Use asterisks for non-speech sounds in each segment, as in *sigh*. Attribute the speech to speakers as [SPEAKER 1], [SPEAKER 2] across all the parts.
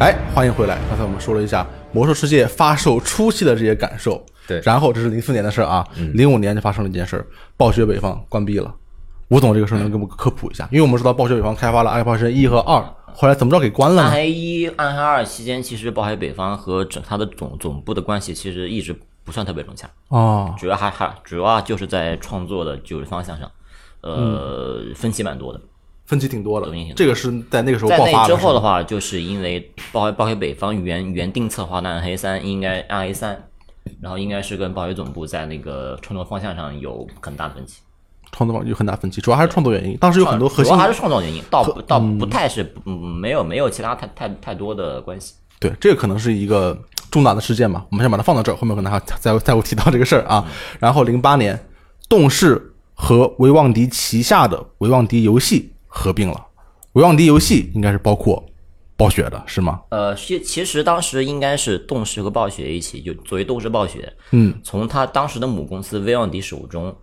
[SPEAKER 1] 哎欢迎回来。刚才我们说了一下《魔兽世界》发售初期的这些感受，
[SPEAKER 2] 对
[SPEAKER 1] 然后这是零四年的事儿啊，
[SPEAKER 3] 嗯
[SPEAKER 1] 零五年就发生了一件事儿，暴雪北方关闭了。吴总这个事儿能给我们科普一下？因为我们知道暴雪北方开发了《暗黑破坏神一》和二，后来怎么着给关了
[SPEAKER 3] 暗
[SPEAKER 1] 呢？
[SPEAKER 3] 黑一、暗黑二期间，其实暴雪北方和整它的总总部的关系其实一直不算特别融洽，
[SPEAKER 1] 哦，
[SPEAKER 3] 主要还还主要就是在创作的就是方向上，呃，
[SPEAKER 1] 嗯
[SPEAKER 3] 分歧蛮多的。
[SPEAKER 1] 分歧挺多的
[SPEAKER 3] 有影响，
[SPEAKER 1] 这个是在那个时候
[SPEAKER 3] 在
[SPEAKER 1] 爆发
[SPEAKER 3] 那之
[SPEAKER 1] 的是
[SPEAKER 3] 后
[SPEAKER 1] 吗
[SPEAKER 3] 的话，就是因为暴雪暴雪北方原原定策划的暗黑三应该暗黑三，然后应该是跟暴雪总部在那个创作方向上有很大的分歧，
[SPEAKER 1] 创作有很大分歧，主要还是创作原因。当时有很多核
[SPEAKER 3] 主
[SPEAKER 1] 心
[SPEAKER 3] 要，还是创作原因，倒不倒不太是嗯没有没有其他太太太多的关系。
[SPEAKER 1] 对，这个可能是一个重大的事件嘛，我们先把它放到这儿，后面可能还要再再会提到这个事儿啊。 *laughs* 然后零八年，动视和维旺迪旗下的维旺迪游戏合并了，维旺迪游戏应该是包括暴雪的是吗？
[SPEAKER 3] 呃，其其实当时应该是动视和暴雪一起，就作为动视暴雪，嗯，从他当时的母公司威望迪手中，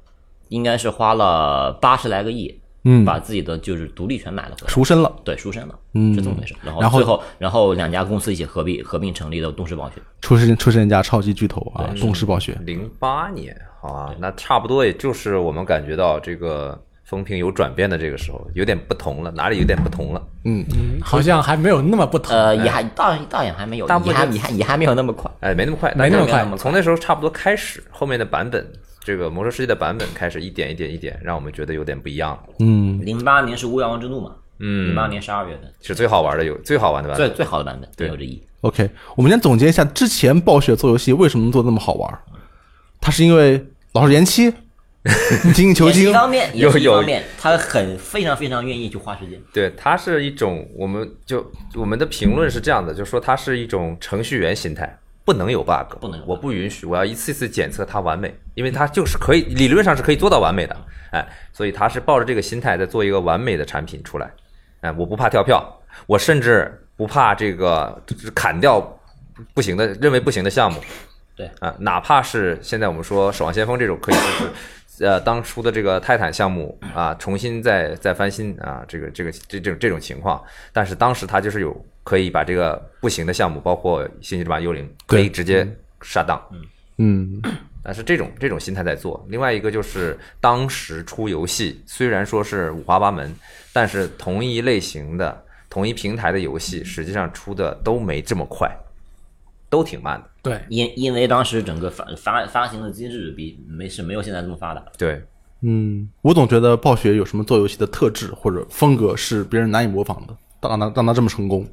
[SPEAKER 3] 应该是花了八十来个亿，嗯，把自己的就是独立权买了回来，
[SPEAKER 1] 赎身了。
[SPEAKER 3] 对，赎身了，嗯，是这么回事。然后
[SPEAKER 1] 然后
[SPEAKER 3] 最后，然后两家公司一起合并合并成立的动视暴雪，
[SPEAKER 1] 出身出身一家超级巨头啊，动视暴雪。
[SPEAKER 2] 零八年啊，那差不多也就是我们感觉到这个风评有转变的这个时候，有点不同了，哪里有点不同了？
[SPEAKER 4] 嗯好像还没有那么不同。
[SPEAKER 3] 呃，也还倒倒也还没有，
[SPEAKER 2] 大部
[SPEAKER 3] 也
[SPEAKER 2] 分
[SPEAKER 3] 还
[SPEAKER 2] 就
[SPEAKER 3] 也还也还没有那么快。
[SPEAKER 2] 哎，没那么快，
[SPEAKER 4] 没那么快
[SPEAKER 2] 但是从那时候差不多开始，后面的版本，这个魔兽世界的版本开始一点一点一点，让我们觉得有点不一样了。
[SPEAKER 3] 零八年是《巫妖王之怒》嘛，
[SPEAKER 2] 嗯
[SPEAKER 3] 零八年十二月份，
[SPEAKER 2] 是最好玩的有最好玩的版
[SPEAKER 3] 最
[SPEAKER 2] 本。
[SPEAKER 3] 最好的版本，没有之一。
[SPEAKER 1] OK，我们先总结一下之前暴雪做游戏为什么能做得那么好玩儿，它是因为老是延期，精益求
[SPEAKER 3] 也是
[SPEAKER 1] 精
[SPEAKER 3] 一。方面，也
[SPEAKER 2] 有
[SPEAKER 3] 是一
[SPEAKER 2] 有
[SPEAKER 3] 方面，他很非常非常愿意去花时间。
[SPEAKER 2] 对，它是一种我们就我们的评论是这样的，就说它是一种程序员心态，不能有 bug，
[SPEAKER 3] 不能有 bug
[SPEAKER 2] 我不允许，我要一次一次检测它完美，因为它就是可以理论上是可以做到完美
[SPEAKER 3] 嗯
[SPEAKER 2] 的，哎，所以它是抱着这个心态在做一个完美的产品出来，哎，我不怕跳票，我甚至不怕这个就是砍掉不行的认为不行的项目，
[SPEAKER 3] 对
[SPEAKER 2] 啊，哪怕是现在我们说《守望先锋》这种，可以说是呃当初的这个泰坦项目啊，重新再再翻新啊，这个这个这这种这种情况，但是当时它就是有可以把这个不行的项目，包括《星际争霸：幽灵》，可以直接杀档。
[SPEAKER 1] 嗯，
[SPEAKER 2] *clears throat* 但是这种这种心态在做。另外一个就是当时出游戏，虽然说是五花八门，但是同一类型的、同一平台的游戏，实际上出的都没这么快，都挺慢的。
[SPEAKER 4] 对，
[SPEAKER 3] 因因为当时整个发发发行的机制比没是没有现在这么发达，
[SPEAKER 2] 对，
[SPEAKER 1] 嗯，我总觉得暴雪有什么做游戏的特质或者风格是别人难以模仿的，让他让他这么成功。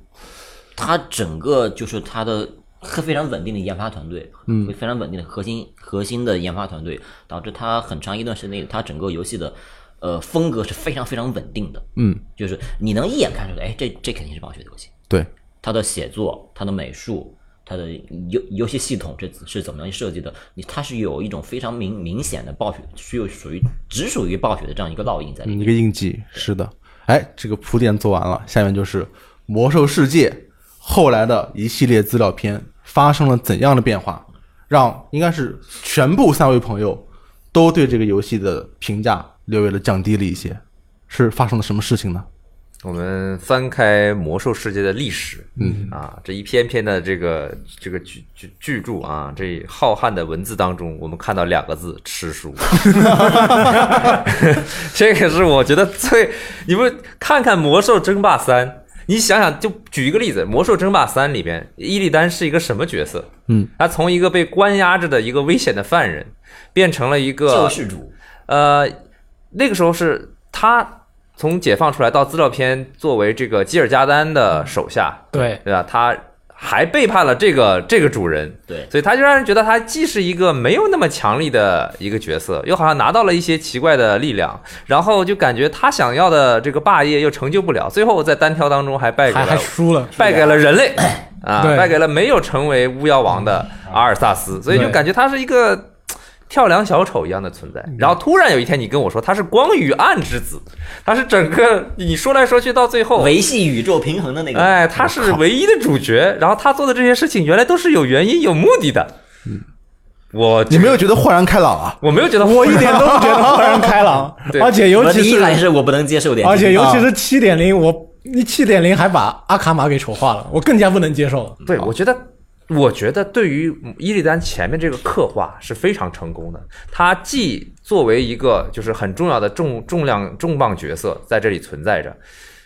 [SPEAKER 3] 它整个就是它的非常稳定的研发团队，嗯，非常稳定的核心核心的研发团队，导致它很长一段时间内，它整个游戏的呃风格是非常非常稳定的，
[SPEAKER 1] 嗯，
[SPEAKER 3] 就是你能一眼看出来，哎，这这肯定是暴雪的游戏，
[SPEAKER 1] 对，
[SPEAKER 3] 它的写作、它的美术、它的游游戏系统这是怎么样去设计的？你它是有一种非常明明显的暴雪，是有属于只属于暴雪的这样一个烙印在里面。
[SPEAKER 1] 一个印记。是的，哎，这个铺垫做完了，下面就是《魔兽世界》后来的一系列资料片发生了怎样的变化，让应该是全部三位朋友都对这个游戏的评价略微的降低了一些。是发生了什么事情呢？
[SPEAKER 2] 我们翻开魔兽世界的历史，嗯啊，这一篇篇的这个这个巨巨巨著啊，这浩瀚的文字当中，我们看到两个字“吃书”， *laughs* 这个是我觉得最你们看看《魔兽争霸三》，你想想，就举一个例子，《魔兽争霸三》里边，伊利丹是一个什么角色？
[SPEAKER 1] 嗯，
[SPEAKER 2] 他从一个被关押着的一个危险的犯人，变成了一个
[SPEAKER 3] 救世主，
[SPEAKER 2] 呃，那个时候是他从解放出来到资料片作为这个吉尔加丹的手下，
[SPEAKER 4] 对，
[SPEAKER 2] 对吧？他还背叛了这个这个主人，
[SPEAKER 3] 对
[SPEAKER 2] 所以他就让人觉得他既是一个没有那么强力的一个角色，又好像拿到了一些奇怪的力量，然后就感觉他想要的这个霸业又成就不了，最后在单挑当中还败给
[SPEAKER 4] 还还
[SPEAKER 2] 了
[SPEAKER 4] 输 *laughs* 了。
[SPEAKER 2] 败给了人
[SPEAKER 4] *clears throat*
[SPEAKER 2] 类啊，
[SPEAKER 4] 对嗯
[SPEAKER 2] 败给了没有成为巫妖王的阿尔萨斯，所以就
[SPEAKER 4] 对
[SPEAKER 2] 感觉他是一个嘖跳梁小丑一样的存在。
[SPEAKER 4] 嗯
[SPEAKER 2] 然后突然有一天你跟我说他是光与暗之子，他是整个你说来说去到最后。
[SPEAKER 3] 维系宇宙平衡的那个。嗯
[SPEAKER 2] 哦哎，他是唯一的主角，然后他做的这些事情原来都是有原因、有目的的。
[SPEAKER 4] 嗯
[SPEAKER 2] 我
[SPEAKER 1] 你没有觉得豁然开朗
[SPEAKER 2] *laughs*
[SPEAKER 1] 啊？
[SPEAKER 2] 我没有觉得
[SPEAKER 4] 我一点都不觉得豁然开朗
[SPEAKER 2] 对，
[SPEAKER 3] *laughs*
[SPEAKER 4] 而且尤
[SPEAKER 3] 我的
[SPEAKER 4] 其
[SPEAKER 3] 第一
[SPEAKER 4] 是
[SPEAKER 3] 反应是我不能接受点，
[SPEAKER 4] 而且尤其
[SPEAKER 1] 啊
[SPEAKER 4] 是七点零，我一七点零还把阿卡玛给丑化了，我更加不能接受了。
[SPEAKER 2] 对，我觉得，我觉得对于伊利丹前面这个刻画是非常成功的。他既作为一个就是很重要的重重量重磅角色在这里存在着，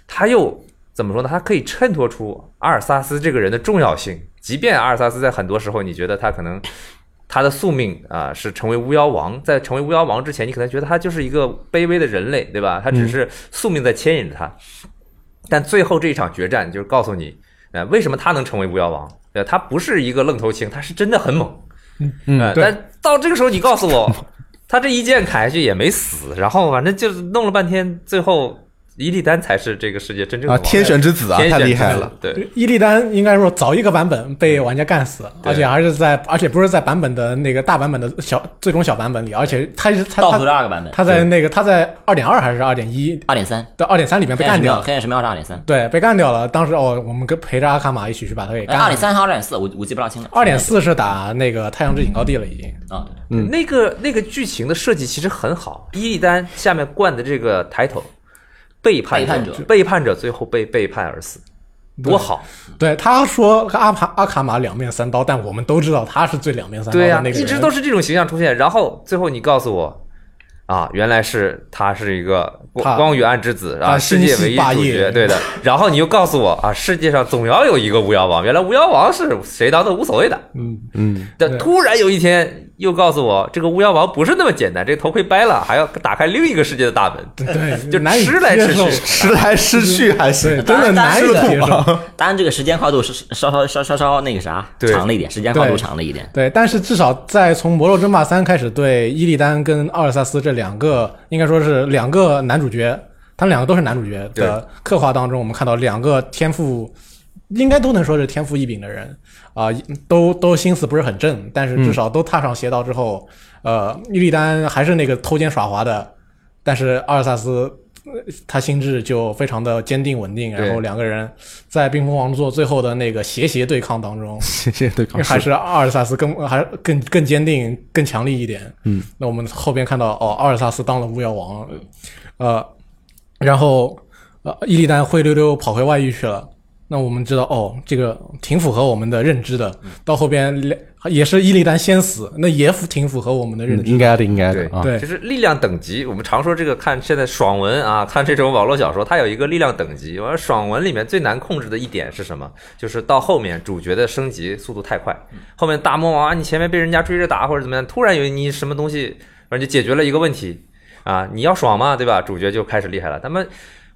[SPEAKER 2] 他又怎么说呢？他可以衬托出阿尔萨斯这个人的重要性。即便阿尔萨斯在很多时候，你觉得他可能他的宿命啊、是成为巫妖王，在成为巫妖王之前，你可能觉得他就是一个卑微的人类，对吧？他只是宿命在牵引着他。但最后这一场决战就是告诉你，呃，为什么他能成为巫妖王？呃，他不是一个愣头青，他是真的很猛。
[SPEAKER 1] 嗯
[SPEAKER 2] 呃，
[SPEAKER 4] 对
[SPEAKER 2] 但到这个时候你告诉我， *laughs* 他这一剑砍下去也没死，然后反正就是弄了半天，最后伊利丹才是这个世界真正的
[SPEAKER 1] 啊，
[SPEAKER 2] 王
[SPEAKER 1] 天选之子啊，
[SPEAKER 2] 天选
[SPEAKER 1] 太
[SPEAKER 2] 之
[SPEAKER 1] 厉害
[SPEAKER 2] 子
[SPEAKER 1] 了。，
[SPEAKER 2] 对。
[SPEAKER 4] 伊利丹应该说早一个版本被玩家干死，
[SPEAKER 2] 对
[SPEAKER 4] 而且还是在，而且不是在版本的那个大版本的小最终小版本里，而且他是他
[SPEAKER 3] 倒数第
[SPEAKER 4] 他
[SPEAKER 3] 二个版本，
[SPEAKER 4] 他在那个他在二点二还是二点一
[SPEAKER 3] 二点三，
[SPEAKER 4] 的二点三里面
[SPEAKER 3] 黑
[SPEAKER 4] 被
[SPEAKER 3] 暗
[SPEAKER 4] 干
[SPEAKER 3] 神
[SPEAKER 4] 掉
[SPEAKER 3] 庙，
[SPEAKER 4] 了，
[SPEAKER 3] 黑暗神庙是二点三，
[SPEAKER 4] 对，被干掉了。当时哦，我们跟陪着阿卡玛一起去把他给
[SPEAKER 3] 哎，
[SPEAKER 4] 干
[SPEAKER 3] 二点
[SPEAKER 4] 了。
[SPEAKER 3] 三还是二点四，我我记不大清了。
[SPEAKER 4] 二点四是打那个太阳之井高地了，已经。
[SPEAKER 3] 啊，对
[SPEAKER 1] 嗯
[SPEAKER 2] 那个那个剧情的设计其实很好，伊利丹下面冠的这个抬头，背叛
[SPEAKER 3] 背叛者
[SPEAKER 2] 背叛者最后被背叛而死，多好！
[SPEAKER 4] 对，他说阿卡阿卡玛两面三刀，但我们都知道他是最两面三刀
[SPEAKER 2] 对
[SPEAKER 4] 的
[SPEAKER 2] 呀、
[SPEAKER 4] 那个人。
[SPEAKER 2] 一直都是这种形象出现，然后最后你告诉我，啊，原来是他是一个光
[SPEAKER 4] 他
[SPEAKER 2] 光与暗之子啊，
[SPEAKER 4] 他
[SPEAKER 2] 世界
[SPEAKER 4] 心系
[SPEAKER 2] 唯一
[SPEAKER 4] 霸
[SPEAKER 2] 主
[SPEAKER 4] 业
[SPEAKER 2] 角，对的。然后你又告诉我啊，世界上总要有一个巫妖王，原来巫妖王是谁当都无所谓的。
[SPEAKER 4] 嗯，
[SPEAKER 1] 嗯，
[SPEAKER 2] 但
[SPEAKER 4] 对
[SPEAKER 2] 突然有一天又告诉我，这个巫妖王不是那么简单，这个头盔掰了还要打开另一个世界的大门。*laughs*
[SPEAKER 4] 对，
[SPEAKER 2] 就
[SPEAKER 4] 难以
[SPEAKER 2] 吃来
[SPEAKER 4] 接
[SPEAKER 2] 吃
[SPEAKER 4] 受
[SPEAKER 2] 去
[SPEAKER 1] 时来失去还
[SPEAKER 4] 对，
[SPEAKER 1] 是
[SPEAKER 4] 真的难以接受。
[SPEAKER 3] 当然这个时间跨度是是稍稍稍稍稍那个啥
[SPEAKER 2] 对
[SPEAKER 3] 长了一点，时间跨度
[SPEAKER 4] 对
[SPEAKER 3] 长了一点。
[SPEAKER 4] 对，但是至少在从《魔兽争霸三》开始，对伊利丹跟奥尔萨斯这两个，应该说是两个男主角，他们两个都是男主角的刻画当中，我们看到两个天赋，应该都能说是天赋异禀的人啊、都都心思不是很正，但是至少都踏上邪道之后，呃，伊利丹还是那个偷奸耍滑的，但是奥尔萨斯。呃他心智就非常的坚定稳定，然后
[SPEAKER 2] 对
[SPEAKER 4] 两个人在冰封王座最后的那个斜斜对抗当
[SPEAKER 1] *laughs*
[SPEAKER 4] 中，
[SPEAKER 1] 谢谢对抗，
[SPEAKER 4] 还是阿尔萨斯更还更更坚定、更强力一点。嗯，那我们后边看到哦，阿尔萨斯当了巫妖王，呃，然后呃，伊利丹灰溜溜跑回外域去了。那我们知道哦，这个挺符合我们的认知的。
[SPEAKER 2] 嗯
[SPEAKER 4] 到后边两也是伊利丹先死，那也符挺符合我们的认
[SPEAKER 1] 嗯
[SPEAKER 4] 知。
[SPEAKER 1] 应该的，应该的啊。
[SPEAKER 4] 对
[SPEAKER 2] 就是力量等级。我们常说这个看现在爽文啊， *laughs* 看这种网络小说，它有一个力量等级。而爽文里面最难控制的一点是什么？就是到后面主角的升级速度太快，后面大魔王啊，你前面被人家追着打或者怎么样，突然有你什么东西，反正就解决了一个问题啊，你要爽嘛，对吧？主角就开始厉害了。咱们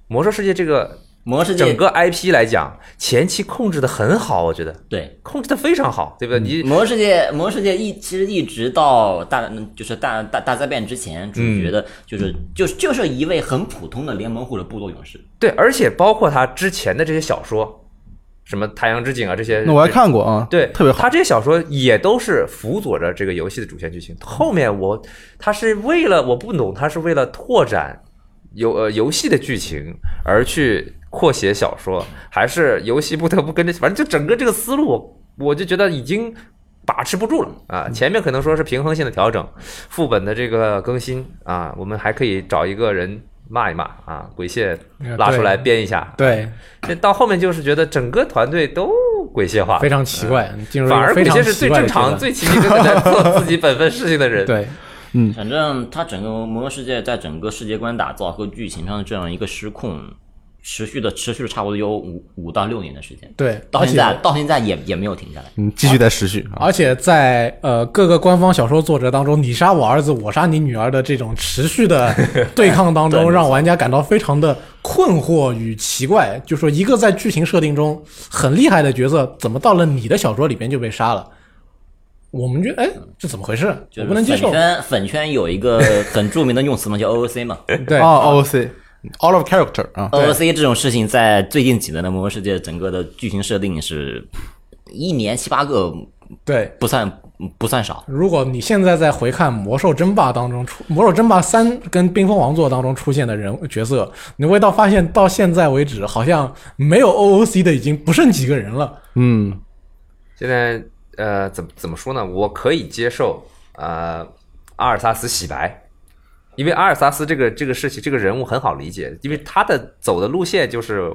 [SPEAKER 2] 魔兽世界这个
[SPEAKER 3] 魔兽世
[SPEAKER 2] 整
[SPEAKER 3] 界
[SPEAKER 2] 个 IP 来讲，前期控制的很好，我觉得
[SPEAKER 3] 对
[SPEAKER 2] 控制的非常好，对不对？你
[SPEAKER 3] 魔兽世界，魔兽世界一其实一直到大就是大大大灾变之前，主
[SPEAKER 4] 嗯
[SPEAKER 3] 角的就是就是就是一位很普通的联盟或者部落勇士。
[SPEAKER 2] 对，而且包括他之前的这些小说，什么《太阳之井》啊这些，
[SPEAKER 1] 那我还看过啊，
[SPEAKER 2] 对，
[SPEAKER 1] 特别好。
[SPEAKER 2] 他这些小说也都是辅佐着这个游戏的主线剧情。后面我他是为了我不懂，他是为了拓展游呃游戏的剧情而去扩写小说，还是游戏不得不跟着，反正就整个这个思路我，我就觉得已经。把持不住了啊！
[SPEAKER 1] 嗯
[SPEAKER 2] 前面可能说是平衡性的调整，副本的这个更新啊，我们还可以找一个人骂一骂啊，鬼蟹
[SPEAKER 1] 呃
[SPEAKER 4] 嗯
[SPEAKER 2] 拉出
[SPEAKER 4] 对
[SPEAKER 2] 来编一下。
[SPEAKER 4] 对，
[SPEAKER 2] 这到后面就是觉得整个团队都鬼蟹化了，
[SPEAKER 4] 非常奇怪，进入
[SPEAKER 2] 嗯反
[SPEAKER 4] 一
[SPEAKER 2] 而
[SPEAKER 4] 个
[SPEAKER 2] 鬼
[SPEAKER 4] 非常
[SPEAKER 2] 蟹是最正常、
[SPEAKER 4] 奇
[SPEAKER 2] 最勤勤恳恳
[SPEAKER 4] *laughs*
[SPEAKER 2] 地做自己本分事情的人。
[SPEAKER 4] 怪，的阶段
[SPEAKER 3] 反正它整个魔兽世界在整个世界观打造和剧情上的这样一个失控，持续的持续了差不多有五五到六年的时间，
[SPEAKER 4] 对对，
[SPEAKER 3] 到
[SPEAKER 4] 而
[SPEAKER 3] 现
[SPEAKER 4] 且
[SPEAKER 3] 在到现在也也没有停下来。
[SPEAKER 1] 嗯，继续再持续啊。
[SPEAKER 4] 而且在呃各个官方小说作者当中，你杀我儿子，我杀你女儿的这种持续的对抗当中，让玩家感到非常的困惑与奇怪。就说一个在剧情设定中很厉害的角色，怎么到了你的小说里边就被杀了？我们觉得，哎，这怎么回事？
[SPEAKER 3] 就是
[SPEAKER 4] 我不能接受
[SPEAKER 3] 粉。圈粉圈有一个很著名的用词嘛，叫 OOC
[SPEAKER 2] *laughs*
[SPEAKER 3] 嘛。
[SPEAKER 4] 对，
[SPEAKER 1] 哦，OC，All of Character 啊，
[SPEAKER 3] OOC 这种事情在最近几年的魔兽世界整个的剧情设定是一年七八个，
[SPEAKER 4] 对。
[SPEAKER 3] 不算不算少。
[SPEAKER 4] 如果你现在在回看《魔兽争霸》当中出，《魔兽争霸三》跟《冰封王座》当中出现的人角色，你会到发现到现在为止，好像没有 OOC 的已经不剩几个人了。
[SPEAKER 1] 嗯，
[SPEAKER 2] 现在呃，怎么怎么说呢？我可以接受呃阿尔萨斯洗白，因为阿尔萨斯这个这个事情，这个人物很好理解，因为他的走的路线就是，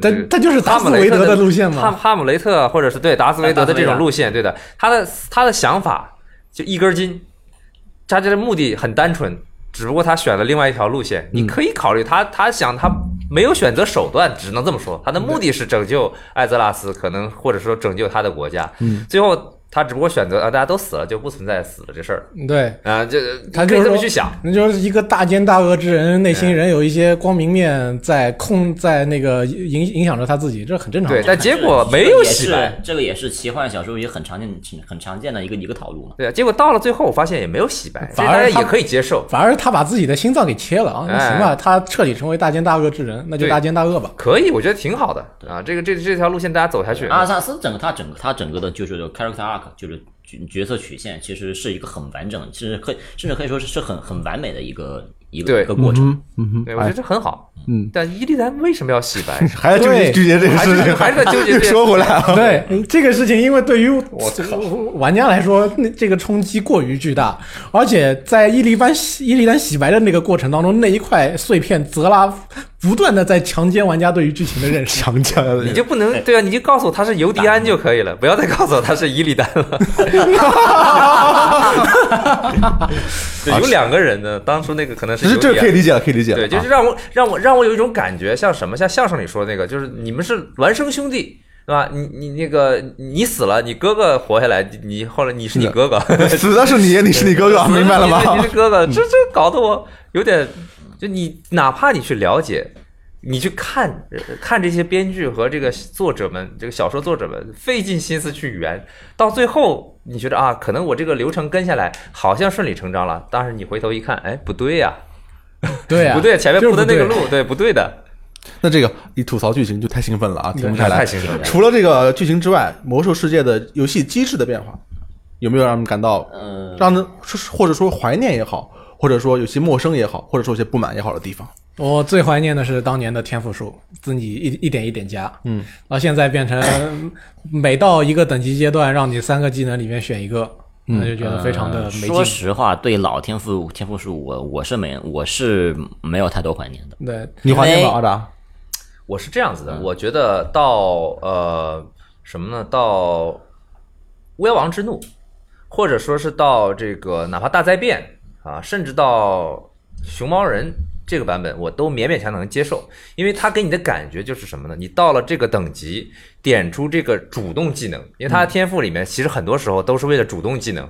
[SPEAKER 4] 他他就是达
[SPEAKER 2] 哈
[SPEAKER 4] 斯
[SPEAKER 2] 姆雷
[SPEAKER 4] 维
[SPEAKER 2] 特
[SPEAKER 4] 德的路线嘛
[SPEAKER 2] 哈哈姆雷特或者是对达斯维德的这种路线，对的，他的他的想法就一根筋，他这个目的很单纯，只不过他选了另外一条路线，
[SPEAKER 4] 嗯
[SPEAKER 2] 你可以考虑他，他想他没有选择手段，只能这么
[SPEAKER 4] 嗯
[SPEAKER 2] 说，他的目的是拯救艾泽拉斯，可能或者说拯救他的国家，
[SPEAKER 1] 嗯，
[SPEAKER 2] 最后。他只不过选择啊，大家都死了，就不存在死了这事儿
[SPEAKER 4] 对，
[SPEAKER 2] 啊，就
[SPEAKER 4] 他
[SPEAKER 2] 可
[SPEAKER 4] 就
[SPEAKER 2] 以
[SPEAKER 4] 是
[SPEAKER 2] 这么
[SPEAKER 4] 说
[SPEAKER 2] 去想，
[SPEAKER 4] 那就是一个大奸大恶之人，内心人有一些光明面在控，在那个影影响着他自己，这很正常。
[SPEAKER 2] 对，但结果没有洗白。
[SPEAKER 3] 这个也是奇幻小说也很常见、很常见的一个一个套路嘛。
[SPEAKER 2] 对，结果到了最后，我发现也没有洗白，所
[SPEAKER 4] 反
[SPEAKER 2] 以大
[SPEAKER 4] 而
[SPEAKER 2] 家
[SPEAKER 4] 他
[SPEAKER 2] 也可以接受。
[SPEAKER 4] 反而他把自己的心脏给切了啊，那行吧，
[SPEAKER 2] 哎
[SPEAKER 4] 他彻底成为大奸大恶之人，那就
[SPEAKER 2] 对
[SPEAKER 4] 大奸大恶吧。
[SPEAKER 2] 可以，我觉得挺好的啊，这个这这条路线大家走下去，
[SPEAKER 3] 阿尔萨斯整个他整个他整个的就是这个 character arc，就是角角色曲线，其实是一个很完整，甚至可以甚至可以说是是很很完美的一个一个
[SPEAKER 2] 对
[SPEAKER 3] 一个过程。
[SPEAKER 1] 嗯嗯哼，
[SPEAKER 2] 对我觉得这很好。
[SPEAKER 1] 嗯，
[SPEAKER 2] 但伊利丹为什么要洗白？
[SPEAKER 1] 哎还在纠结纠结这
[SPEAKER 4] 对
[SPEAKER 1] 个
[SPEAKER 2] 还
[SPEAKER 1] 事
[SPEAKER 2] 是
[SPEAKER 1] 情，
[SPEAKER 2] 还是在纠结
[SPEAKER 1] 又
[SPEAKER 2] 这个
[SPEAKER 1] 说回来
[SPEAKER 2] *laughs*
[SPEAKER 1] 啊，
[SPEAKER 4] 对嗯这个事情，因为对于玩家来说，那这个冲击过于巨大，而且在伊利班洗伊利丹洗白的那个过程当中，那一块碎片泽拉不断的在强奸玩家对于剧情的认识。
[SPEAKER 1] 强加的
[SPEAKER 2] 你就不能对啊？你就告诉我他是尤迪安就可以了，不要再告诉我他是伊利丹了。对，有两个人呢，当初那个可能是
[SPEAKER 1] 这是
[SPEAKER 2] 尤
[SPEAKER 1] 这
[SPEAKER 2] 迪
[SPEAKER 1] 个可以
[SPEAKER 2] 安。
[SPEAKER 1] 理解了，可以理解了。
[SPEAKER 2] 对，就
[SPEAKER 1] 啊
[SPEAKER 2] 是让我让我让我有一种感觉，像什么？像相声里说那个，就是你们是孪生兄弟，对吧？你你那个你死了，你哥哥活下来，你你后来你是你哥哥，
[SPEAKER 1] *laughs* 死的是
[SPEAKER 2] *laughs*
[SPEAKER 1] 你， *laughs* 你是你哥哥，明白了
[SPEAKER 2] 你
[SPEAKER 1] 吗
[SPEAKER 2] 是？哥哥，这这搞得我有点，就你哪怕你去了解，你去看看这些编剧和这个作者们，这个小说作者们费尽心思去圆，到最后你觉得啊，可能我这个流程跟下来好像顺理成章了，但是你回头一看，哎，不对呀、
[SPEAKER 4] *laughs* 对啊，
[SPEAKER 2] 不 *laughs* 对，前面
[SPEAKER 4] 就是
[SPEAKER 2] 铺的那个
[SPEAKER 4] 不对
[SPEAKER 2] 路，对，不对的，
[SPEAKER 1] *laughs* 那这个一吐槽剧情就太兴奋了啊，停不下
[SPEAKER 2] 太
[SPEAKER 1] 来。
[SPEAKER 2] 兴奋了。
[SPEAKER 1] 除了这个剧情之外，魔兽世界的游戏机制的变化，有没有让你们感到
[SPEAKER 3] 呃，
[SPEAKER 1] 让人或者说怀念也好，或者说有些陌生也好，或者说有些不满也好的地方？
[SPEAKER 4] 我最怀念的是当年的天赋树，自己一一点一点加，
[SPEAKER 1] 嗯，
[SPEAKER 4] 到现在变成每到一个等级阶段，让你三个技能里面选一个，
[SPEAKER 2] 嗯
[SPEAKER 4] 那就觉得非常的
[SPEAKER 3] 呃
[SPEAKER 4] 没
[SPEAKER 2] 啊
[SPEAKER 3] 说
[SPEAKER 4] 劲。
[SPEAKER 3] 实话，对老天赋天赋树，我我是没我是没有太多怀念的。
[SPEAKER 4] 对，
[SPEAKER 1] 你怀念吗，阿达？
[SPEAKER 2] 我是这样子的，我觉得到呃什么呢？到巫妖王之怒，或者说是到这个哪怕大灾变啊，甚至到熊猫人这个版本，我都勉勉强强能接受，因为它给你的感觉就是什么呢？你到了这个等级，点出这个主动技能，因为它的天赋里面其实很多时候都是为了主动技能。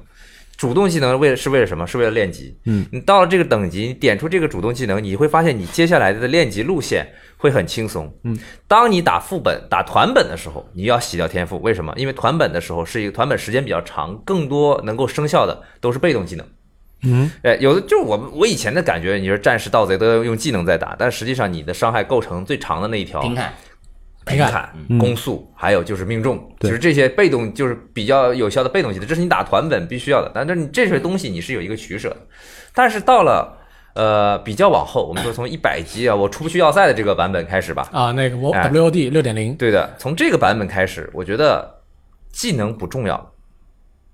[SPEAKER 2] 主动技能为是为了什么？是为了练级。
[SPEAKER 1] 嗯，
[SPEAKER 2] 你到了这个等级，你点出这个主动技能，你会发现你接下来的练级路线会很轻松。嗯，当你打副本、打团本的时候，你要洗掉天赋，为什么？因为团本的时候是一个团本时间比较长，更多能够生效的都是被动技能。
[SPEAKER 1] 嗯，
[SPEAKER 2] 哎，有的就是我们我以前的感觉，你说战士、盗贼都要用技能在打，但实际上你的伤害构成最长的那一条
[SPEAKER 3] 平坦，
[SPEAKER 2] 平
[SPEAKER 4] 平
[SPEAKER 2] 砍、攻速，还有就是命中，
[SPEAKER 1] 对
[SPEAKER 2] 其实这些被动就是比较有效的被动技能，这是你打团本必须要的。但是你这些东西你是有一个取舍的，但是到了呃比较往后，我们说从一百级啊，我出不去要塞的这个版本开始吧，
[SPEAKER 4] 啊，那个我
[SPEAKER 2] 哎
[SPEAKER 4] WOD 六点零，
[SPEAKER 2] 对的，从这个版本开始，我觉得技能不重要了，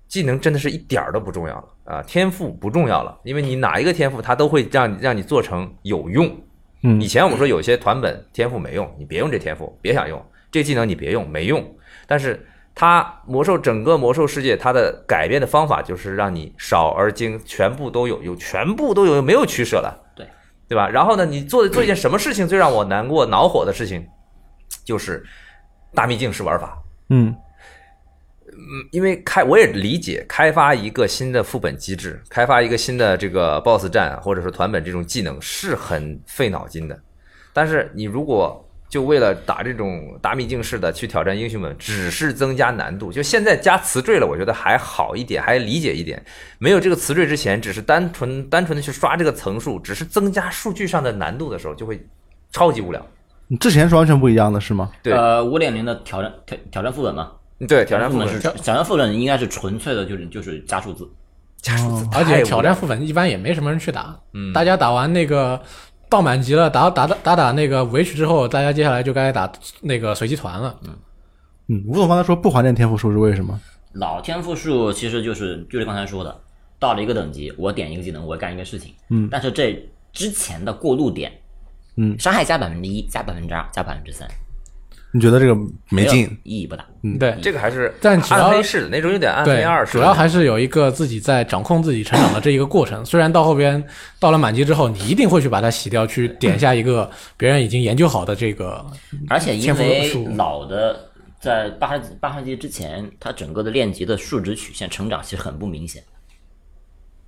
[SPEAKER 2] 技能真的是一点儿都不重要了啊、天赋不重要了，因为你哪一个天赋它都会让你让你做成有用。
[SPEAKER 1] 嗯
[SPEAKER 2] 以前我们说有些团本天赋没用，你别用这天赋，别想用这技能，你别用，没用。但是它魔兽整个魔兽世界它的改变的方法就是让你少而精，全部都有，有全部都有，没有取舍的，
[SPEAKER 3] 对
[SPEAKER 2] 对吧？然后呢，你做做一件什么事情最让我难过、恼火的事情，就是大秘境式玩法。
[SPEAKER 1] 嗯
[SPEAKER 2] 嗯，因为开我也理解，开发一个新的副本机制，开发一个新的这个 BOSS 战或者是团本这种技能是很费脑筋的。但是你如果就为了打这种大秘境式的去挑战英雄们，只是增加难度。就现在加词缀了，我觉得还好一点，还理解一点。没有这个词缀之前，只是单纯单纯的去刷这个层数，只是增加数据上的难度的时候，就会超级无聊。
[SPEAKER 1] 你之前是完全不一样的，是吗？
[SPEAKER 2] 对
[SPEAKER 3] 呃，五点零的挑战挑挑战副本嘛，
[SPEAKER 2] 嗯对，挑战副本
[SPEAKER 3] 是挑战副本应该是纯粹的，就是就是加数字。
[SPEAKER 2] 加数字太
[SPEAKER 4] 而
[SPEAKER 2] 无聊了，
[SPEAKER 4] 且挑战副本一般也没什么人去打，嗯，大家打完那个到满级了，打打打打打那个 Witch 之后，大家接下来就该打那个随机团了，
[SPEAKER 2] 嗯
[SPEAKER 1] 嗯，吴总刚才说不怀念天赋树是为什么？
[SPEAKER 3] 老天赋树其实就是就是刚才说的，到了一个等级，我点一个技能，我干一个事情。嗯，但是这之前的过渡点，
[SPEAKER 1] 嗯，
[SPEAKER 3] 伤害加百分之一，加百分之二，加百分之三，
[SPEAKER 1] 你觉得这个没
[SPEAKER 3] 有
[SPEAKER 1] 劲？
[SPEAKER 3] 意义不大。
[SPEAKER 4] 对，
[SPEAKER 2] 这个还是
[SPEAKER 4] 但主要
[SPEAKER 2] 暗黑式的那种有点暗黑
[SPEAKER 4] 对
[SPEAKER 2] 二，式
[SPEAKER 4] 主
[SPEAKER 2] 的
[SPEAKER 4] 要还是有一个自己在掌控自己成长的这一个过程。虽然到后边到了满级之后，你一定会去把它洗掉，去点下一个别人已经研究好的这个，
[SPEAKER 3] 而且因
[SPEAKER 4] 天赋
[SPEAKER 3] 为
[SPEAKER 4] 数
[SPEAKER 3] 老的在八十八十级之前，它整个的练级的数值曲线成长其实很不明显，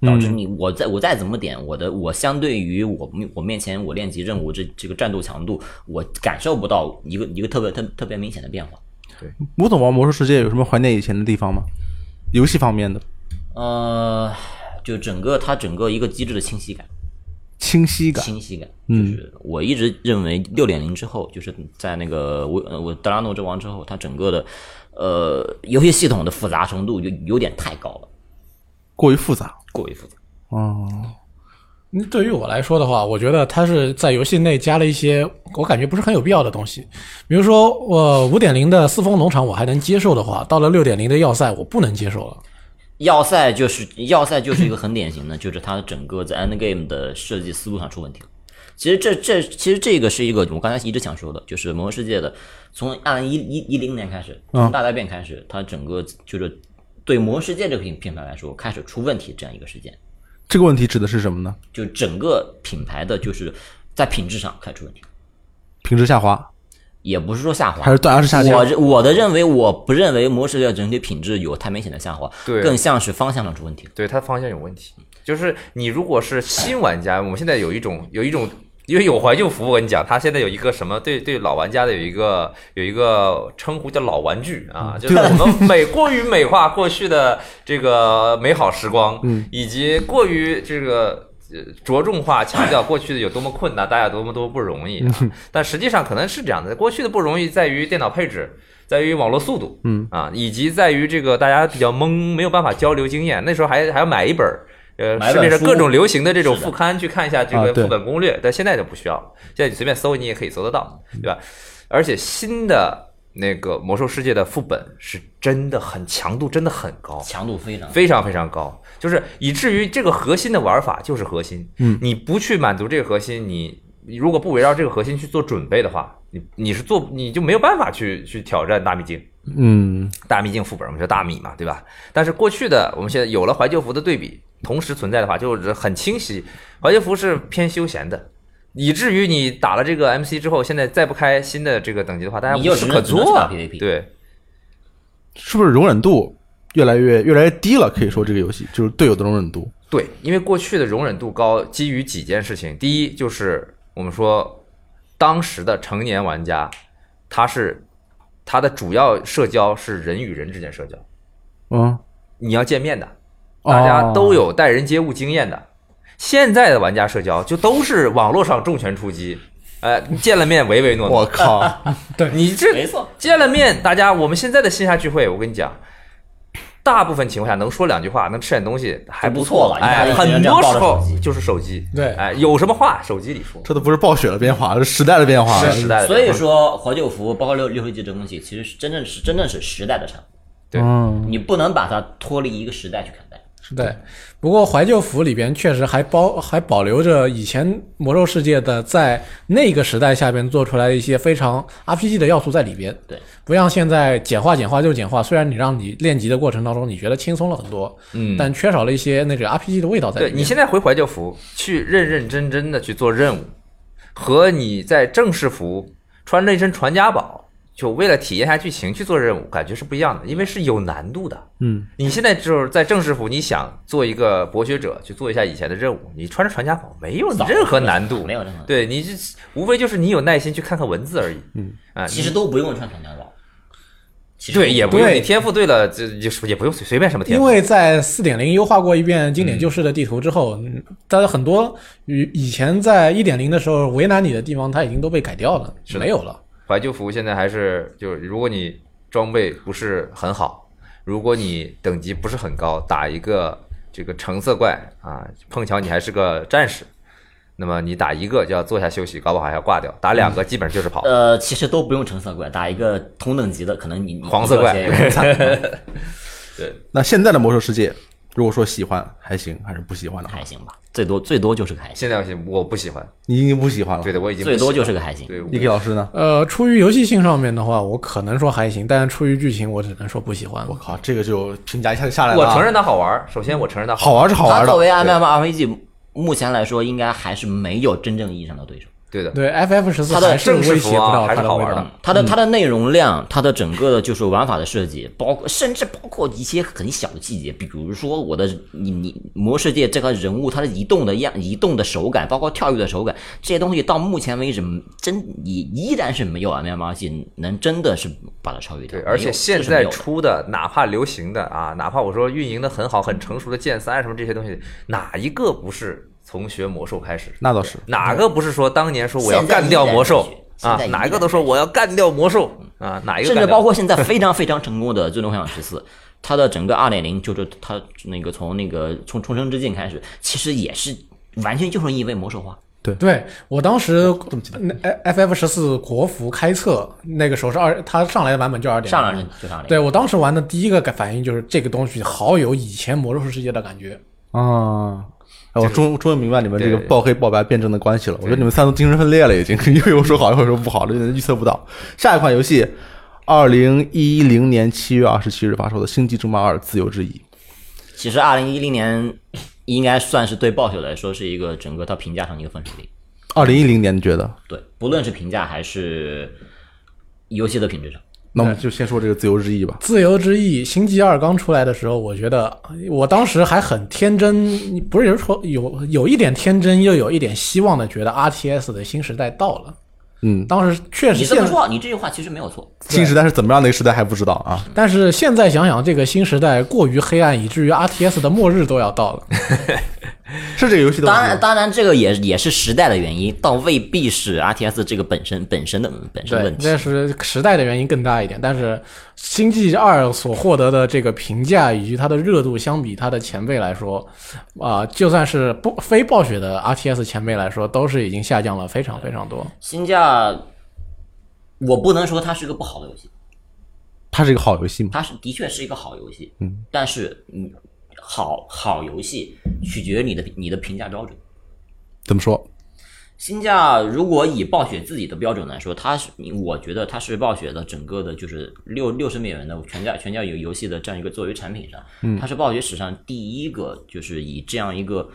[SPEAKER 3] 导致你我再我再怎么点，我的我相对于我面我面前我练级任务这这个战斗强度，我感受不到一个一个特别特特别明显的变化。
[SPEAKER 1] 吴总玩魔兽世界有什么怀念以前的地方吗？游戏方面的
[SPEAKER 3] 呃，就整个它整个一个机制的清晰感，
[SPEAKER 1] 清晰感，
[SPEAKER 3] 清晰感，就是我一直认为六点零之后，就是在那个我呃我德拉诺之王之后，它整个的呃游戏系统的复杂程度有有点太高了，
[SPEAKER 1] 过于复杂。
[SPEAKER 3] 过于复杂。
[SPEAKER 1] 哦，
[SPEAKER 4] 嗯对于我来说的话，我觉得它是在游戏内加了一些我感觉不是很有必要的东西。比如说，我五点零的四风农场我还能接受的话，到了六点零的要塞我不能接受了。
[SPEAKER 3] 要塞就是要塞就是一个很典型的，就是它整个在 end game 的设计思路上出问题了。其实这这其实这个是一个我刚才一直想说的，就是《魔兽世界》的，从按一一一零年开始，
[SPEAKER 1] 嗯
[SPEAKER 3] 从大灾变开始，它整个就是对《魔兽世界》这个品品牌来说开始出问题这样一个事件。
[SPEAKER 1] 这个问题指的是什么呢？
[SPEAKER 3] 就整个品牌的就是在品质上开始出问题，
[SPEAKER 1] 品质下滑
[SPEAKER 3] 也不是说下滑，
[SPEAKER 1] 还是断崖式下降？
[SPEAKER 3] 我我的认为，我不认为模式的整体品质有太明显的下滑，
[SPEAKER 2] 对
[SPEAKER 3] 更像是方向上出问题了。
[SPEAKER 2] 对它方向有问题。就是你如果是新玩家，我们现在有一种有一种。因为有怀旧服，我跟你讲，它现在有一个什么对对老玩家的有一个有一个称呼叫老玩具啊，
[SPEAKER 4] 嗯
[SPEAKER 2] 就是我们美过于美化过去的这个美好时光，
[SPEAKER 4] 嗯
[SPEAKER 2] 以及过于这个呃着重化强调过去的有多么困难，大家多么多不容易、啊。
[SPEAKER 4] 嗯
[SPEAKER 2] 但实际上可能是这样的，过去的不容易在于电脑配置，在于网络速度，嗯啊，以及在于这个大家比较懵，没有办法交流经验。那时候还还要买一本儿，呃，
[SPEAKER 3] 买一
[SPEAKER 2] 市
[SPEAKER 3] 本
[SPEAKER 2] 面上
[SPEAKER 3] 书
[SPEAKER 2] 各种流行的这种
[SPEAKER 3] 是的
[SPEAKER 2] 副刊去看一下这
[SPEAKER 1] 啊
[SPEAKER 2] 个
[SPEAKER 1] 对
[SPEAKER 2] 副本攻略，但现在就不需要了，现在你随便搜你也可以搜得到，对吧？而且新的那个魔兽世界的副本是真的很强度，真的很高，
[SPEAKER 3] 强度非常，
[SPEAKER 2] 非常非常高，就是以至于这个核心的玩法就是核心，嗯，你不去满足这个核心，你你如果不围绕这个核心去做准备的话，你你是做你就没有办法去去挑战大秘境，
[SPEAKER 1] 嗯，
[SPEAKER 2] 大秘境副本，我们叫大米嘛，对吧？但是过去的我们现在有了怀旧服的对比，同时存在的话，就是很清晰，怀旧服是偏休闲的。以至于你打了这个 MC 之后，现在再不开新的这个等级的话，大家
[SPEAKER 3] 你就
[SPEAKER 2] 无事
[SPEAKER 3] 只能
[SPEAKER 2] 可
[SPEAKER 3] 只能
[SPEAKER 2] 做
[SPEAKER 3] 打
[SPEAKER 2] 啊。
[SPEAKER 3] PVP
[SPEAKER 2] 对，
[SPEAKER 1] 是不是容忍度越来越越来越低了？可以说这个游戏就是队友的容忍度。
[SPEAKER 2] 对，因为过去的容忍度高，基于几件事情。第一就是我们说，当时的成年玩家，他是他的主要社交是人与人之间社交，
[SPEAKER 1] 嗯，
[SPEAKER 2] 你要见面的，
[SPEAKER 1] 哦
[SPEAKER 2] 大家都有待人接物经验的。现在的玩家社交就都是网络上重拳出击，呃，你见了面唯唯诺诺。
[SPEAKER 1] 我靠，
[SPEAKER 2] *laughs* 你这
[SPEAKER 3] 没错，
[SPEAKER 2] 见了面，大家我们现在的线下聚会，我跟你讲，大部分情况下能说两句话，能吃点东西还
[SPEAKER 3] 就不
[SPEAKER 2] 错
[SPEAKER 3] 错了
[SPEAKER 2] 哎，
[SPEAKER 3] 你看
[SPEAKER 2] 很
[SPEAKER 3] 人家
[SPEAKER 2] 多
[SPEAKER 3] 抱
[SPEAKER 2] 时
[SPEAKER 3] 着
[SPEAKER 2] 候
[SPEAKER 3] 手机
[SPEAKER 2] 就是手机，
[SPEAKER 4] 对
[SPEAKER 2] 哎，有什么话手机里说，
[SPEAKER 1] 这都不是暴雪的变化，是时代的变化。
[SPEAKER 2] 是时代的变
[SPEAKER 3] 所
[SPEAKER 2] 化。
[SPEAKER 3] 以说怀旧服包括六六十级这东西，其实是真正是真正是时代的产物，
[SPEAKER 2] 对
[SPEAKER 1] 嗯，
[SPEAKER 3] 你不能把它脱离一个时代去看待。
[SPEAKER 4] 对，不过怀旧服里边确实还包还保留着以前魔兽世界的在那个时代下边做出来的一些非常 RPG 的要素在里边。
[SPEAKER 3] 对，
[SPEAKER 4] 不像现在简化简化就简化，虽然你让你练级的过程当中你觉得轻松了很多，嗯，但缺少了一些那个 RPG 的味道在里
[SPEAKER 2] 对
[SPEAKER 4] 面。
[SPEAKER 2] 你现在回怀旧服去认认真真的去做任务，和你在正式服穿着一身传家宝，就为了体验一下剧情去做任务，感觉是不一样的，因为是有难度的。
[SPEAKER 1] 嗯，
[SPEAKER 2] 你现在就是在正式服，你想做一个博学者去做一下以前的任务，你穿着传家宝没有
[SPEAKER 3] 早
[SPEAKER 2] 任何难度，
[SPEAKER 3] 没有任何难度
[SPEAKER 2] 对你就无非就是你有耐心去看看文字而已。嗯，啊，
[SPEAKER 3] 其实都不用穿长枪绕，其实
[SPEAKER 2] 对也不用
[SPEAKER 4] 对
[SPEAKER 2] 你天赋对了，这就是也不用随随便什么天
[SPEAKER 4] 因
[SPEAKER 2] 赋。
[SPEAKER 4] 为在四点零优化过一遍经典旧式的地图之后，嗯它的很多与以前在一点零的时候为难你的地方，它已经都被改掉了，
[SPEAKER 2] 的
[SPEAKER 4] 没有了。
[SPEAKER 2] 怀旧服现在还是就是，如果你装备不是很好，如果你等级不是很高，打一个这个橙色怪啊，碰巧你还是个战士，那么你打一个就要坐下休息，搞不好还要挂掉；打两个基本上就是跑。
[SPEAKER 3] 呃，其实都不用橙色怪，打一个同等级的，可能你你
[SPEAKER 2] *laughs* 黄色怪
[SPEAKER 3] 你有些有点惨
[SPEAKER 1] 那现在的魔兽世界如果说喜欢还行，还是不喜欢的话，
[SPEAKER 3] 还行吧，最多最多就是个还行，
[SPEAKER 2] 现在我我不喜欢，
[SPEAKER 1] 你已经不喜欢了。
[SPEAKER 2] 对的，我已经不
[SPEAKER 3] 最多
[SPEAKER 2] 喜欢
[SPEAKER 3] 就是个还行。
[SPEAKER 2] 对我
[SPEAKER 1] E K 老师呢？
[SPEAKER 4] 呃，出于游戏性上面的话，我可能说还行，但是出于剧情，我只能说不喜欢了。
[SPEAKER 1] 靠，这个就评价一下就下来了。啊
[SPEAKER 2] 我啊承，认它好玩儿，首先我承认它
[SPEAKER 1] 好
[SPEAKER 2] 玩儿，
[SPEAKER 1] 玩是好玩
[SPEAKER 3] 它作
[SPEAKER 1] 的，
[SPEAKER 3] 为啊 MMORPG，目前来说应该还是没有真正意义上的对手。
[SPEAKER 2] 对的，
[SPEAKER 4] 对，FF 十四
[SPEAKER 3] 它的
[SPEAKER 4] 还是
[SPEAKER 2] 正式
[SPEAKER 4] 威
[SPEAKER 2] 服
[SPEAKER 4] 胁不
[SPEAKER 2] 啊
[SPEAKER 4] 到
[SPEAKER 2] 还是
[SPEAKER 4] 它的
[SPEAKER 2] 好
[SPEAKER 4] 味
[SPEAKER 2] 玩
[SPEAKER 4] 道
[SPEAKER 2] 的。
[SPEAKER 3] 它的它的内容量，它的整个的就是玩法的设计，包括甚至包括一些很小的细节，比如说我的你你魔世界这个人物它的移动的样、移动的手感，包括跳跃的手感，这些东西到目前为止真你依然是没有 MMORPG 能真的是把它超越掉。
[SPEAKER 2] 对，而
[SPEAKER 3] 没
[SPEAKER 2] 且
[SPEAKER 3] 有
[SPEAKER 2] 现
[SPEAKER 3] 这是没
[SPEAKER 2] 在
[SPEAKER 3] 有的
[SPEAKER 2] 出的，哪怕流行的啊，哪怕我说运营的很好、很成熟的剑三什么这些东西，哪一个不是从学魔兽开始？
[SPEAKER 1] 那倒是。
[SPEAKER 2] 哪个不是说当年说我要
[SPEAKER 3] 现在
[SPEAKER 2] 干掉
[SPEAKER 3] 依然
[SPEAKER 2] 魔兽
[SPEAKER 3] 是现
[SPEAKER 2] 啊
[SPEAKER 3] 在？依
[SPEAKER 2] 哪一
[SPEAKER 3] 然嗯
[SPEAKER 2] 个都说我要干掉魔兽啊？哪一个
[SPEAKER 3] 甚
[SPEAKER 2] 干
[SPEAKER 3] 至
[SPEAKER 2] 掉
[SPEAKER 3] 包括现在非常非常成功的《最终幻想十四》，它的整个二点零就是它那个从那个从重生之境开始，其实也是完全就是因为魔兽化。
[SPEAKER 4] 对我当时，F 呃 F 十四国服开测那个时候是二，它上来的版本就二点
[SPEAKER 3] 上来就上来，
[SPEAKER 4] 对我当时玩的第一个感反应就是这个东西好有以前魔兽世界的感觉。
[SPEAKER 1] 啊。哎我终终于明白你们这个
[SPEAKER 2] 对
[SPEAKER 1] 爆黑爆白辩证的关系了。我觉得你们三都精神分裂了，已经 *laughs* 一会儿又说好，一会儿说不好了，有点预测不到。下一款游戏，二零一零年七月二十七日发售的《星际争霸二：自由之翼》。
[SPEAKER 3] 其实二零一零年应该算是对暴雪来说是一个整个它评价上的一个分水岭。
[SPEAKER 1] 二零一零年，你觉得？
[SPEAKER 3] 对，不论是评价还是游戏的品质上，
[SPEAKER 1] 那我们就先说这个《自由之翼》吧。
[SPEAKER 4] 自由之翼星际二刚出来的时候，我觉得哎我当时还很天真，不是有说有有一点天真，又有一点希望的，觉得 R T S 的新时代到了。
[SPEAKER 1] 嗯，
[SPEAKER 4] 当时确实
[SPEAKER 3] 你这么
[SPEAKER 4] 现，
[SPEAKER 3] 说，你这句话其实没有错。
[SPEAKER 1] 新时代是怎么样的一个时代还不知道啊？
[SPEAKER 4] 但是现在想想，这个新时代过于黑暗，以至于 R T S 的末日都要到了。
[SPEAKER 1] 是这个游戏的问
[SPEAKER 3] 当
[SPEAKER 1] 题
[SPEAKER 3] 然，
[SPEAKER 1] 吗。
[SPEAKER 3] 当然，这个也也是时代的原因，倒未必是 R T S 这个本身本身的本身
[SPEAKER 4] 对
[SPEAKER 3] 问，题
[SPEAKER 4] 这。是时代的原因更大一点。但是《星际二》所获得的这个评价以及它的热度，相比它的前辈来说，啊、就算是不非暴雪的 RTS 前辈来说，都是已经下降了非常非常多。
[SPEAKER 3] 新价，我不能说它是个不好的游戏，
[SPEAKER 1] 它是一个好游戏吗？
[SPEAKER 3] 它是的确是一个好游戏。嗯，但是你好好游戏取决于你的你的评价标准。
[SPEAKER 1] 怎么说？
[SPEAKER 3] 新价如果以暴雪自己的标准来说，它是我觉得它是暴雪的整个的，就是六六十美元的全价全价游游戏的这样一个作为产品上，
[SPEAKER 1] 嗯
[SPEAKER 3] 它是暴雪史上第一个就是以这样一个。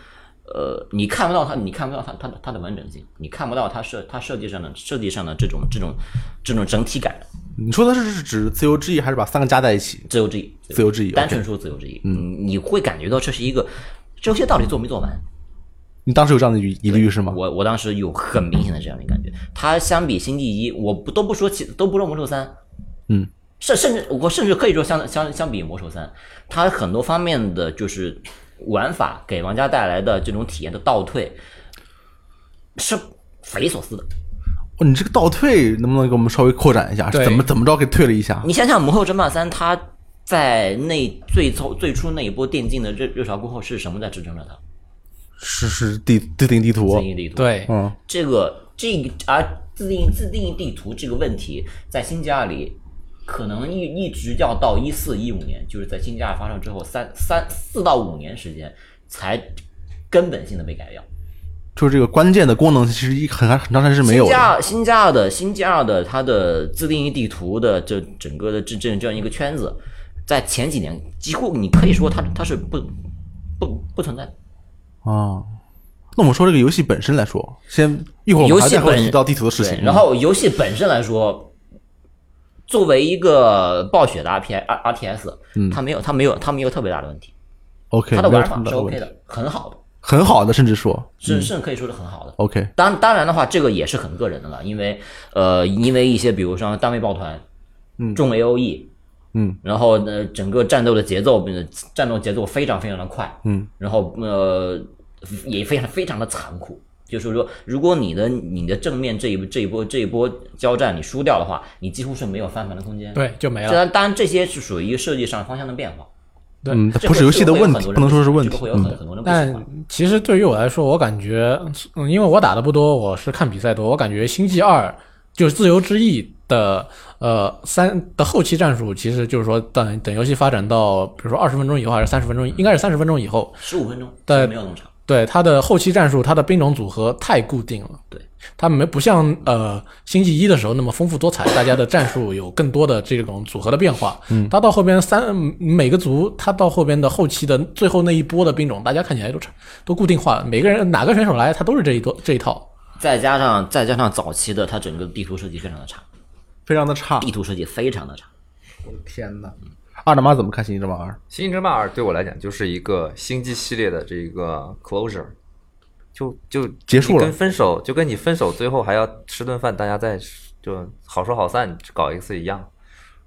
[SPEAKER 3] 呃，你看不到它，你看不到它，它的它的完整性，你看不到它设它设计上的设计上的这种这种这种整体感，
[SPEAKER 1] 你说的是是指《自由之翼》，还是把三个加在一起？
[SPEAKER 3] 自由之翼，
[SPEAKER 1] 自由之翼
[SPEAKER 3] 单
[SPEAKER 1] OK
[SPEAKER 3] 纯说自由之翼，嗯，你会感觉到这是一个这游戏到底做没做完？
[SPEAKER 1] 你当时有这样的疑疑虑是吗？
[SPEAKER 3] 我我当时有很明显的这样的感觉。它相比星际一，我不都不说其都不说魔兽三，
[SPEAKER 1] 嗯，
[SPEAKER 3] 甚甚至我甚至可以说相相相比魔兽三，它很多方面的就是玩法给玩家带来的这种体验的倒退是匪夷所思的。
[SPEAKER 1] 哦，你这个倒退能不能给我们稍微扩展一下？
[SPEAKER 4] 对
[SPEAKER 1] 怎么怎么着给退了一下？
[SPEAKER 3] 你想想《魔兽争霸三》，它在那最初最初那一波电竞的热热潮过后，是什么在支撑着它？
[SPEAKER 1] 是是地自定义地图
[SPEAKER 3] 自，定义地图。
[SPEAKER 4] 对，
[SPEAKER 1] 嗯，
[SPEAKER 3] 这个这个而自定义自定义地图这个问题，在新加里可能一一直要到一四一五年，就是在新加发生之后三三四到五年时间，才根本性的被改掉。
[SPEAKER 1] 就是这个关键的功能，其实一很很长时间是没有
[SPEAKER 3] 新
[SPEAKER 1] 的。
[SPEAKER 3] 加新加的新加的它的自定义地图的这整个的这这这样一个圈子，在前几年几乎你可以说它它是不不不存在的。
[SPEAKER 1] 啊。那我们说这个游戏本身来说，先一会儿我
[SPEAKER 3] 游
[SPEAKER 1] 们还
[SPEAKER 3] 戏
[SPEAKER 1] 再会
[SPEAKER 3] 本
[SPEAKER 1] 提到地图的事
[SPEAKER 3] 对
[SPEAKER 1] 情。嗯
[SPEAKER 3] 然后游戏本身来说，作为一个暴雪的 R P I R R T S，它没有它没有它没有特别大的问题，
[SPEAKER 1] OK，
[SPEAKER 3] 它的
[SPEAKER 1] 嗯没有
[SPEAKER 3] 玩
[SPEAKER 1] 什
[SPEAKER 3] 法
[SPEAKER 1] 么
[SPEAKER 3] 是
[SPEAKER 1] 大
[SPEAKER 3] OK
[SPEAKER 1] 问题嗯
[SPEAKER 3] 的，很好的，
[SPEAKER 1] 很好的，甚至说
[SPEAKER 3] 是甚至可以说是很好的。
[SPEAKER 1] OK，
[SPEAKER 3] 当当然的话，这个也是很个人的了，因为呃，因为一些比如说单位抱团，嗯，重 A O E，
[SPEAKER 1] 嗯，
[SPEAKER 3] 然后呢，整个战斗的节奏，呃战斗节奏非常非常的快，
[SPEAKER 1] 嗯，
[SPEAKER 3] 然后呃，也非常非常的残酷。就是说，如果你的你的正面这一这一波这一波交战你输掉的话，你几乎是没有翻盘的空间。，
[SPEAKER 4] 对，啊就没
[SPEAKER 3] 当
[SPEAKER 4] 了。
[SPEAKER 3] 然当然这些是属于设计上方向的变化，
[SPEAKER 1] 嗯，它
[SPEAKER 3] 这
[SPEAKER 1] 不是
[SPEAKER 3] 会
[SPEAKER 1] 游戏的
[SPEAKER 3] 这会有
[SPEAKER 1] 问
[SPEAKER 3] 很
[SPEAKER 1] 题，
[SPEAKER 3] 多
[SPEAKER 1] 不
[SPEAKER 3] 人
[SPEAKER 1] 能说是问
[SPEAKER 3] 这
[SPEAKER 1] 题
[SPEAKER 3] 个。会有很
[SPEAKER 1] 嗯，
[SPEAKER 3] 很多人不喜
[SPEAKER 4] 但
[SPEAKER 3] 欢。
[SPEAKER 4] 其实对于我来说，我感觉，嗯，因为我打的不多，我是看比赛多，我感觉《星际二》就是《自由之翼》的呃三的后期战术，其实就是说等等游戏发展到比如说二十分钟以后还是三十分钟，应该是三十分钟以后，
[SPEAKER 3] 十五分钟，
[SPEAKER 4] 对
[SPEAKER 3] 没有那么长。
[SPEAKER 4] 对它的后期战术，它的兵种组合太固定了。
[SPEAKER 3] 对，
[SPEAKER 4] 它没不像呃星际一的时候那么丰富多彩，大家的战术有更多的这种组合的变化。嗯，它到后边三每个族，它到后边的后期的最后那一波的兵种，大家看起来都差都固定化了，每个人哪个选手来，他都是这一多这一套。
[SPEAKER 3] 再加上再加上早期的它整个地图设计非常的差，
[SPEAKER 1] 非常的差。
[SPEAKER 3] 地图设计非常的差。
[SPEAKER 1] 天哪！二大妈怎么看《星际争霸二》？
[SPEAKER 2] 《星际争霸二》对我来讲就是一个星际系列的这一个 closure，就就
[SPEAKER 1] 结束了
[SPEAKER 2] 你跟分手就跟你分手最后还要吃顿饭，大家再就好说好散搞一次一样，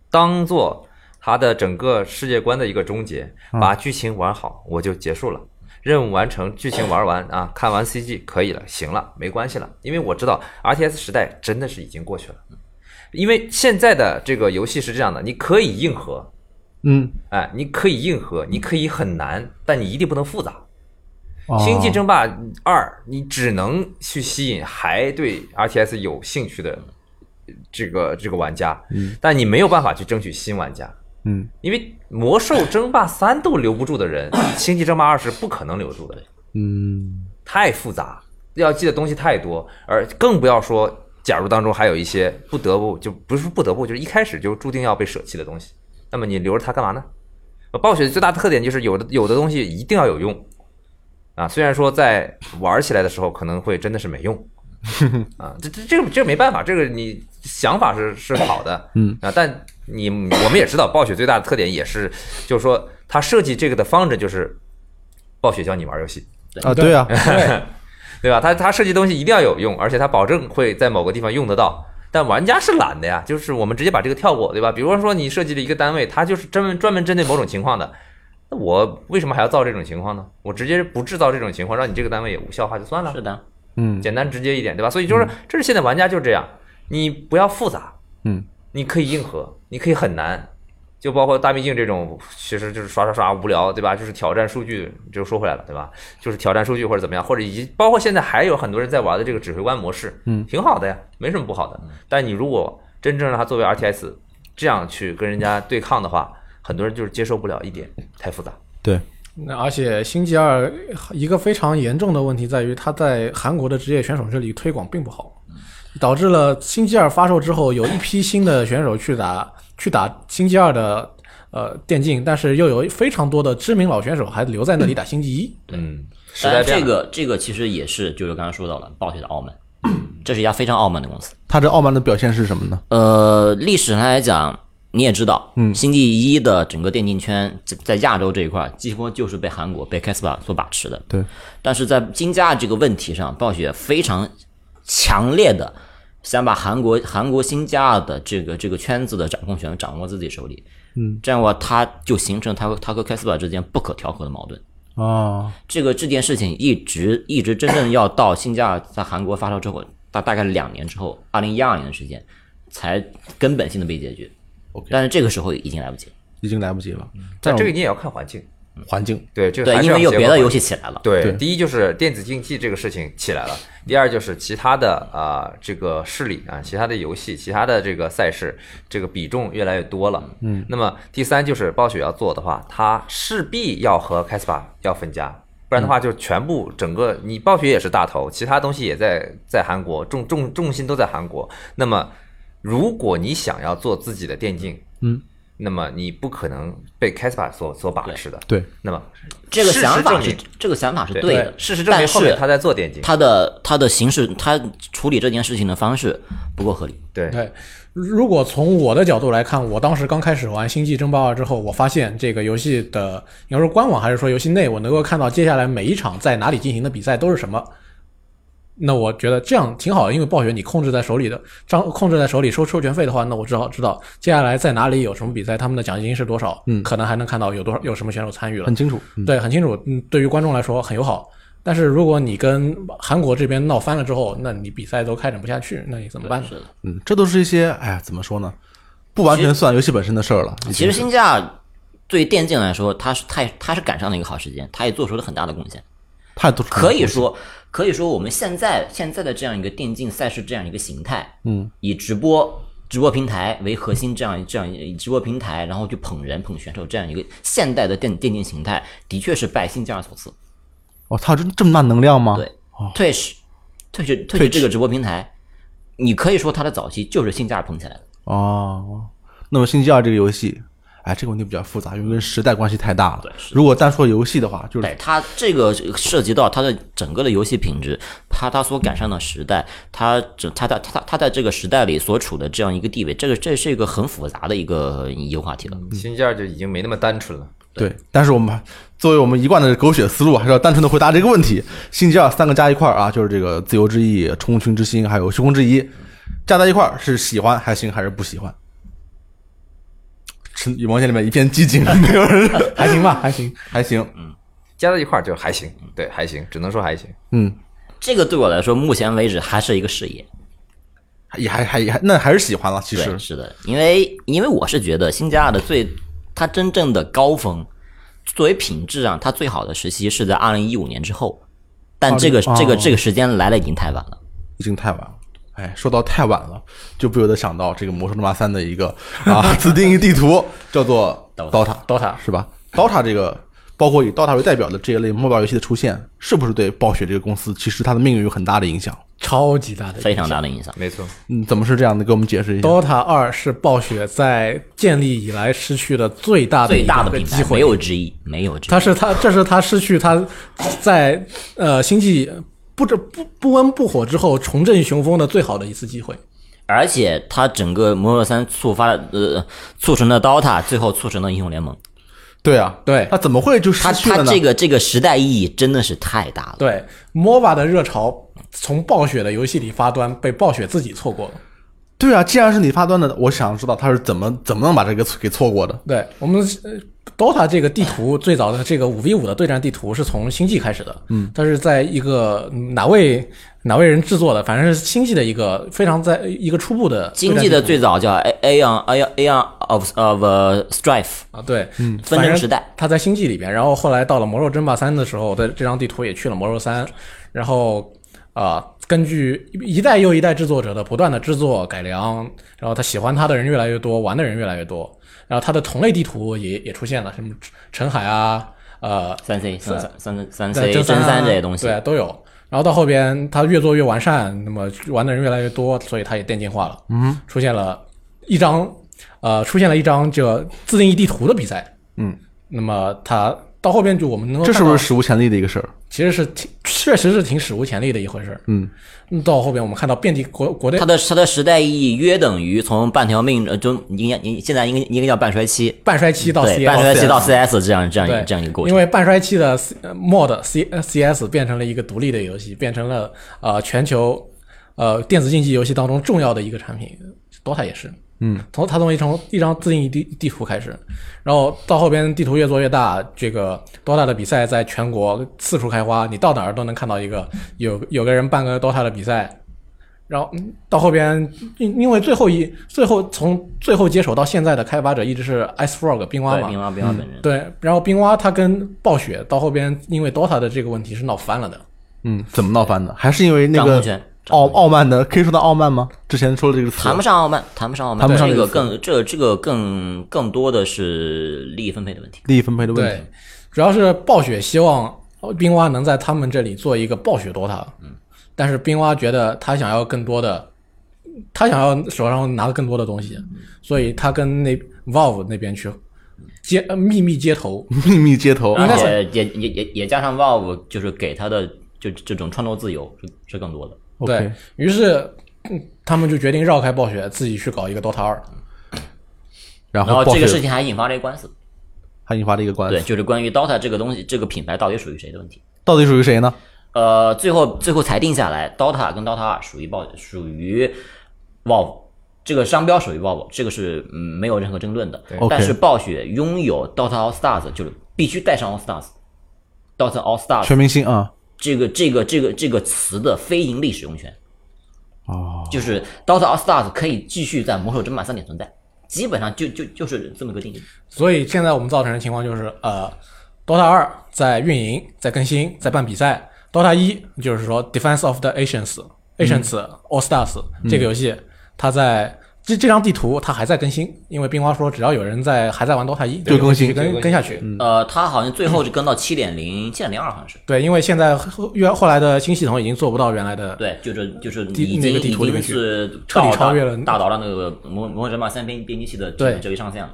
[SPEAKER 2] 当做它的整个世界观的一个终结，
[SPEAKER 1] 嗯
[SPEAKER 2] 把剧情玩好，我就结束了。任务完成，剧情玩完啊，看完 CG 可以了，行了，没关系了，因为我知道 RTS 时代真的是已经过去了，因为现在的这个游戏是这样的，你可以硬核，
[SPEAKER 1] 嗯，
[SPEAKER 2] 哎，你可以硬核，你可以很难，但你一定不能复杂。
[SPEAKER 1] 哦
[SPEAKER 2] 《星际争霸二》，你只能去吸引还对 RTS 有兴趣的这个这个玩家，但你没有办法去争取新玩家，
[SPEAKER 1] 嗯，
[SPEAKER 2] 因为《魔兽争霸三》都留不住的人，《星际争霸二》是不可能留住的，
[SPEAKER 1] 嗯，
[SPEAKER 2] 太复杂，要记的东西太多，而更不要说。假如当中还有一些不得不就不是不得不，就是一开始就注定要被舍弃的东西，那么你留着它干嘛呢？呃暴雪最大的特点就是有的有的东西一定要有用啊，虽然说在玩起来的时候可能会真的是没用啊，这这这个这个没办法，这个你想法是是好的，
[SPEAKER 1] 嗯
[SPEAKER 2] 啊，但你我们也知道暴雪最大的特点也是，就是说它设计这个的方针就是暴雪教你玩游戏，
[SPEAKER 1] 啊，对
[SPEAKER 3] *laughs*
[SPEAKER 1] 啊，
[SPEAKER 2] 对吧？他他设计东西一定要有用，而且他保证会在某个地方用得到。但玩家是懒的呀，就是我们直接把这个跳过，对吧？比如说你设计了一个单位，它就是专门专门针对某种情况的，那我为什么还要造这种情况呢？我直接不制造这种情况，让你这个单位也无效化就算了
[SPEAKER 3] 是，的，
[SPEAKER 1] 嗯，
[SPEAKER 2] 简单直接一点，对吧？所以就是这是现在玩家就这样，你不要复杂，
[SPEAKER 1] 嗯，
[SPEAKER 2] 你可以硬核，你可以很难，就包括大秘境这种，其实就是刷刷刷无聊，对吧？就是挑战数据，就说回来了，对吧？就是挑战数据或者怎么样，或者以及包括现在还有很多人在玩的这个指挥官模式，
[SPEAKER 1] 嗯
[SPEAKER 2] 挺好的呀，没什么不好
[SPEAKER 3] 嗯
[SPEAKER 2] 的。但你如果真正让它作为 RTS 这样去跟人家对抗的话，很多人就是接受不了一点，太复杂。
[SPEAKER 1] 对，
[SPEAKER 4] 那而且《星际二》一个非常严重的问题在于，它在韩国的职业选手这里推广并不好，导致了《星际二》发售之后，有一批新的选手去打去打《星际二》的呃电竞，但是又有非常多的知名老选手还留在那里打《星际一》。
[SPEAKER 2] 嗯，时
[SPEAKER 3] 当
[SPEAKER 2] 代
[SPEAKER 3] 然
[SPEAKER 2] 变
[SPEAKER 3] 这
[SPEAKER 2] 了。
[SPEAKER 3] 个这个其实也是就是刚刚说到了暴雪的傲慢， *coughs* 这是一家非常傲慢的公司。
[SPEAKER 1] 他这傲慢的表现是什么呢？
[SPEAKER 3] 呃，历史上来讲，你也知道，嗯，星际一的整个电竞圈在在亚洲这一块，几乎就是被韩国被 Caspa 所把持的。
[SPEAKER 1] 对，
[SPEAKER 3] 但是在金价这个问题上，暴雪非常强烈的想把韩国韩国新价的这个这个圈子的掌控权掌握自己手里。嗯，这样的话，它就形成它和它和 Caspa 之间不可调和的矛盾。
[SPEAKER 1] 啊，
[SPEAKER 3] 这个这件事情一直一直真正要到新价在韩国发售之后，大大概两年之后，二零一二年的时间，才根本性的被解决。
[SPEAKER 1] OK
[SPEAKER 3] 但是这个时候已经来不及了，
[SPEAKER 1] 已经来不及了。
[SPEAKER 3] 嗯
[SPEAKER 2] 但这个
[SPEAKER 1] 种
[SPEAKER 2] 你也要看环境，
[SPEAKER 1] 环境，
[SPEAKER 2] 对这个
[SPEAKER 3] 对
[SPEAKER 2] 还，是
[SPEAKER 3] 因为有
[SPEAKER 2] 要结
[SPEAKER 3] 别
[SPEAKER 2] 合
[SPEAKER 3] 的
[SPEAKER 2] 环
[SPEAKER 3] 游
[SPEAKER 2] 境
[SPEAKER 3] 戏起来了。
[SPEAKER 2] 对，
[SPEAKER 1] 对
[SPEAKER 2] 第一就是电子竞技这个事情起来了，第二就是其他的啊、这个势力啊，其他的游戏、其他的这个赛事，这个比重越来越多了。嗯，那么第三就是暴雪要做的话，它势必要和 c a s p a 要分家，不然的
[SPEAKER 1] 嗯
[SPEAKER 2] 话就全部整个你暴雪也是大头，其他东西也在在韩国，重重重心都在韩国。那么如果你想要做自己的电竞，
[SPEAKER 1] 嗯。
[SPEAKER 2] 那么你不可能被 c a s p a 所所把持的，
[SPEAKER 1] 对，
[SPEAKER 2] 那么
[SPEAKER 3] 这个
[SPEAKER 2] 事实
[SPEAKER 3] 想法
[SPEAKER 2] 证
[SPEAKER 3] 是
[SPEAKER 2] 明
[SPEAKER 3] 这个想法是
[SPEAKER 2] 对
[SPEAKER 3] 的，
[SPEAKER 2] 事实证明
[SPEAKER 3] 但
[SPEAKER 2] 后面
[SPEAKER 3] 是
[SPEAKER 2] 他在做电竞，
[SPEAKER 3] 他的他的形式，他处理这件事情的方式不够合理。
[SPEAKER 2] 对
[SPEAKER 4] 对，如果从我的角度来看，我当时刚开始玩《星际争霸二》之后，我发现这个游戏的，你要说官网还是说游戏内，我能够看到接下来每一场在哪里进行的比赛都是什么。那我觉得这样挺好的，因为暴雪你控制在手里的，掌控制在手里收授权费的话，那我只好知道接下来在哪里有什么比赛，他们的奖金是多少，
[SPEAKER 1] 嗯
[SPEAKER 4] 可能还能看到有多少有什么选手参与了
[SPEAKER 1] 很。清楚。嗯，
[SPEAKER 4] 对，很清楚。嗯，对于观众来说很友好。但是如果你跟韩国这边闹翻了之后，那你比赛都开展不下去，那你怎么办呢
[SPEAKER 3] 是？的，
[SPEAKER 1] 嗯，这都是一些，哎呀，怎么说呢？不完全算游戏本身的事儿了。已
[SPEAKER 3] 其
[SPEAKER 1] 经
[SPEAKER 3] 实
[SPEAKER 1] 是
[SPEAKER 3] 新价对于电竞来说，它是太它是赶上了一个好时间，它也做出了很大的贡献。
[SPEAKER 1] 太多
[SPEAKER 3] 可以说，可以说我们现在现在的这样一个电竞赛事这样一个形态，嗯，以直播直播平台为核心，这样这样以直播平台，然后去捧人捧选手，这样一个现代的电电竞形态，的确是百姓家二所赐。
[SPEAKER 1] 哦，他有这这么大能量吗？
[SPEAKER 3] 对，Twitch Twitch Twitch 这个直播平台，你可以说它的早期就是性价比捧起来的。
[SPEAKER 1] 哦，那么《星际二》这个游戏，哎，这个问题比较复杂，因为跟时代关系太大了
[SPEAKER 3] 对。是的
[SPEAKER 1] 如果单说游戏的话，就是
[SPEAKER 3] 对哎它这个涉及到它的整个的游戏品质，它它所赶上的时代，它整它在它它它在这个时代里所处的这样一个地位，这个这是一个很复杂的一个一个话题
[SPEAKER 1] 嗯
[SPEAKER 3] 了。
[SPEAKER 2] 新价就已经没那么单纯了。
[SPEAKER 1] 对，但是我们作为我们一贯的狗血思路，还是要单纯的回答这个问题。星际二三个加一块儿啊，就是这个自由之翼、冲群之心，还有虚空之一，加在一块儿是喜欢还行还是不喜欢？陈羽毛线里面一片寂静， *laughs* 没有人，
[SPEAKER 4] 还行吧，还行。
[SPEAKER 1] 还行，
[SPEAKER 2] 加到一块儿就还行，对，还行，只能说还行。
[SPEAKER 1] 嗯，
[SPEAKER 3] 这个对我来说，目前为止还是一个事业。
[SPEAKER 1] 也还还也还那还是喜欢了，其
[SPEAKER 3] 对，
[SPEAKER 1] 实
[SPEAKER 3] 是的，因为因为我是觉得新加二的最它真正的高峰，作为品质上它最好的时期是在二零一五年之后，但这个、
[SPEAKER 1] 哦
[SPEAKER 3] 这个这个时间来了已经太晚了。
[SPEAKER 1] 已经太晚了。哎，说到太晚了，就不由得想到这个《魔兽争霸三》的一个啊 *laughs* 自定义地图，叫做 DOTA。
[SPEAKER 4] DOTA
[SPEAKER 1] 是吧？DOTA 这个，包括以 DOTA 为代表的这一类 MOBA 游戏的出现，是不是对暴雪这个公司其实它的命运有很大的影响？
[SPEAKER 4] 超级大的
[SPEAKER 3] 非常大的影响，
[SPEAKER 2] 没错，
[SPEAKER 1] 嗯，怎么是这样的？给我们解释一下。
[SPEAKER 4] DOTA 二是暴雪在建立以来失去的最大的
[SPEAKER 3] 最大的
[SPEAKER 4] 一个
[SPEAKER 3] 品
[SPEAKER 4] 机
[SPEAKER 3] 牌
[SPEAKER 4] 会，
[SPEAKER 3] 没有之一，没有之一。
[SPEAKER 4] 他是他，这是他失去他在呃星际不这不不温不火之后重振雄风的最好的一次机会。
[SPEAKER 3] 而且它整个魔兽三触发了呃促成了 DOTA，最后促成了英雄联盟。
[SPEAKER 1] 对啊，
[SPEAKER 4] 对
[SPEAKER 1] 它怎么会就失
[SPEAKER 3] 它
[SPEAKER 1] 去了
[SPEAKER 3] 它
[SPEAKER 1] 呢？
[SPEAKER 3] 这个这个时代意义真的是太大了。
[SPEAKER 4] 对 MOBA 的热潮从暴雪的游戏里发端，被暴雪自己错过了。
[SPEAKER 1] 对啊，既然是你发端的，我想知道它是怎么怎么能把这个给错过的。
[SPEAKER 4] 对我们呃 DOTA 这个地图最早的这个五 v 五的对战地图是从星际开始的，嗯，它是在一个嗯哪位哪位人制作的，反正是星际的一个非常在一个初步的对
[SPEAKER 3] 经
[SPEAKER 4] 战
[SPEAKER 3] 济的
[SPEAKER 4] 地
[SPEAKER 3] 最早叫 A A on A A on of of uh, strife，
[SPEAKER 4] 图啊，对，嗯，
[SPEAKER 3] 纷争时代，
[SPEAKER 4] 它在星际里边，然后后来到了魔兽争霸三的时候，在这张地图也去了魔兽三，然后啊、根据一代又一代制作者的不断的制作改良，然后他喜欢它的人越来越多，玩的人越来越多，然后它的同类地图也也出现了，什么澄海啊，呃，
[SPEAKER 3] 三 C 三三三三
[SPEAKER 4] 对
[SPEAKER 3] C
[SPEAKER 4] 真
[SPEAKER 3] 真
[SPEAKER 4] 三啊
[SPEAKER 3] 三这些东西
[SPEAKER 4] 对、，都有。然后到后边，它越做越完善，那么玩的人越来越多，所以它也电竞化了。嗯，出现了一张，呃，出现了一张这个自定义地图的比赛。
[SPEAKER 1] 嗯，
[SPEAKER 4] 那么它到后边就我们能够
[SPEAKER 1] 这是
[SPEAKER 4] 看
[SPEAKER 1] 不
[SPEAKER 4] 到
[SPEAKER 1] 是史无前例的一个事儿？
[SPEAKER 4] 其实是挺确实是挺史无前例的一回事儿。
[SPEAKER 1] 嗯
[SPEAKER 4] 嗯，到后边我们看到遍地国国内
[SPEAKER 3] 它的它的时代意义约等于从半条命呃，就应该应现在应该应该叫半衰期，
[SPEAKER 4] 半衰期到啊
[SPEAKER 3] 对，半
[SPEAKER 4] CS，
[SPEAKER 3] 衰期到 CS 这样这样一
[SPEAKER 4] 对，
[SPEAKER 3] 这样一个过
[SPEAKER 4] 因
[SPEAKER 3] 程。
[SPEAKER 4] 为半衰期的 C- 呃 mod C 呃 CS 变成了一个独立的游戏，变成了呃全球呃电子竞技游戏当中重要的一个产品。DOTA 也是，嗯，从它从一张一张自定义地地图开始，然后到后边地图越做越大，这个 DOTA 的比赛在全国四处开花，你到哪儿都能看到一个有有个人办个 DOTA 的比赛。然后嗯到后边，因因为最后一最后从最后接手到现在的开发者一直是 Ice Frog 冰蛙
[SPEAKER 3] 对，
[SPEAKER 4] 嘛，
[SPEAKER 3] 冰蛙冰蛙本人，
[SPEAKER 4] 对，然后冰蛙它跟暴雪到后边因为 DOTA 的这个问题是闹翻了的。
[SPEAKER 1] 嗯，怎么闹翻的？还是因为那
[SPEAKER 3] 张
[SPEAKER 1] 个
[SPEAKER 3] 梦泉
[SPEAKER 1] 傲傲慢的，可以说它傲慢吗？之前说的这个词，
[SPEAKER 3] 谈不上傲慢，谈不上傲慢，
[SPEAKER 1] 谈不上
[SPEAKER 3] 这
[SPEAKER 1] 这个
[SPEAKER 3] 个
[SPEAKER 1] 词
[SPEAKER 3] 更这这个更更多的是利益分配的问题。
[SPEAKER 1] 利益分配的问
[SPEAKER 4] 对
[SPEAKER 1] 题。，
[SPEAKER 4] 主要是暴雪希望冰蛙能在他们这里做一个暴雪 DOTA，嗯，但是冰蛙觉得他想要更多的，他想要手上拿更多的东西，
[SPEAKER 1] 嗯
[SPEAKER 4] 所以他跟那 Valve 那边去接呃秘密接头，
[SPEAKER 1] *laughs* 秘密街头，啊
[SPEAKER 3] 而
[SPEAKER 4] 该是
[SPEAKER 3] 且也也也也加上 Valve 就是给他的就这种创作自由是是更多的。
[SPEAKER 4] 对
[SPEAKER 1] 嗯 OK
[SPEAKER 4] 于是。嗯他们就决定绕开暴雪，自己去搞一个 DOTA 二。
[SPEAKER 1] 然
[SPEAKER 3] 然
[SPEAKER 1] 后
[SPEAKER 3] 后
[SPEAKER 1] 暴
[SPEAKER 3] 这个
[SPEAKER 1] 雪
[SPEAKER 3] 事情还引发了一个官司，
[SPEAKER 1] 还引发了一个官
[SPEAKER 3] 对，
[SPEAKER 1] 司，
[SPEAKER 3] 就是关于 DOTA 这个东西，这个品牌到底属于谁的问题。
[SPEAKER 1] 到底属于谁呢？
[SPEAKER 3] 呃，最后最后裁定下来，DOTA 跟 DOTA 二属于暴属于 Valve，这个商标属于 Valve，这个是嗯没有任何争论的。
[SPEAKER 1] OK
[SPEAKER 3] 但是暴雪拥有 DOTA All Stars，就是必须带上 All Stars，DOTA All Stars
[SPEAKER 1] 全明星啊，
[SPEAKER 3] 这个这个这个这个词的非盈利使用权，
[SPEAKER 1] 哦，
[SPEAKER 3] 就是 DOTA All Stars 可以继续在《魔兽争霸三》里存在，基本上就就就是这么个定义。
[SPEAKER 4] 所以现在我们造成的情况就是，呃，DOTA 二在运营、在更新、在办比赛，DOTA 一
[SPEAKER 1] 嗯
[SPEAKER 4] 就是说 Defense of the Asians、Asians All Stars 这个游戏，它在这这张地图它还在更新，因为冰花说只要有人在还在玩 DOTA 一，
[SPEAKER 1] 就更新嗯
[SPEAKER 4] 继续
[SPEAKER 2] 就
[SPEAKER 4] 跟
[SPEAKER 2] 更新
[SPEAKER 4] 跟下去。
[SPEAKER 3] 呃，它好像最后是跟到七点零、七点零二，好像是。
[SPEAKER 4] 对，因为现在后越后来的新系统已经做不到原来的，
[SPEAKER 3] 对，就是就是你
[SPEAKER 4] 地
[SPEAKER 3] 已
[SPEAKER 4] 那
[SPEAKER 3] 经
[SPEAKER 4] 个
[SPEAKER 3] 已
[SPEAKER 4] 地图里面
[SPEAKER 3] 经
[SPEAKER 4] 去
[SPEAKER 3] 是彻底
[SPEAKER 4] 彻底超越了
[SPEAKER 3] 大倒了那个《魔魔兽争霸三》编编辑器的
[SPEAKER 4] 对
[SPEAKER 3] 这个上限了。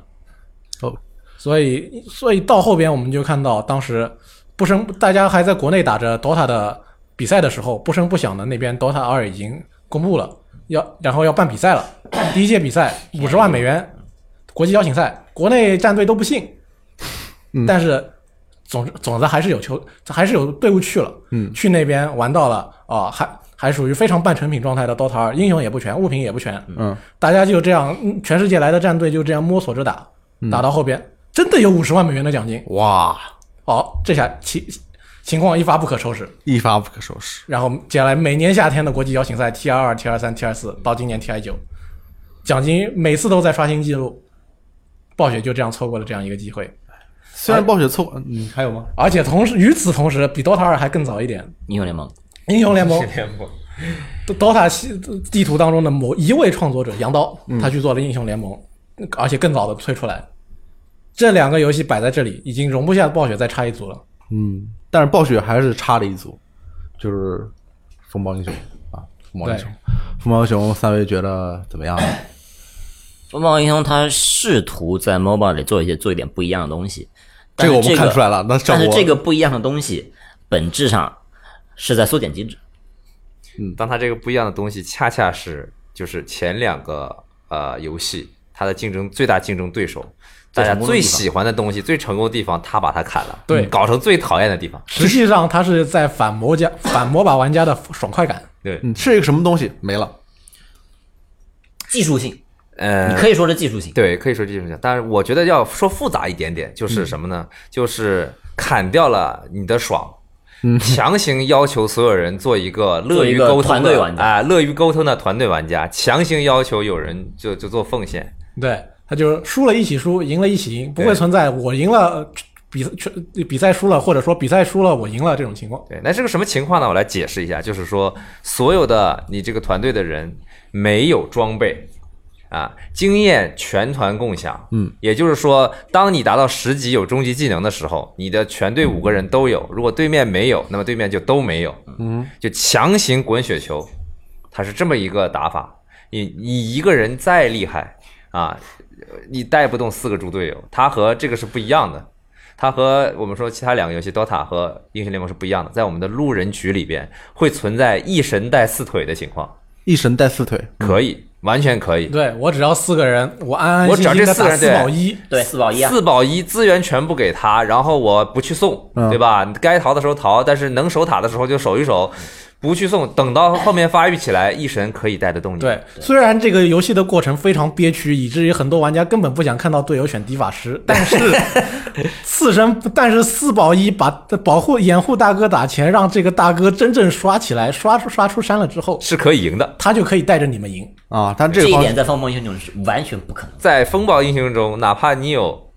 [SPEAKER 1] 哦
[SPEAKER 4] 所以所以到后边我们就看到，当时不声大家还在国内打着 DOTA 的比赛的时候，不声不响的那边 DOTA 二已经公布了，要然后要办比赛了， *coughs* 第一届比
[SPEAKER 1] 哎
[SPEAKER 4] 赛五十万美元国际邀请赛，国内战队都不信，
[SPEAKER 1] 嗯
[SPEAKER 4] 但是总之总之还是有球，还是有队伍去了，
[SPEAKER 1] 嗯，
[SPEAKER 4] 去那边玩到了啊、还还属于非常半成品状态的 DOTA 二，英雄也不全，物品也不全，
[SPEAKER 1] 嗯，
[SPEAKER 4] 大家就这样，嗯全世界来的战队就这样摸索着打，打到后边真的有五十万美元的奖金，
[SPEAKER 1] 哇，
[SPEAKER 4] 好，这下情情况一发不可收拾。
[SPEAKER 1] 一发不可收拾。
[SPEAKER 4] 然后接下来每年夏天的国际邀请赛 T 二二、T 二三、T 二四到今年 T 二九，奖金每次都在刷新记录，暴雪就这样错过了这样一个机会。
[SPEAKER 1] 虽然暴雪错，嗯，还有吗？
[SPEAKER 4] 而且同时，与此同时，比 DOTA 二还更早一点，
[SPEAKER 3] 英雄联盟，
[SPEAKER 4] 英雄联盟
[SPEAKER 2] 天赋
[SPEAKER 4] DOTA 系地图当中的某一位创作者杨刀，
[SPEAKER 2] 嗯
[SPEAKER 4] 他去做了英雄联盟，而且更早的推出来。这两个游戏摆在这里，已经容不下暴雪再插一足了。
[SPEAKER 1] 嗯，但是暴雪还是差了一组，就是风暴英雄啊，风暴英雄，风暴英雄三位觉得怎么样？
[SPEAKER 3] 风暴英雄他试图在 MOBA 里做一些做一点不一样的东西，
[SPEAKER 1] 这
[SPEAKER 3] 但是
[SPEAKER 1] 个我们看出来了，那效
[SPEAKER 3] 但是
[SPEAKER 1] 果
[SPEAKER 3] 这个不一样的东西本质上是在缩减机制。
[SPEAKER 2] 嗯当它这个不一样的东西，恰恰是就是前两个呃游戏它的竞争最大竞争对手，大家最喜欢的东西、最成功的地方，它把它砍了，
[SPEAKER 4] 对
[SPEAKER 2] 搞成最讨厌的地方，
[SPEAKER 4] 实际上，他是在反魔家、 *laughs* 反魔把玩家的爽快感。
[SPEAKER 2] 对，呃
[SPEAKER 1] 嗯 *coughs* 是一个什么东西没了？
[SPEAKER 3] 技术性，你
[SPEAKER 2] 呃，
[SPEAKER 3] 可以说是技术性。
[SPEAKER 2] 对，可以说这种讲，但是我觉得要说复杂一点点，就是什么呢？就是砍掉了你的爽。
[SPEAKER 3] 嗯
[SPEAKER 2] 强行要求所有人做一个乐
[SPEAKER 3] 做一
[SPEAKER 2] 于
[SPEAKER 3] 个
[SPEAKER 2] 沟通
[SPEAKER 3] 团
[SPEAKER 2] 的
[SPEAKER 3] 队玩家
[SPEAKER 2] 啊，乐于沟通的团队玩家，强行要求有人就就做奉献，
[SPEAKER 4] 对，他就是输了一起输，赢了一起赢，不会
[SPEAKER 2] 对
[SPEAKER 4] 存在我赢了比全比赛输了，或者说比赛输了我赢了这种情况。
[SPEAKER 2] 对，那是个什么情况呢？我来解释一下，就是说，所有的你这个团队的人没有装备啊，经验全团共享。
[SPEAKER 1] 嗯，
[SPEAKER 2] 也就是说，当你达到十级有终极技能的时候，你的全队五个人都有，如果对面没有，那么对面就都没有。嗯，就强行滚雪球，它是这么一个打法。你你一个人再厉害啊，你带不动四个猪队友，它和这个是不一样的。它和我们说其他两个游戏《DOTA》和《英雄联盟》是不一样的，在我们的路人局里边会存在一神带四腿的情况，
[SPEAKER 1] 一神带四腿，
[SPEAKER 2] 可以，完全可以。
[SPEAKER 4] 对我只要四个人，我安安
[SPEAKER 2] 我只
[SPEAKER 4] 心
[SPEAKER 2] 要
[SPEAKER 4] 心
[SPEAKER 2] 这
[SPEAKER 4] 的
[SPEAKER 2] 四个
[SPEAKER 4] 打
[SPEAKER 2] 人
[SPEAKER 4] 四
[SPEAKER 2] 对
[SPEAKER 4] 保一，
[SPEAKER 3] 对，四保一啊，
[SPEAKER 2] 四保一资源全部给他，然后我不去送，
[SPEAKER 1] 嗯
[SPEAKER 2] 对吧？该逃的时候逃，但是能守塔的时候就守一守，不去送，等到后面发育起来，一神可以带得动你。
[SPEAKER 4] 对，虽然这个游戏的过程非常憋屈，以至于很多玩家根本不想看到队友选敌法师，但是四神，但是四保一把保护掩护大哥打钱，让这个大哥真正刷起来，刷出刷出山了之后，
[SPEAKER 2] 是可以赢的。
[SPEAKER 4] 他就可以带着你们赢。
[SPEAKER 1] 啊，但
[SPEAKER 3] 这
[SPEAKER 1] 个
[SPEAKER 3] 一
[SPEAKER 1] 方
[SPEAKER 3] 点在风暴英雄中是完全不可能。
[SPEAKER 2] 在风暴英雄中，哪怕你有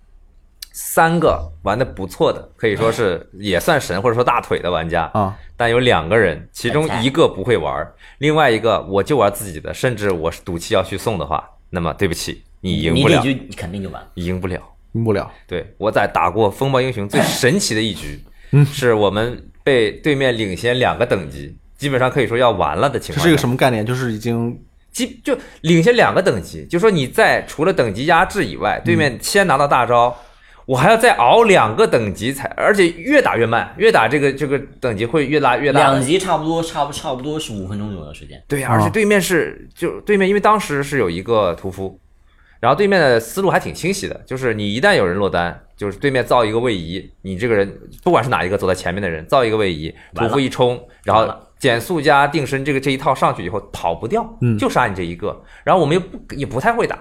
[SPEAKER 2] 三个玩的不错的，可以说是也算神或者说大腿的玩家
[SPEAKER 1] 嗯啊，
[SPEAKER 2] 但有两个人，其中一个不会玩儿，另外一个我就玩自己的，甚至我是赌气要去送的话，那么对不起，你赢
[SPEAKER 3] 你
[SPEAKER 2] 不
[SPEAKER 3] 这
[SPEAKER 2] 了，
[SPEAKER 3] 局你肯定就完了。
[SPEAKER 2] 赢不了。
[SPEAKER 1] 赢不了，
[SPEAKER 2] 对我在打过风暴英雄最神奇的一局，
[SPEAKER 1] 嗯
[SPEAKER 2] 是我们被对面领先两个等级，基本上可以说要完了的情
[SPEAKER 1] 这
[SPEAKER 2] 况下。
[SPEAKER 1] 是一个什么概念？就是已经
[SPEAKER 2] 基就领先两个等级，就说你在除了等级压制以外，对面先拿到大招，我还要再熬两个等级才，而且越打越慢，越打这个这个等级会越拉越大。
[SPEAKER 3] 两集差不多，差不差不多是五分钟左右的时间。
[SPEAKER 2] 对呀、而且对面是就对面，因为当时是有一个屠夫，然后对面的思路还挺清晰的，就是你一旦有人落单，就是对面造一个位移，你这个人不管是哪一个走在前面的人造一个位移，屠
[SPEAKER 3] 完了
[SPEAKER 2] 夫一冲，然
[SPEAKER 3] 完
[SPEAKER 2] 后
[SPEAKER 3] 了
[SPEAKER 2] 减速加定身这个这一套上去以后跑不掉，
[SPEAKER 1] 嗯
[SPEAKER 2] 就杀你这一个，然后我们又不也不太会打。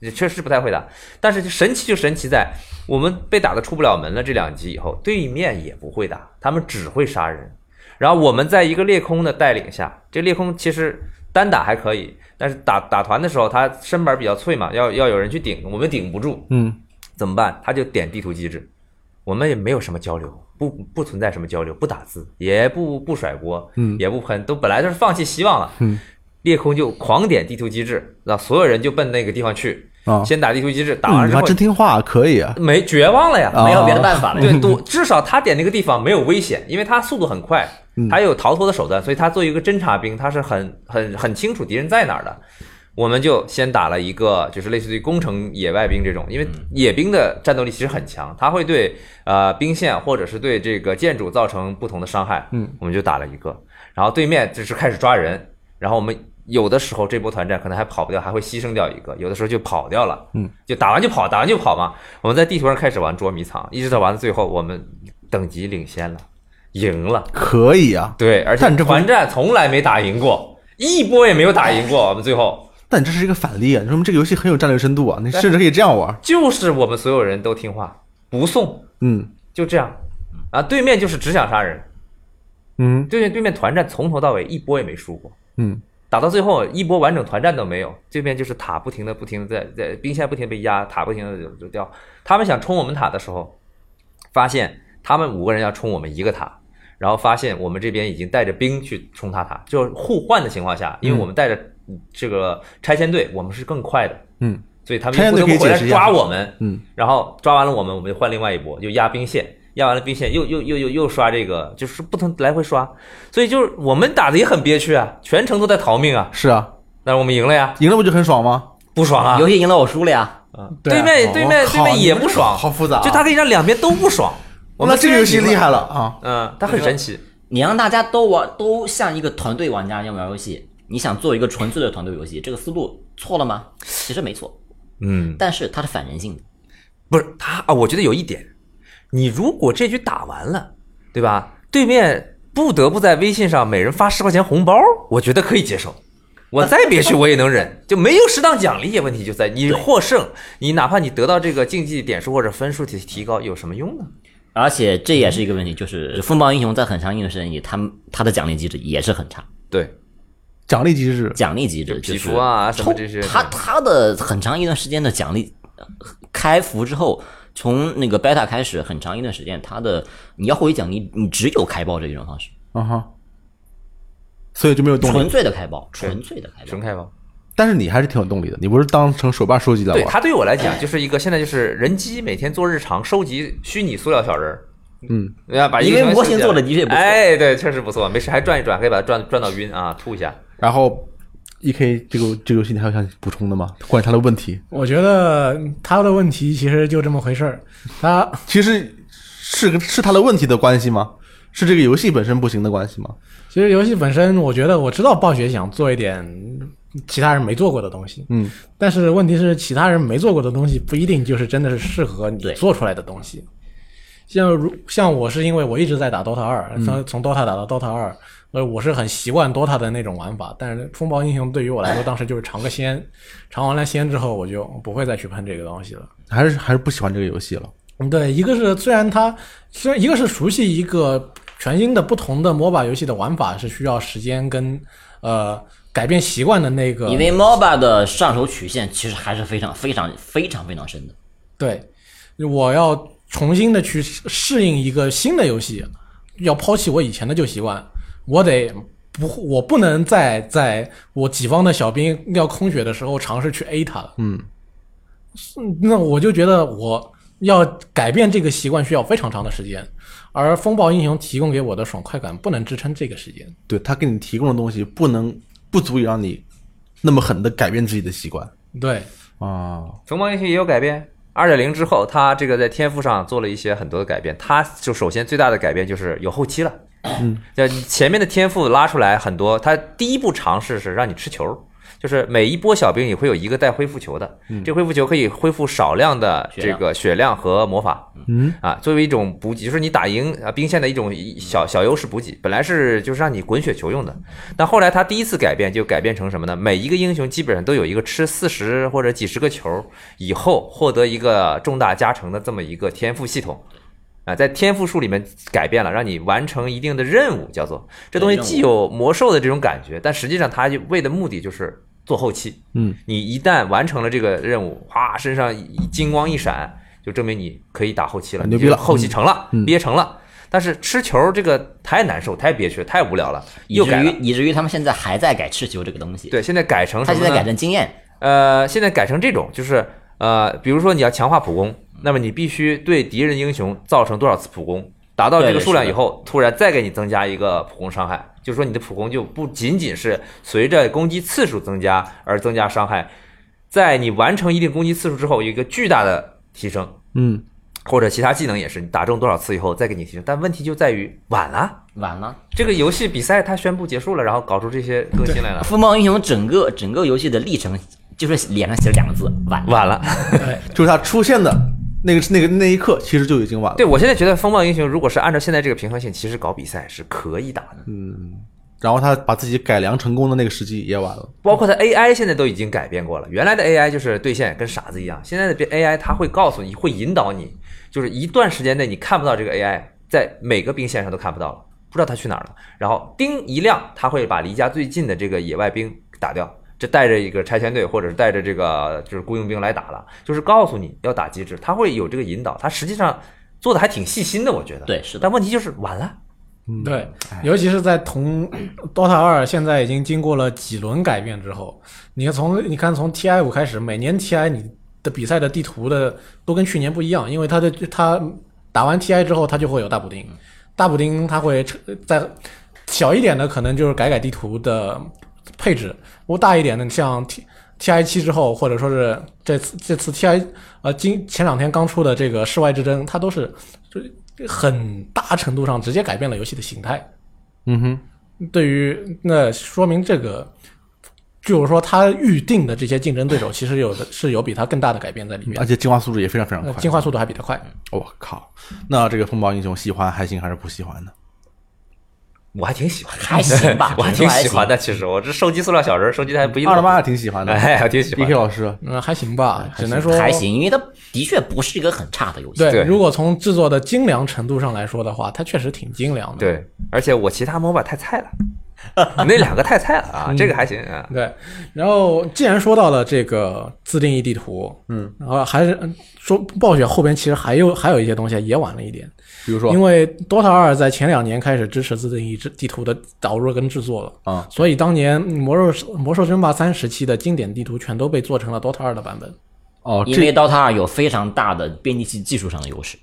[SPEAKER 2] 也确实不太会打，但是就神奇就神奇在我们被打的出不了门了这两集以后，对面也不会打，他们只会杀人，然后我们在一个裂空的带领下，这裂空其实单打还可以，但是打打团的时候，他身板比较脆嘛，要要有人去顶，我们顶不住，
[SPEAKER 1] 嗯
[SPEAKER 2] 怎么办？他就点地图机制，我们也没有什么交流，不不存在什么交流，不打字，也不不甩锅，
[SPEAKER 1] 嗯
[SPEAKER 2] 也不喷，都本来就是放弃希望了。
[SPEAKER 1] 嗯，
[SPEAKER 2] 裂空就狂点地图机制，那所有人就奔那个地方去，
[SPEAKER 1] 啊，
[SPEAKER 2] 先打地图机制，打
[SPEAKER 1] 嗯
[SPEAKER 2] 完
[SPEAKER 1] 你
[SPEAKER 2] 之
[SPEAKER 1] 还
[SPEAKER 2] 后
[SPEAKER 1] 真听话，可以啊。
[SPEAKER 2] 没绝望了呀，
[SPEAKER 1] 啊
[SPEAKER 3] 没有别的办法了。
[SPEAKER 2] 对，多至少他点那个地方没有危险，因为他速度很快，他有逃脱的手段，所以他作为一个侦察兵，他是很很很清楚敌人在哪儿的。我们就先打了一个，就是类似于攻城野外兵这种，因为野兵的战斗力其实很强，他会对呃兵线或者是对这个建筑造成不同的伤害。
[SPEAKER 1] 嗯，
[SPEAKER 2] 我们就打了一个，然后对面就是开始抓人，然后我们有的时候这波团战可能还跑不掉，还会牺牲掉一个，有的时候就跑掉了，
[SPEAKER 1] 嗯，
[SPEAKER 2] 就打完就跑，打完就跑嘛。我们在地图上开始玩捉迷藏，一直到玩到最后，我们等级领先了，赢了，
[SPEAKER 1] 可以啊，
[SPEAKER 2] 对，而且
[SPEAKER 1] 但这不
[SPEAKER 2] 团战从来没打赢过，一波也没有打赢过，我们最后
[SPEAKER 1] 但你这是一个反例啊！你说明这个游戏很有战略深度啊！你甚至可以这样玩，
[SPEAKER 2] 就是我们所有人都听话，不送，
[SPEAKER 1] 嗯
[SPEAKER 2] 就这样，啊，对面就是只想杀人，
[SPEAKER 1] 嗯
[SPEAKER 2] 对面对面团战从头到尾一波也没输过。
[SPEAKER 1] 嗯，
[SPEAKER 2] 打到最后一波完整团战都没有，这边就是塔不停的不停的在在兵线不停地被压，塔不停的就掉。他们想冲我们塔的时候，发现他们五个人要冲我们一个塔，然后发现我们这边已经带着兵去冲他塔，就是互换的情况下，因为我们带着这个拆迁队，我们是更快的，
[SPEAKER 1] 嗯，
[SPEAKER 2] 所以他们
[SPEAKER 1] 拆
[SPEAKER 2] 就
[SPEAKER 1] 迁
[SPEAKER 2] 不
[SPEAKER 1] 队
[SPEAKER 2] 得
[SPEAKER 1] 可以
[SPEAKER 2] 不回
[SPEAKER 1] 解
[SPEAKER 2] 来
[SPEAKER 1] 释一下
[SPEAKER 2] 抓我们，
[SPEAKER 1] 嗯，
[SPEAKER 2] 然后抓完了我们，我们就换另外一波，就压兵线，压完了兵线又又又又又刷这个，就是不同来回刷，所以就是我们打的也很憋屈啊，全程都在逃命啊，
[SPEAKER 1] 是啊，
[SPEAKER 2] 但是我们赢了呀，
[SPEAKER 1] 赢了不就很爽吗？
[SPEAKER 2] 不爽啊，
[SPEAKER 3] 游戏赢了，我输了呀。
[SPEAKER 4] 对啊
[SPEAKER 2] 面对面
[SPEAKER 1] 我
[SPEAKER 2] 对
[SPEAKER 1] 靠
[SPEAKER 2] 面也
[SPEAKER 1] 你们
[SPEAKER 2] 不
[SPEAKER 1] 这
[SPEAKER 2] 爽，
[SPEAKER 1] 哦好复杂啊
[SPEAKER 2] 就他可以让两边都不爽，我
[SPEAKER 1] 那
[SPEAKER 2] 们
[SPEAKER 1] 这个游戏厉
[SPEAKER 2] 害，
[SPEAKER 1] 害了啊！
[SPEAKER 2] 嗯，他很神奇，
[SPEAKER 3] 你让大家都玩，都像一个团队玩家一样玩游戏，你想做一个纯粹的团队游戏，这个思路错了吗？其实没错，
[SPEAKER 2] 嗯，
[SPEAKER 3] 但是它是反人性的。
[SPEAKER 2] 不是他啊，我觉得有一点，你如果这局打完了，对吧？对面不得不在微信上每人发十块钱红包，我觉得可以接受。我再憋屈我也能忍， *laughs* 就没有适当奖励。问题就在你获胜，你哪怕你得到这个竞技点数或者分数提提高，有什么用呢？
[SPEAKER 3] 而且这也是一个问题，就是风暴英雄在很长一段时间里，他们他的奖励机制也是很差，
[SPEAKER 2] 对，
[SPEAKER 1] 奖励机制，
[SPEAKER 3] 奖励机制
[SPEAKER 2] 皮
[SPEAKER 3] 就是
[SPEAKER 2] 肤啊什么
[SPEAKER 3] 抽
[SPEAKER 2] 这些
[SPEAKER 3] 他
[SPEAKER 2] 的
[SPEAKER 3] 他的很长一段时间的奖励呃开服之后，从那个 beta 开始，很长一段时间，他的你要获取奖励，你只有开爆这一种方式，
[SPEAKER 1] 嗯哼，所以就没有动
[SPEAKER 3] 纯
[SPEAKER 1] 力。
[SPEAKER 3] 粹的开爆，纯粹的开爆
[SPEAKER 2] 纯。开放。
[SPEAKER 1] 但是你还是挺有动力的，你不是当成手把手机来
[SPEAKER 2] 对
[SPEAKER 1] 玩？
[SPEAKER 2] 他对我来讲，就是一个现在就是人机每天做日常，收集虚拟塑料小人儿。
[SPEAKER 1] 嗯，
[SPEAKER 2] 对吧？把
[SPEAKER 3] 因
[SPEAKER 2] 一个
[SPEAKER 3] 为
[SPEAKER 2] 东西
[SPEAKER 3] 模型
[SPEAKER 2] 收集
[SPEAKER 3] 做
[SPEAKER 2] 来
[SPEAKER 3] 的的确不错
[SPEAKER 2] 哎，对，确实不错，没事还转一转，可以把它转转到晕啊，吐一下。
[SPEAKER 1] 然后 E K 这个这个游戏你还有想补充的吗？关于他的问题，
[SPEAKER 4] 我觉得他的问题其实就这么回事儿，他
[SPEAKER 1] 其实是个是他的问题的关系吗？是这个游戏本身不行的关系吗？
[SPEAKER 4] 其实游戏本身，我觉得我知道暴雪想做一点其他人没做过的东西，
[SPEAKER 1] 嗯，
[SPEAKER 4] 但是问题是，其他人没做过的东西不一定就是真的是适合你
[SPEAKER 3] 对
[SPEAKER 4] 做出来的东西。像如像我是因为我一直在打 DOTA 二、从从 DOTA 打到 DOTA 二，呃，我是很习惯 DOTA 的那种玩法，但是风暴英雄对于我来说，当时就是尝个鲜，尝完了鲜之后，我就不会再去碰这个东西了。
[SPEAKER 1] 还是还是不喜欢这个游戏了？
[SPEAKER 4] 嗯对，一个是虽然它虽然一个是熟悉一个全新的不同的 MOBA 游戏的玩法是需要时间跟呃改变习惯的那个，
[SPEAKER 3] 因
[SPEAKER 2] 呃
[SPEAKER 3] 为 MOBA 的上手曲线其实还是非常非常非常非常深的。
[SPEAKER 4] 对我要重新的去适适应一个新的游戏，要抛弃我以前的旧习惯，我得。不，我不能再在我己方的小兵要空血的时候尝试去 A 他了。
[SPEAKER 1] 嗯，
[SPEAKER 4] 那我就觉得我要改变这个习惯需要非常长的时间，而风暴英雄提供给我的爽快感不能支撑这个时间。
[SPEAKER 1] 对他给你提供的东西不能不足以让你那么狠的改变自己的习惯
[SPEAKER 4] 对，
[SPEAKER 1] 啊。
[SPEAKER 2] 熊猫英雄也有改变。二点零之后，它这个在天赋上做了一些很多的改变。它就首先最大的改变就是有后期了，嗯，前面的天赋拉出来很多。它第一步尝试是让你吃球，就是每一波小兵你会有一个带恢复球的，这恢复球可以恢复少量的这个嗯血量和魔法，嗯啊，作为一种补给，就是你打赢啊兵线的一种小小优势补给。本来是就是让你滚雪球用的，但后来它第一次改变就改变成什么呢？每一个英雄基本上都有一个吃四十或者几十个球以后获得一个重大加成的这么一个天赋系统。啊，在天赋树里面改变了，让你完成一定的任务，叫做这东西既有魔兽的这种感觉，但实际上它就为的目的就是做后期。
[SPEAKER 1] 嗯，
[SPEAKER 2] 你一旦完成了这个任务，哗，身上一金光一闪，就证明你可以打后期了，
[SPEAKER 1] 牛逼了
[SPEAKER 2] 你就后期成了，
[SPEAKER 1] 嗯
[SPEAKER 2] 憋成了。但是吃球这个太难受、太憋屈、太无聊了，
[SPEAKER 3] 以
[SPEAKER 2] 又
[SPEAKER 3] 至
[SPEAKER 2] 改
[SPEAKER 3] 于
[SPEAKER 2] 了。
[SPEAKER 3] 以至于他们现在还在改赤球这个东西，
[SPEAKER 2] 对，现在改成
[SPEAKER 3] 他
[SPEAKER 2] 什
[SPEAKER 3] 现
[SPEAKER 2] 么
[SPEAKER 3] 在
[SPEAKER 2] 呢
[SPEAKER 3] 改成经验，
[SPEAKER 2] 呃，现在改成这种，就是呃，比如说你要强化普攻，
[SPEAKER 3] 嗯
[SPEAKER 2] 那么你必须对敌人英雄造成多少次普攻，达到这个
[SPEAKER 3] 对对
[SPEAKER 2] 数量
[SPEAKER 3] 是
[SPEAKER 2] 以
[SPEAKER 3] 的
[SPEAKER 2] 后，突然再给你增加一个普攻伤害，就是说你的普攻就不仅仅是随着攻击次数增加而增加伤害，在你完成一定攻击次数之后，有一个巨大的提升。
[SPEAKER 1] 嗯，
[SPEAKER 2] 或者其他技能也是，你打中多少次以后再给你提升，但问题就在于晚了。
[SPEAKER 3] 完了。
[SPEAKER 2] 这个游戏比赛它宣布结束了，然后搞出这些更新来了，
[SPEAKER 3] 风暴英雄整个整个游戏的历程就是脸上写了两个字完了。
[SPEAKER 2] 晚了。
[SPEAKER 1] 就是它出现的那个那个那一刻，其实就已经晚了。
[SPEAKER 2] 对，我现在觉得风暴英雄如果是按照现在这个平衡性，其实搞比赛是可以打的。
[SPEAKER 1] 然后他把自己改良成功的那个时机也晚了。
[SPEAKER 2] 包括它 AI 现在都已经改变过了，原来的 AI 就是对线跟傻子一样，现在的变 AI 它会告诉你，会引导你，就是一段时间内你看不到这个 AI 在每个兵线上都看不到了，不知道它去哪儿了。然后叮一亮，它会把离家最近的这个野外兵打掉，这带着一个拆迁队或者是带着这个就是雇佣兵来打了，就是告诉你要打机制，它会有这个引导，它实际上做的还挺细心的，我觉得。
[SPEAKER 3] 对是的
[SPEAKER 2] 但问题就是晚了。
[SPEAKER 4] 对，尤其是在同 DOTA 二现在已经经过了几轮改变之后，你看从你看从 TI 五开始，每年 TI 你的比赛的地图的都跟去年不一样，因为它的它打完 TI 之后，它就会有大补丁，大补丁它会撤在小一点的可能就是改改地图的配置，不过大一点的像 T。T I 七之后，或者说是这次这次 T I 呃，今前两天刚出的这个世外之争，它都是就很大程度上直接改变了游戏的形态。
[SPEAKER 1] 嗯哼，
[SPEAKER 4] 对于那说明这个，就是说他预定的这些竞争对手，其实有的是有比他更大的改变在里面
[SPEAKER 1] 而，且进化速度也非常非常
[SPEAKER 4] 呃
[SPEAKER 1] 快。
[SPEAKER 4] 进化速度还比他快。
[SPEAKER 1] 我靠！那这个风暴英雄喜欢还行还是不喜欢呢？
[SPEAKER 2] 我还挺喜欢的，
[SPEAKER 3] 还行
[SPEAKER 2] *laughs*
[SPEAKER 3] 吧
[SPEAKER 2] 我还
[SPEAKER 3] 只
[SPEAKER 2] 挺
[SPEAKER 3] 能说还
[SPEAKER 2] 喜欢的。其实我这收集塑料小人儿收集的还不一定。
[SPEAKER 1] 二他妈还挺喜欢的。
[SPEAKER 2] 哎，我挺喜
[SPEAKER 1] D
[SPEAKER 2] 欢
[SPEAKER 1] K
[SPEAKER 2] 的。
[SPEAKER 1] 老师，
[SPEAKER 4] 嗯，还行吧，只能说
[SPEAKER 3] 还。行，因为它的确不是一个很差的游戏。
[SPEAKER 4] 对，
[SPEAKER 2] 对
[SPEAKER 4] 如果从制作的精良程度上来说的话，它确实挺精良的。
[SPEAKER 2] 对，而且我其他 MOBA 太菜了， *laughs* 那两个太菜了
[SPEAKER 3] 嗯
[SPEAKER 2] 啊，这个还行啊。
[SPEAKER 4] 对，然后既然说到了这个自定义地图，嗯，然后还是嗯说暴雪后边其实还有还有一些东西也晚了一点，
[SPEAKER 1] 比如说
[SPEAKER 4] 因为 DOTA 二在前两年开始支持自定义制地图的导入跟制作了
[SPEAKER 1] 啊
[SPEAKER 4] 所以当年魔兽魔兽争霸三时期的经典地图全都被做成了 DOTA 二的版本，
[SPEAKER 1] 哦，
[SPEAKER 3] 因为 DOTA 二有非常大的编辑器技术上的优势。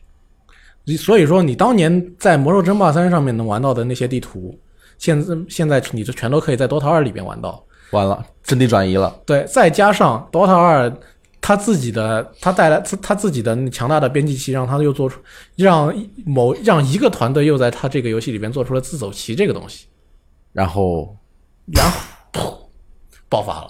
[SPEAKER 4] 所以说你当年在魔兽争霸三上面能玩到的那些地图，现在现在你就全都可以在 DOTA 二里边玩到。
[SPEAKER 1] 完了，阵地转移了。
[SPEAKER 4] 对，再加上 DOTA 二，它自己的它带来它自己的强大的编辑器，让它又做出让某让一个团队又在它这个游戏里边做出了自走棋这个东西，
[SPEAKER 1] 然后
[SPEAKER 4] 然后噗爆发了。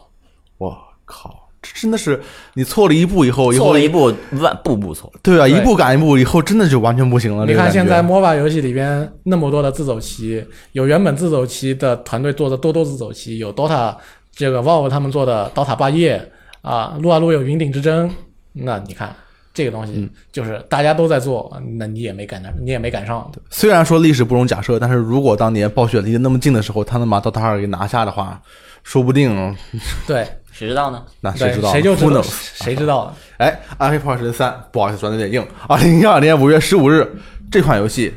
[SPEAKER 1] 我靠，这真的是你错了一步以后，以
[SPEAKER 3] 错
[SPEAKER 1] 后
[SPEAKER 3] 了一步，万步步错。
[SPEAKER 1] 对啊，
[SPEAKER 4] 对
[SPEAKER 1] 一步赶一步，以后真的就完全不行了。啊
[SPEAKER 4] 你
[SPEAKER 1] 这个
[SPEAKER 4] 看
[SPEAKER 1] 感觉
[SPEAKER 4] 现在 MOBA 游戏里边那么多的自走棋，有原本自走棋的团队做的多多自走棋，有 DOTA 这个 VOW 他们做的 DOTA 霸业啊，撸啊撸有云顶之争，那你看。这个东
[SPEAKER 1] 嗯
[SPEAKER 4] 西就是大家都在做，那你也没赶上，你也没赶上，对吧
[SPEAKER 1] 虽然说历史不容假设，但是如果当年暴雪离得那么近的时候，他能把 DOTA 二给拿下的话，说不定 *laughs*
[SPEAKER 4] 对，
[SPEAKER 3] 谁知道呢？
[SPEAKER 1] 那
[SPEAKER 4] 对，
[SPEAKER 1] 啊谁知道？
[SPEAKER 4] 谁就知
[SPEAKER 1] Who
[SPEAKER 4] 道
[SPEAKER 1] knows？
[SPEAKER 4] 谁知道？
[SPEAKER 1] 哎，《暗黑破坏神三》不好意思转的有点硬。二零一二年五月十五日，这款游戏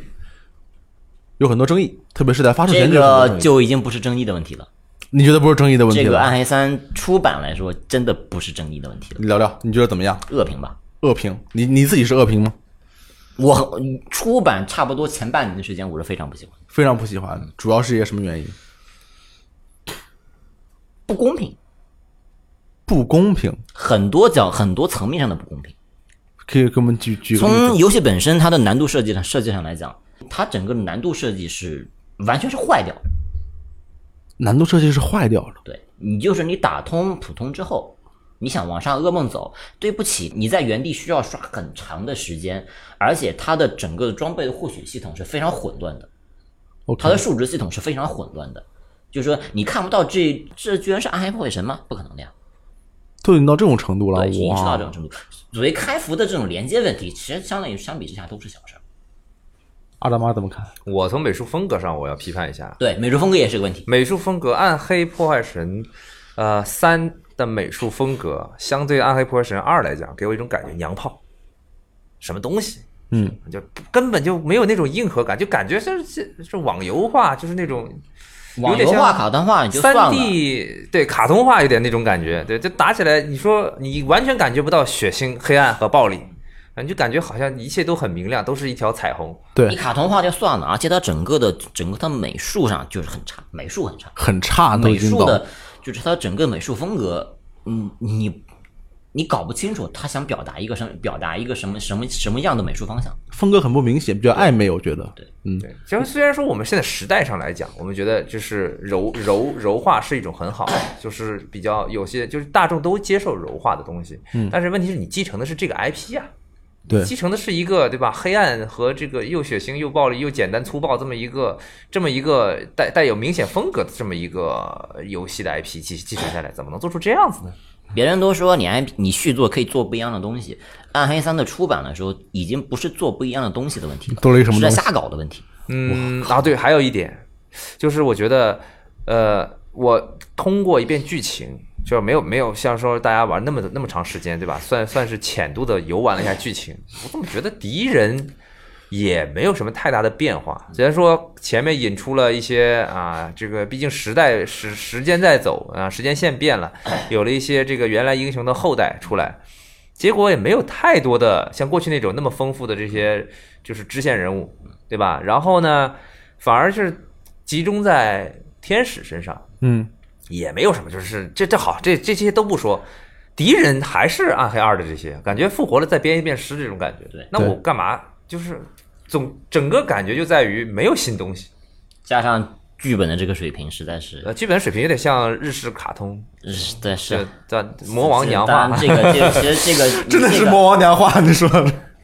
[SPEAKER 1] 有很多争议，特别是在发售
[SPEAKER 3] 这
[SPEAKER 1] 前就有很多
[SPEAKER 3] 个
[SPEAKER 1] 争议
[SPEAKER 3] 就已经不是争议的问题了。
[SPEAKER 1] 你觉得不是争议的问题
[SPEAKER 3] 这
[SPEAKER 1] 吗？
[SPEAKER 3] 个《暗黑三》出版来说，真的不是争议的问题了。
[SPEAKER 1] 你聊聊，你觉得怎么样？
[SPEAKER 3] 恶评吧，
[SPEAKER 1] 恶评，你你自己是恶评吗？
[SPEAKER 3] 我很出版差不多前半年的时间，我是非常不喜欢，
[SPEAKER 1] 非常不喜欢，主要是一些什么原因？
[SPEAKER 3] 不公平，
[SPEAKER 1] 不公平，
[SPEAKER 3] 很多角很多层面上的不公平。
[SPEAKER 1] 可以给我们举举个例
[SPEAKER 3] 从
[SPEAKER 1] 子。
[SPEAKER 3] 游戏本身它的难度设计上设计上来讲，它整个的难度设计是完全是坏掉的。
[SPEAKER 1] 难度设计是坏掉了，
[SPEAKER 3] 对你就是你打通普通之后，你想往上噩梦走，对不起，你在原地需要刷很长的时间，而且它的整个装备获取系统是非常混乱的，它
[SPEAKER 1] OK，
[SPEAKER 3] 的数值系统是非常混乱的，就是说你看不到这这居然是暗黑破坏神吗？不可能的呀，
[SPEAKER 1] 都已经到这种程
[SPEAKER 2] 啊
[SPEAKER 1] 度了，
[SPEAKER 3] 对，已经知道这
[SPEAKER 1] 哇！
[SPEAKER 3] 种程度。所谓开服的这种连接问题，其实相当于相比之下都是小事儿。
[SPEAKER 1] 二大妈怎么看？
[SPEAKER 2] 我从美术风格上我要批判一下，啊
[SPEAKER 3] 对，美术风格也是个问题。
[SPEAKER 2] 美术风格《暗黑破坏神》呃三的美术风格，相对《暗黑破坏神二》来讲，给我一种感觉娘炮，什么东西？
[SPEAKER 1] 嗯，
[SPEAKER 2] 就根本就没有那种硬核感，就感觉像是是网游化，就是那种有
[SPEAKER 3] 网
[SPEAKER 2] 点
[SPEAKER 3] 游
[SPEAKER 2] 像
[SPEAKER 3] 化、卡通化你就算
[SPEAKER 2] 三
[SPEAKER 3] 了，
[SPEAKER 2] D 对卡通化有点那种感觉，对，就打起来，你说你完全感觉不到血腥、黑暗和暴力，啊你就感觉好像一切都很明亮，都是一条彩虹。
[SPEAKER 3] 你
[SPEAKER 1] 对，
[SPEAKER 3] 卡通化就算了，而且它整个的整个它美术上就是很差，美术很差，
[SPEAKER 1] 很差，都
[SPEAKER 3] 美
[SPEAKER 1] 已经
[SPEAKER 3] 术
[SPEAKER 1] 到
[SPEAKER 3] 的就是它整个美术风格，嗯，你你搞不清楚他想表达一个什么表达一个什么什么什么样的美术方向。
[SPEAKER 1] 风格很不明显，比较暧昧，我觉得。嗯，
[SPEAKER 2] 对，其实虽然说我们现在时代上来讲，我们觉得就是柔柔柔化是一种很好的，就是比较有些就是大众都接受柔化的东西。嗯，但是问题是你继承的是这个 IP 啊，
[SPEAKER 1] 对
[SPEAKER 2] 继承的是一个对吧？黑暗和这个又血腥又暴力又简单粗暴这么一个这么一个带带有明显风格的这么一个游戏的 IP 继继承下来，怎么能做出这样子呢？
[SPEAKER 3] 别人都说你 IP 你续作可以做不一样的东西，《暗黑三》的出版的时候已经不是做不一样的东西的问题了，
[SPEAKER 1] 多了一个什么
[SPEAKER 3] 是
[SPEAKER 1] 东西
[SPEAKER 3] 在瞎搞的问题。
[SPEAKER 2] 嗯，啊，对，还有一点，就是我觉得，呃，我通过一遍剧情，就是没有没有像说大家玩那么那么长时间，对吧？算算是浅度的游玩了一下剧情，我怎么觉得敌人也没有什么太大的变化？虽然说前面引出了一些啊，这个毕竟时代时时间在走啊，时间线变了，有了一些这个原来英雄的后代出来，结果也没有太多的像过去那种那么丰富的这些就是支线人物，对吧？然后呢，反而是集中在天使身上，
[SPEAKER 1] 嗯，
[SPEAKER 2] 也没有什么，就是这这好，这这些都不说，敌人还是暗黑二的这些，感觉复活了再编一遍诗这种感觉。
[SPEAKER 3] 对
[SPEAKER 2] 那我干嘛？就是总整个感觉就在于没有新东西，
[SPEAKER 3] 加上剧本的这个水平，实在是
[SPEAKER 2] 呃，剧本水平有点像日式卡通，
[SPEAKER 3] 实在是
[SPEAKER 2] 这叫魔王娘
[SPEAKER 3] 当
[SPEAKER 2] 化
[SPEAKER 3] 然，。这个这个其实这个
[SPEAKER 1] *laughs* *laughs* 真的
[SPEAKER 3] 这
[SPEAKER 1] 是
[SPEAKER 3] 个
[SPEAKER 1] 魔王娘化，你
[SPEAKER 3] *laughs*
[SPEAKER 1] 说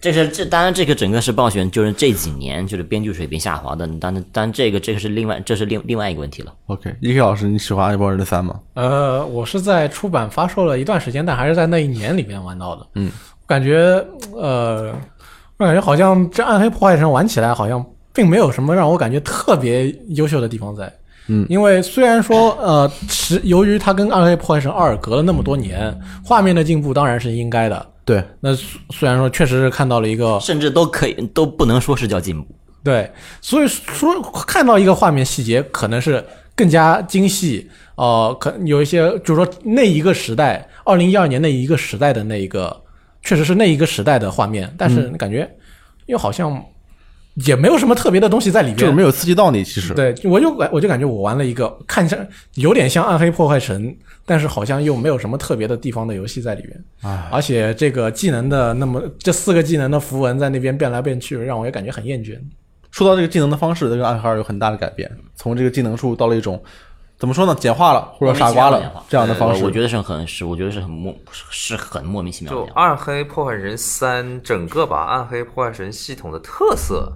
[SPEAKER 3] 这是这当然，这个整个是暴雪，就是这几年就是编剧水平下滑的。当然，当然这个这个是另外，这是另另外一个问题了。
[SPEAKER 1] ？OK，一 K 老师，你喜欢《爱博人的三》吗？
[SPEAKER 4] 呃，我是在出版发售了一段时间，但还是在那一年里面玩到的。嗯，我感觉呃，我感觉好像这《暗黑破坏神》玩起来好像并没有什么让我感觉特别优秀的地方在。嗯，因为虽然说呃，是由于它跟《暗黑破坏神二》隔了那么多年，画面的进步当然是应该的。
[SPEAKER 1] 对，
[SPEAKER 4] 那虽虽然说确实是看到了一个
[SPEAKER 3] 甚至都可以都不能说是叫进步。
[SPEAKER 4] 对，所以说看到一个画面细节，可能是更加精细，呃，可有一些就是说那一个时代，二零一二年那一个时代的那一个，确实是那一个时代的画面，但
[SPEAKER 1] 嗯
[SPEAKER 4] 是感觉又好像也没有什么特别的东西在里面，
[SPEAKER 1] 就是没有刺激到你，其实。
[SPEAKER 4] 对，我就感我就感觉我玩了一个看像有点像《暗黑破坏神》，但是好像又没有什么特别的地方的游戏在里面。而且这个技能的那么这四个技能的符文在那边变来变去，让我也感觉很厌倦。
[SPEAKER 1] 说到这个技能的方式，这个暗黑二有很大的改变，从这个技能树到了一种怎么说呢，简化了或者傻瓜了这样的方式。
[SPEAKER 3] 我我觉得是很是，我觉得是很莫是很莫名其妙
[SPEAKER 2] 就啊
[SPEAKER 3] 的样
[SPEAKER 2] 《
[SPEAKER 3] 子。
[SPEAKER 2] 暗黑破坏神三》整个把《暗黑破坏神》系统的特色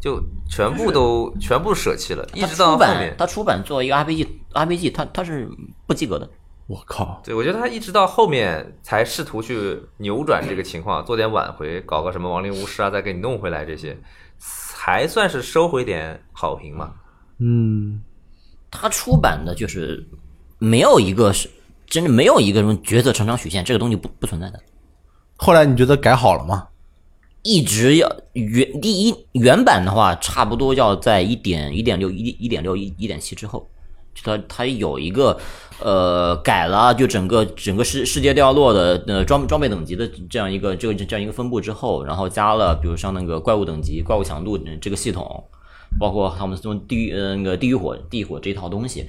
[SPEAKER 2] 就全部都全部舍弃了，一
[SPEAKER 3] 它
[SPEAKER 2] 直到
[SPEAKER 3] 出
[SPEAKER 2] 后
[SPEAKER 3] 版
[SPEAKER 2] 面，。
[SPEAKER 3] 它出版作为一个 RPG，RPG 它它是不及格的。
[SPEAKER 1] 我靠，
[SPEAKER 2] 对，我觉得他一直到后面才试图去扭转这个情况，做点挽回，搞个什么亡灵巫师啊，再给你弄回来这些，才算是收回点好评嘛。
[SPEAKER 1] 嗯，
[SPEAKER 3] 它出版的就是没有一个是真的没有一个什么角色成长曲线，这个东西不不存在的。
[SPEAKER 1] 后来你觉得改好了吗？
[SPEAKER 3] 一直要原第一原版的话，差不多要在一点一点六一一点六一一点七之后，就它它有一个呃改了，就整个整个世世界掉落的呃装装备等级的这样一个这个这样一个分布之后，然后加了比如像那个怪物等级、怪物强度这个系统，包括他们用地狱呃那个地狱火地狱火这一套东西，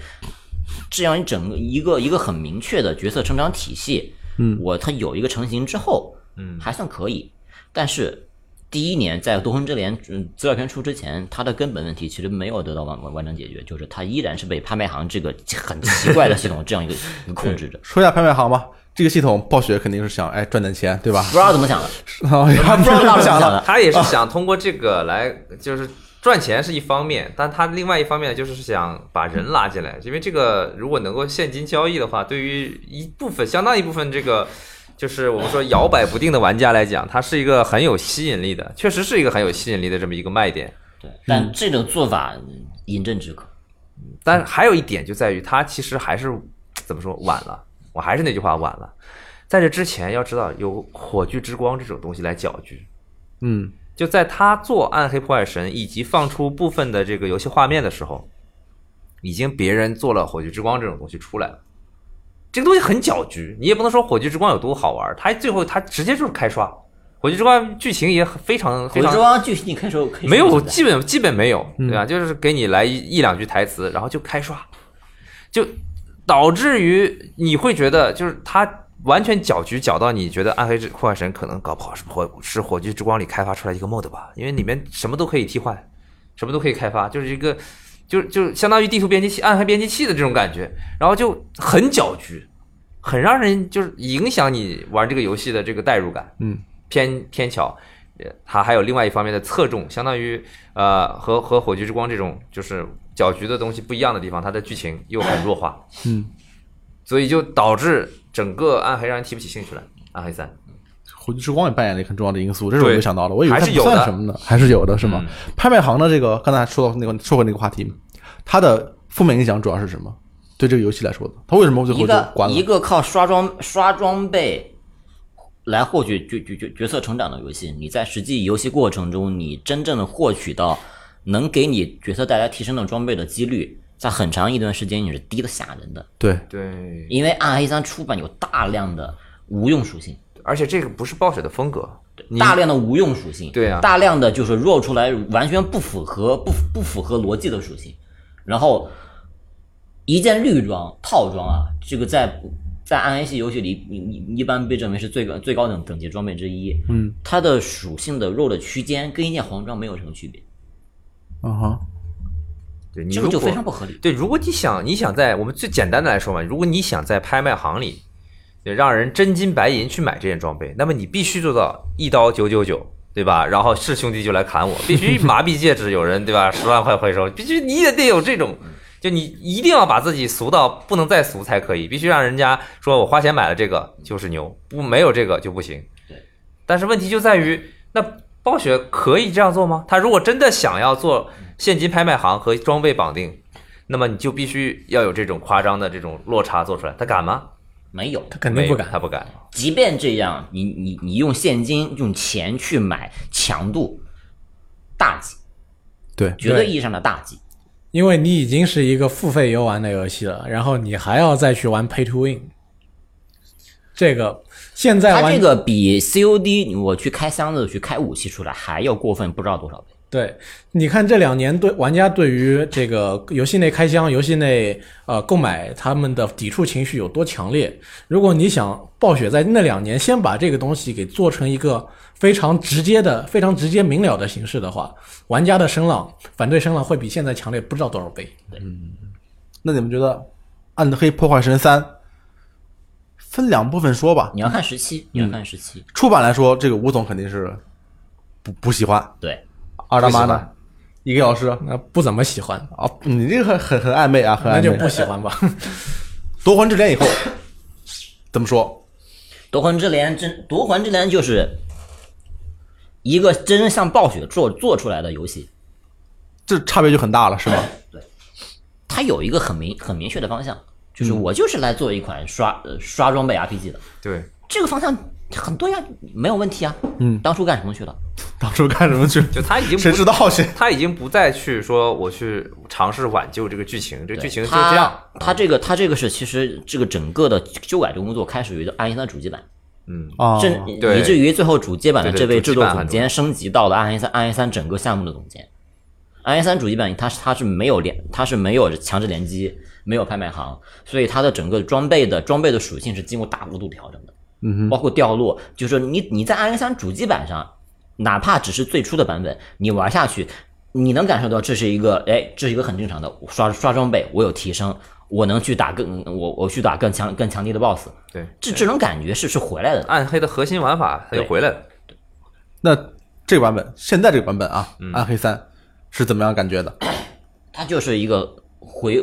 [SPEAKER 3] 这样一整个一个一个很明确的角色成长体系，嗯，我它有一个成型之后，嗯，还算可以。但是第一年在《夺魂之镰》嗯资料片出之前，它的根本问题其实没有得到完完完整解决，就是它依然是被拍卖行这个很奇怪的系统这样一个一个控制
[SPEAKER 1] *laughs*
[SPEAKER 3] 着。
[SPEAKER 1] 说一下拍卖行吧，这个系统暴雪肯定是想哎赚点钱，对吧
[SPEAKER 3] *laughs* 不？知道怎么想的，
[SPEAKER 1] 啊，不
[SPEAKER 3] 不知道怎么
[SPEAKER 1] 想
[SPEAKER 3] 想
[SPEAKER 1] 了，
[SPEAKER 3] 的，
[SPEAKER 2] 他也是想通过这个来，就是赚钱是一方面，但他另外一方面就是想把人拉进来，因为这个如果能够现金交易的话，对于一部分相当一部分这个。就是我们说摇摆不定的玩家来讲，它是一个很有吸引力的，确实是一个很有吸引力的这么一个卖点。
[SPEAKER 3] 对，但这种做法嗯饮鸩止渴。
[SPEAKER 2] 但是还有一点就在于，他其实还是怎么说晚了。我还是那句话，晚了。在这之前，要知道有火炬之光这种东西来搅局，
[SPEAKER 1] 嗯，
[SPEAKER 2] 就在他做《暗黑破坏神》以及放出部分的这个游戏画面的时候，已经别人做了《火炬之光》这种东西出来了。这个东西很搅局，你也不能说《火炬之光》有多好玩，它最后它直接就是开刷，《火炬之光》剧情也很非常非
[SPEAKER 3] 回
[SPEAKER 2] 常
[SPEAKER 3] 之光剧情你可以说可以说嗯
[SPEAKER 2] 没有，
[SPEAKER 3] 存在
[SPEAKER 2] 基本基本没有，对吧？就是给你来一一两句台词，然后就开刷，就导致于你会觉得，就是他完全搅局搅到你觉得《暗黑之破坏神》可能搞不好是火是火炬之光里开发出来一个 mod 吧，因为里面什么都可以替换，什么都可以开发，就是一个就是就是相当于地图编辑器、暗黑编辑器的这种感觉，然后就很搅局，很让人就是影响你玩这个游戏的这个代入感。偏偏巧，呃它还有另外一方面的侧重，相当于呃和和火炬之光这种就是搅局的东西不一样的地方，它的剧情又很弱化，
[SPEAKER 1] 嗯，
[SPEAKER 2] *sniffs* 所以就导致整个暗黑让人提不起兴趣来。暗黑三，
[SPEAKER 1] 火炬之光也扮演了一个很重要的因素，这是我
[SPEAKER 2] 对
[SPEAKER 1] 没想到的，我以为
[SPEAKER 2] 还
[SPEAKER 1] 它
[SPEAKER 2] 是
[SPEAKER 1] 不
[SPEAKER 2] 有
[SPEAKER 1] 算
[SPEAKER 2] 的嗯
[SPEAKER 1] 什么呢，还是有的，是吗？拍卖行的这个刚才说到那个说过那个话题，它的负面影响主要是什么？对这个游戏来说的，它为什么最后
[SPEAKER 3] 一
[SPEAKER 1] 就
[SPEAKER 3] 个
[SPEAKER 1] 关
[SPEAKER 3] 一
[SPEAKER 1] 了？
[SPEAKER 3] 个靠刷装刷装备来获取角角角角色成长的游戏，你在实际游戏过程中，你真正的获取到能给你角色带来提升的装备的几率，在很长一段时间你是低的吓人的，
[SPEAKER 1] 对，
[SPEAKER 2] 对，
[SPEAKER 3] 因为暗黑三出版有大量的无用属性。
[SPEAKER 2] 而且这个不是暴雪的风格，你
[SPEAKER 3] 大量的无用属性，
[SPEAKER 2] 对啊
[SPEAKER 3] 大量的就是 roll 出来完全不符合不不符合逻辑的属性，然后一件绿装套装啊，这个在在暗黑系游戏里，你你一般被认为是最高最高等等级装备之一，嗯，它的属性的 roll 的区间跟一件黄装没有什么区别，
[SPEAKER 1] 嗯哼，
[SPEAKER 2] 对你
[SPEAKER 3] 这
[SPEAKER 2] 如
[SPEAKER 3] 个就
[SPEAKER 2] 果
[SPEAKER 3] 非常不合理。
[SPEAKER 2] 对，如果你想你想在我们最简单的来说嘛，如果你想在拍卖行里对让人真金白银去买这件装备，那么你必须做到一刀九九九，对吧？然后是兄弟就来砍我，必须麻痹戒指有人对吧？十万块回收，必须你也得有这种。就你一定要把自己俗到不能再俗才可以，必须让人家说我花钱买了这个就是牛，不没有这个就不行。
[SPEAKER 3] 对，
[SPEAKER 2] 但是问题就在于，那暴雪可以这样做吗？他如果真的想要做现金拍卖行和装备绑定，那么你就必须要有这种夸张的这种落差做出来，他敢吗？
[SPEAKER 3] 没有，
[SPEAKER 4] 他肯定不敢
[SPEAKER 2] 没有。他不敢。
[SPEAKER 3] 即便这样，你你你用现金用钱去买强度大忌，
[SPEAKER 1] 对，
[SPEAKER 3] 绝对
[SPEAKER 4] 对
[SPEAKER 3] 意义上的大忌。
[SPEAKER 4] 因为你已经是一个付费游玩的游戏了，然后你还要再去玩 Pay to Win，这个现在
[SPEAKER 3] 它
[SPEAKER 4] 玩
[SPEAKER 3] 这个比 COD 我去开箱子去开武器出来还要过分不知道多少倍。
[SPEAKER 4] 对，你看这两年对玩家对于这个游戏内开箱、游戏内呃购买他们的抵触情绪有多强烈？如果你想暴雪在那两年先把这个东西给做成一个非常直接的、非常直接明了的形式的话，玩家的声浪、反对声浪会比现在强烈不知道多少倍。
[SPEAKER 1] 那你们觉得《暗黑破坏神三》分两部分说吧？
[SPEAKER 3] 你要看时期，
[SPEAKER 2] 嗯
[SPEAKER 3] 你要看时期，
[SPEAKER 1] 出版来说，这个吴总肯定是不不喜欢。
[SPEAKER 3] 对，
[SPEAKER 1] 二大妈
[SPEAKER 2] 不喜
[SPEAKER 1] 呢
[SPEAKER 2] 欢？
[SPEAKER 1] 一个老师啊，
[SPEAKER 4] 那不怎么喜欢，
[SPEAKER 1] 你这个很很很暧昧啊，很
[SPEAKER 4] 那
[SPEAKER 1] 暧
[SPEAKER 4] 就
[SPEAKER 1] 昧
[SPEAKER 4] 不。喜欢吧。
[SPEAKER 1] 夺魂之镰以后怎么说？
[SPEAKER 3] 夺魂之镰真夺魂之镰就是一个真正像暴雪做做出来的游戏，
[SPEAKER 1] 这差别就很大了，是吗？
[SPEAKER 3] 它有一个很明很明确的方向，就是
[SPEAKER 2] 嗯
[SPEAKER 3] 我就是来做一款刷、呃、刷装备 RPG 的，
[SPEAKER 2] 对，
[SPEAKER 3] 这个方向很对呀、没有问题啊。嗯，当初干什么去了？
[SPEAKER 1] 当初干什么去？
[SPEAKER 2] 就他已经不
[SPEAKER 1] 谁知道
[SPEAKER 2] *laughs*
[SPEAKER 1] 谁？
[SPEAKER 2] 他已经不再去说我去尝试挽救这个剧情，这
[SPEAKER 3] 对
[SPEAKER 2] 剧情就
[SPEAKER 3] 它
[SPEAKER 2] 这样。
[SPEAKER 3] 它这个它这个是其实这个整个的修改的工作开始于暗黑三主机版。
[SPEAKER 1] 啊
[SPEAKER 3] 甚
[SPEAKER 2] 哦对
[SPEAKER 3] 以至于最后主机版的
[SPEAKER 2] 对对
[SPEAKER 3] 这位制作
[SPEAKER 2] 主机版
[SPEAKER 3] 总
[SPEAKER 2] 很
[SPEAKER 3] 监升级到了暗黑三暗黑三整个项目的总监。暗黑三主机版它是它是没有联它是没有强制联机，没有拍卖行，所以它的整个装备的装备的属性是经过大幅度调整的，嗯，包括掉落，就是说你你在暗黑三主机版上，哪怕只是最初的版本，你玩下去，你能感受到这是一个哎，这是一个很正常的刷刷装备，我有提升，我能去打更我我去打更强更强敌的 BOSS，
[SPEAKER 2] 对，
[SPEAKER 3] 这这种感觉是是回来的，
[SPEAKER 2] 暗黑的核心玩法他就
[SPEAKER 3] 对
[SPEAKER 2] 回来了。
[SPEAKER 1] 那这个版本，现在这个版本啊，暗黑三》是怎么样感觉的？
[SPEAKER 3] 它就是一个回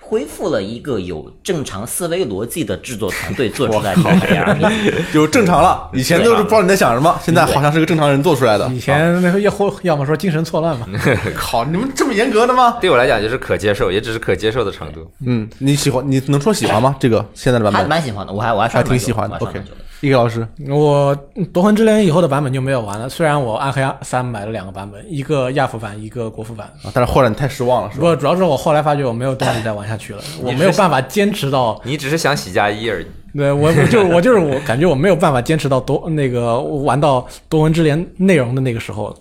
[SPEAKER 3] 恢复了一个有正常思维逻辑的制作团队做出来的 ARP，
[SPEAKER 1] 有正常了，以前都是不知道你在想什么，现在好像是个正常人做出来的啊
[SPEAKER 4] 以。前那要或要么说精神错乱吧。
[SPEAKER 1] 靠，你们这么严格的吗？
[SPEAKER 2] 对我来讲就是可接受，也只是可接受的程度。
[SPEAKER 1] 嗯，你喜欢？你能说喜欢吗？这个现在的版
[SPEAKER 3] 还
[SPEAKER 1] 本
[SPEAKER 3] 蛮喜欢的，我还我还刷
[SPEAKER 1] 还
[SPEAKER 3] 了
[SPEAKER 1] 挺
[SPEAKER 3] 蛮久
[SPEAKER 1] 喜欢的
[SPEAKER 3] 我还刷了
[SPEAKER 1] ，OK
[SPEAKER 3] 蛮久的。。
[SPEAKER 1] 一个老师，
[SPEAKER 4] 我《夺魂之镰》以后的版本就没有玩了，虽然我《暗黑三》买了两个版本，一个亚服版，一个国服版。
[SPEAKER 1] 啊但是后来你太失望了，是
[SPEAKER 4] 不
[SPEAKER 1] 吧？
[SPEAKER 4] 过主要是我后来发觉我没有动力再玩下去了，我没有办法坚持到，
[SPEAKER 2] 你只是想喜加一而已。
[SPEAKER 4] 对我我就是我就是我感觉我没有办法坚持到夺那个玩到夺魂之镰内容的那个时候了。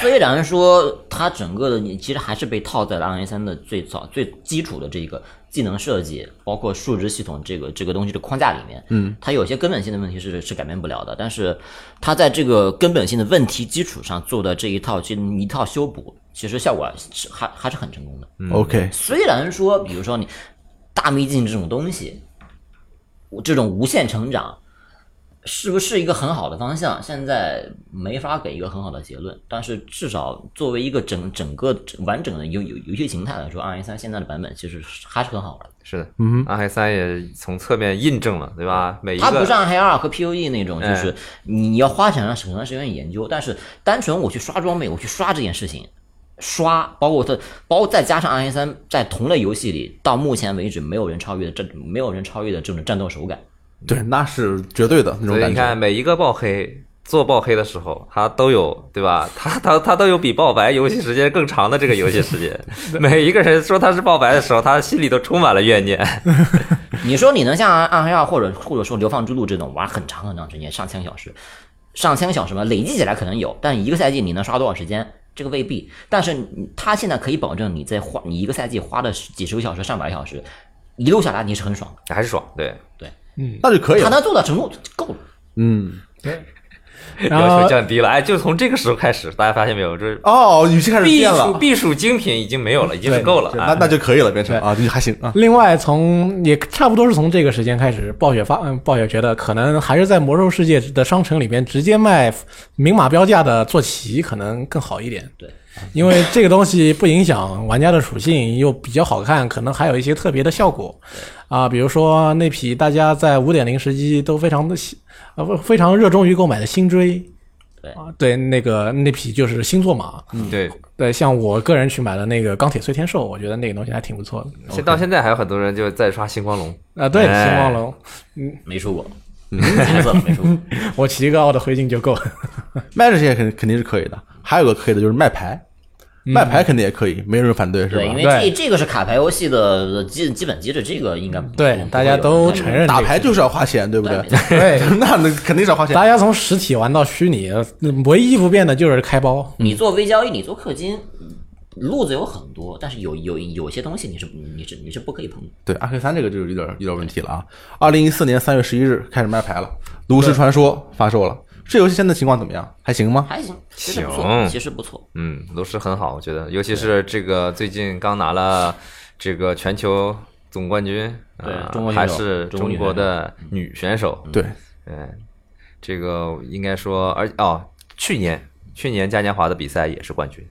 [SPEAKER 3] 虽然说它整个的你其实还是被套在了暗黑三的最早最基础的这个技能设计，包括数值系统这个这个东西的框架里面，嗯，它有些根本性的问题是是改变不了的，但是它在这个根本性的问题基础上做的这一套，其实一套修补，其实效果是还还是很成功的。
[SPEAKER 1] OK，
[SPEAKER 3] 虽然说，比如说你大秘境这种东西，我这种无限成长，是不是一个很好的方向？现在没法给一个很好的结论，但是至少作为一个整整个整完整的游游游戏形态来说，二零三现在的版本其实是还是很好玩的。
[SPEAKER 2] 是的，嗯，暗黑三也从侧面印证了，对吧？每一
[SPEAKER 3] 它不
[SPEAKER 2] 个哎
[SPEAKER 3] 像黑二和 POE 那种，就是你要花很啊长很长时间研究，但是单纯我去刷装备，我去刷这件事情，刷包括它，包括再加上 R 三在同类游戏里到目前为止没有人超越的这没有人超越的这种战斗
[SPEAKER 2] *laughs*
[SPEAKER 3] 手感，
[SPEAKER 1] 对，那是绝对的那种
[SPEAKER 2] 所以
[SPEAKER 1] 感
[SPEAKER 2] 你
[SPEAKER 1] 觉。
[SPEAKER 2] 看，每一个爆黑做爆黑的时候，他都有对
[SPEAKER 1] *laughs*
[SPEAKER 2] 吧？他他他都有比爆白游戏时间更长的这个游戏
[SPEAKER 1] *laughs*
[SPEAKER 2] 时间。每一个人说他是爆白的时候，他心里都充满了怨念。 *laughs*
[SPEAKER 3] 你说你能像暗黑二或者或者说流放之路这种玩很长很长时间，上千个小时，上千个小时嘛，累积起来可能有，但一个赛季你能刷多少时间？这个未必。但是你他现在可以保证你在花你一个赛季花了十几十个小时、上百个小时，一路下来你是很爽的。
[SPEAKER 2] 还是爽，对，
[SPEAKER 1] 那就可以
[SPEAKER 3] 他
[SPEAKER 1] 了。
[SPEAKER 3] 能做到程度就够了。
[SPEAKER 1] 嗯，
[SPEAKER 4] 然
[SPEAKER 2] 要求
[SPEAKER 4] 后
[SPEAKER 2] 降低了。哎，就从这个时候开始，大家发现没有，这
[SPEAKER 1] 哦，语气开始
[SPEAKER 2] 避
[SPEAKER 1] 变
[SPEAKER 2] 暑
[SPEAKER 1] 了，
[SPEAKER 2] 避暑精品已经没有了，已经是够了。
[SPEAKER 1] 那
[SPEAKER 2] 啊。
[SPEAKER 1] 那就可以了，变成啊，就还行啊。
[SPEAKER 4] 另外从也差不多是从这个时间开始，暴雪发嗯，暴雪觉得可能还是在魔兽世界的商城里面直接卖明码标价的坐骑可能更好一点。
[SPEAKER 3] 对，
[SPEAKER 4] 因为这个东西不影响玩家的属性，又比较好看，可能还有一些特别的效果啊，比如说那匹大家在五点零时机都非常的喜呃不非常热衷于购买的星锥。
[SPEAKER 3] 对
[SPEAKER 4] 啊，对，那个那匹就是星座马，
[SPEAKER 2] 嗯对，
[SPEAKER 4] 对，像我个人去买了那个钢铁碎天兽，我觉得那个东西还挺不错的。
[SPEAKER 2] 现到现在还有很多人就在刷星光龙，
[SPEAKER 4] 啊，对，
[SPEAKER 2] 哎
[SPEAKER 4] 星
[SPEAKER 2] *laughs*
[SPEAKER 4] 光龙，
[SPEAKER 3] 没输过，
[SPEAKER 4] *laughs*
[SPEAKER 3] 彩色没输过。
[SPEAKER 4] 我骑一个奥的灰烬就够了。
[SPEAKER 1] 卖这些肯肯定是可以的，还有个可以的就是卖牌，卖牌肯定也可以，没有人反对是吧
[SPEAKER 3] 对，因？为这
[SPEAKER 4] 对
[SPEAKER 3] 这个是卡牌游戏的基基本机制，这个应该不
[SPEAKER 4] 对，大家都承。认
[SPEAKER 1] 打
[SPEAKER 4] 这个
[SPEAKER 1] 牌就是要花钱，对不对？
[SPEAKER 4] 对，
[SPEAKER 1] *laughs* 那那肯定是要花钱。
[SPEAKER 4] 大家从实体玩到虚拟，呃唯一不变的就是开包。
[SPEAKER 3] 你做微交易，你做氪金，路子有很多，但是有有有些东西你是你是你是不可以碰的。
[SPEAKER 1] 对，阿克三这个就有点有点问题了啊。二零一四年三月十一日开始卖牌了，《炉石传说》发售了。这游戏现在情况怎么样？还行吗？
[SPEAKER 3] 还行，其实不
[SPEAKER 2] 行
[SPEAKER 3] 错，其实不错。
[SPEAKER 2] 嗯，炉石很好，我觉得，尤其是这个最近刚拿了这个全球总冠军，
[SPEAKER 3] 对
[SPEAKER 2] 啊
[SPEAKER 3] 中国选
[SPEAKER 2] 还
[SPEAKER 3] 手
[SPEAKER 2] 是
[SPEAKER 3] 中国
[SPEAKER 2] 中
[SPEAKER 3] 女
[SPEAKER 2] 国
[SPEAKER 3] 选手
[SPEAKER 2] 的女选手，
[SPEAKER 1] 对，
[SPEAKER 2] 嗯，这个应该说，而哦，去年去年嘉年华的比赛也是冠军，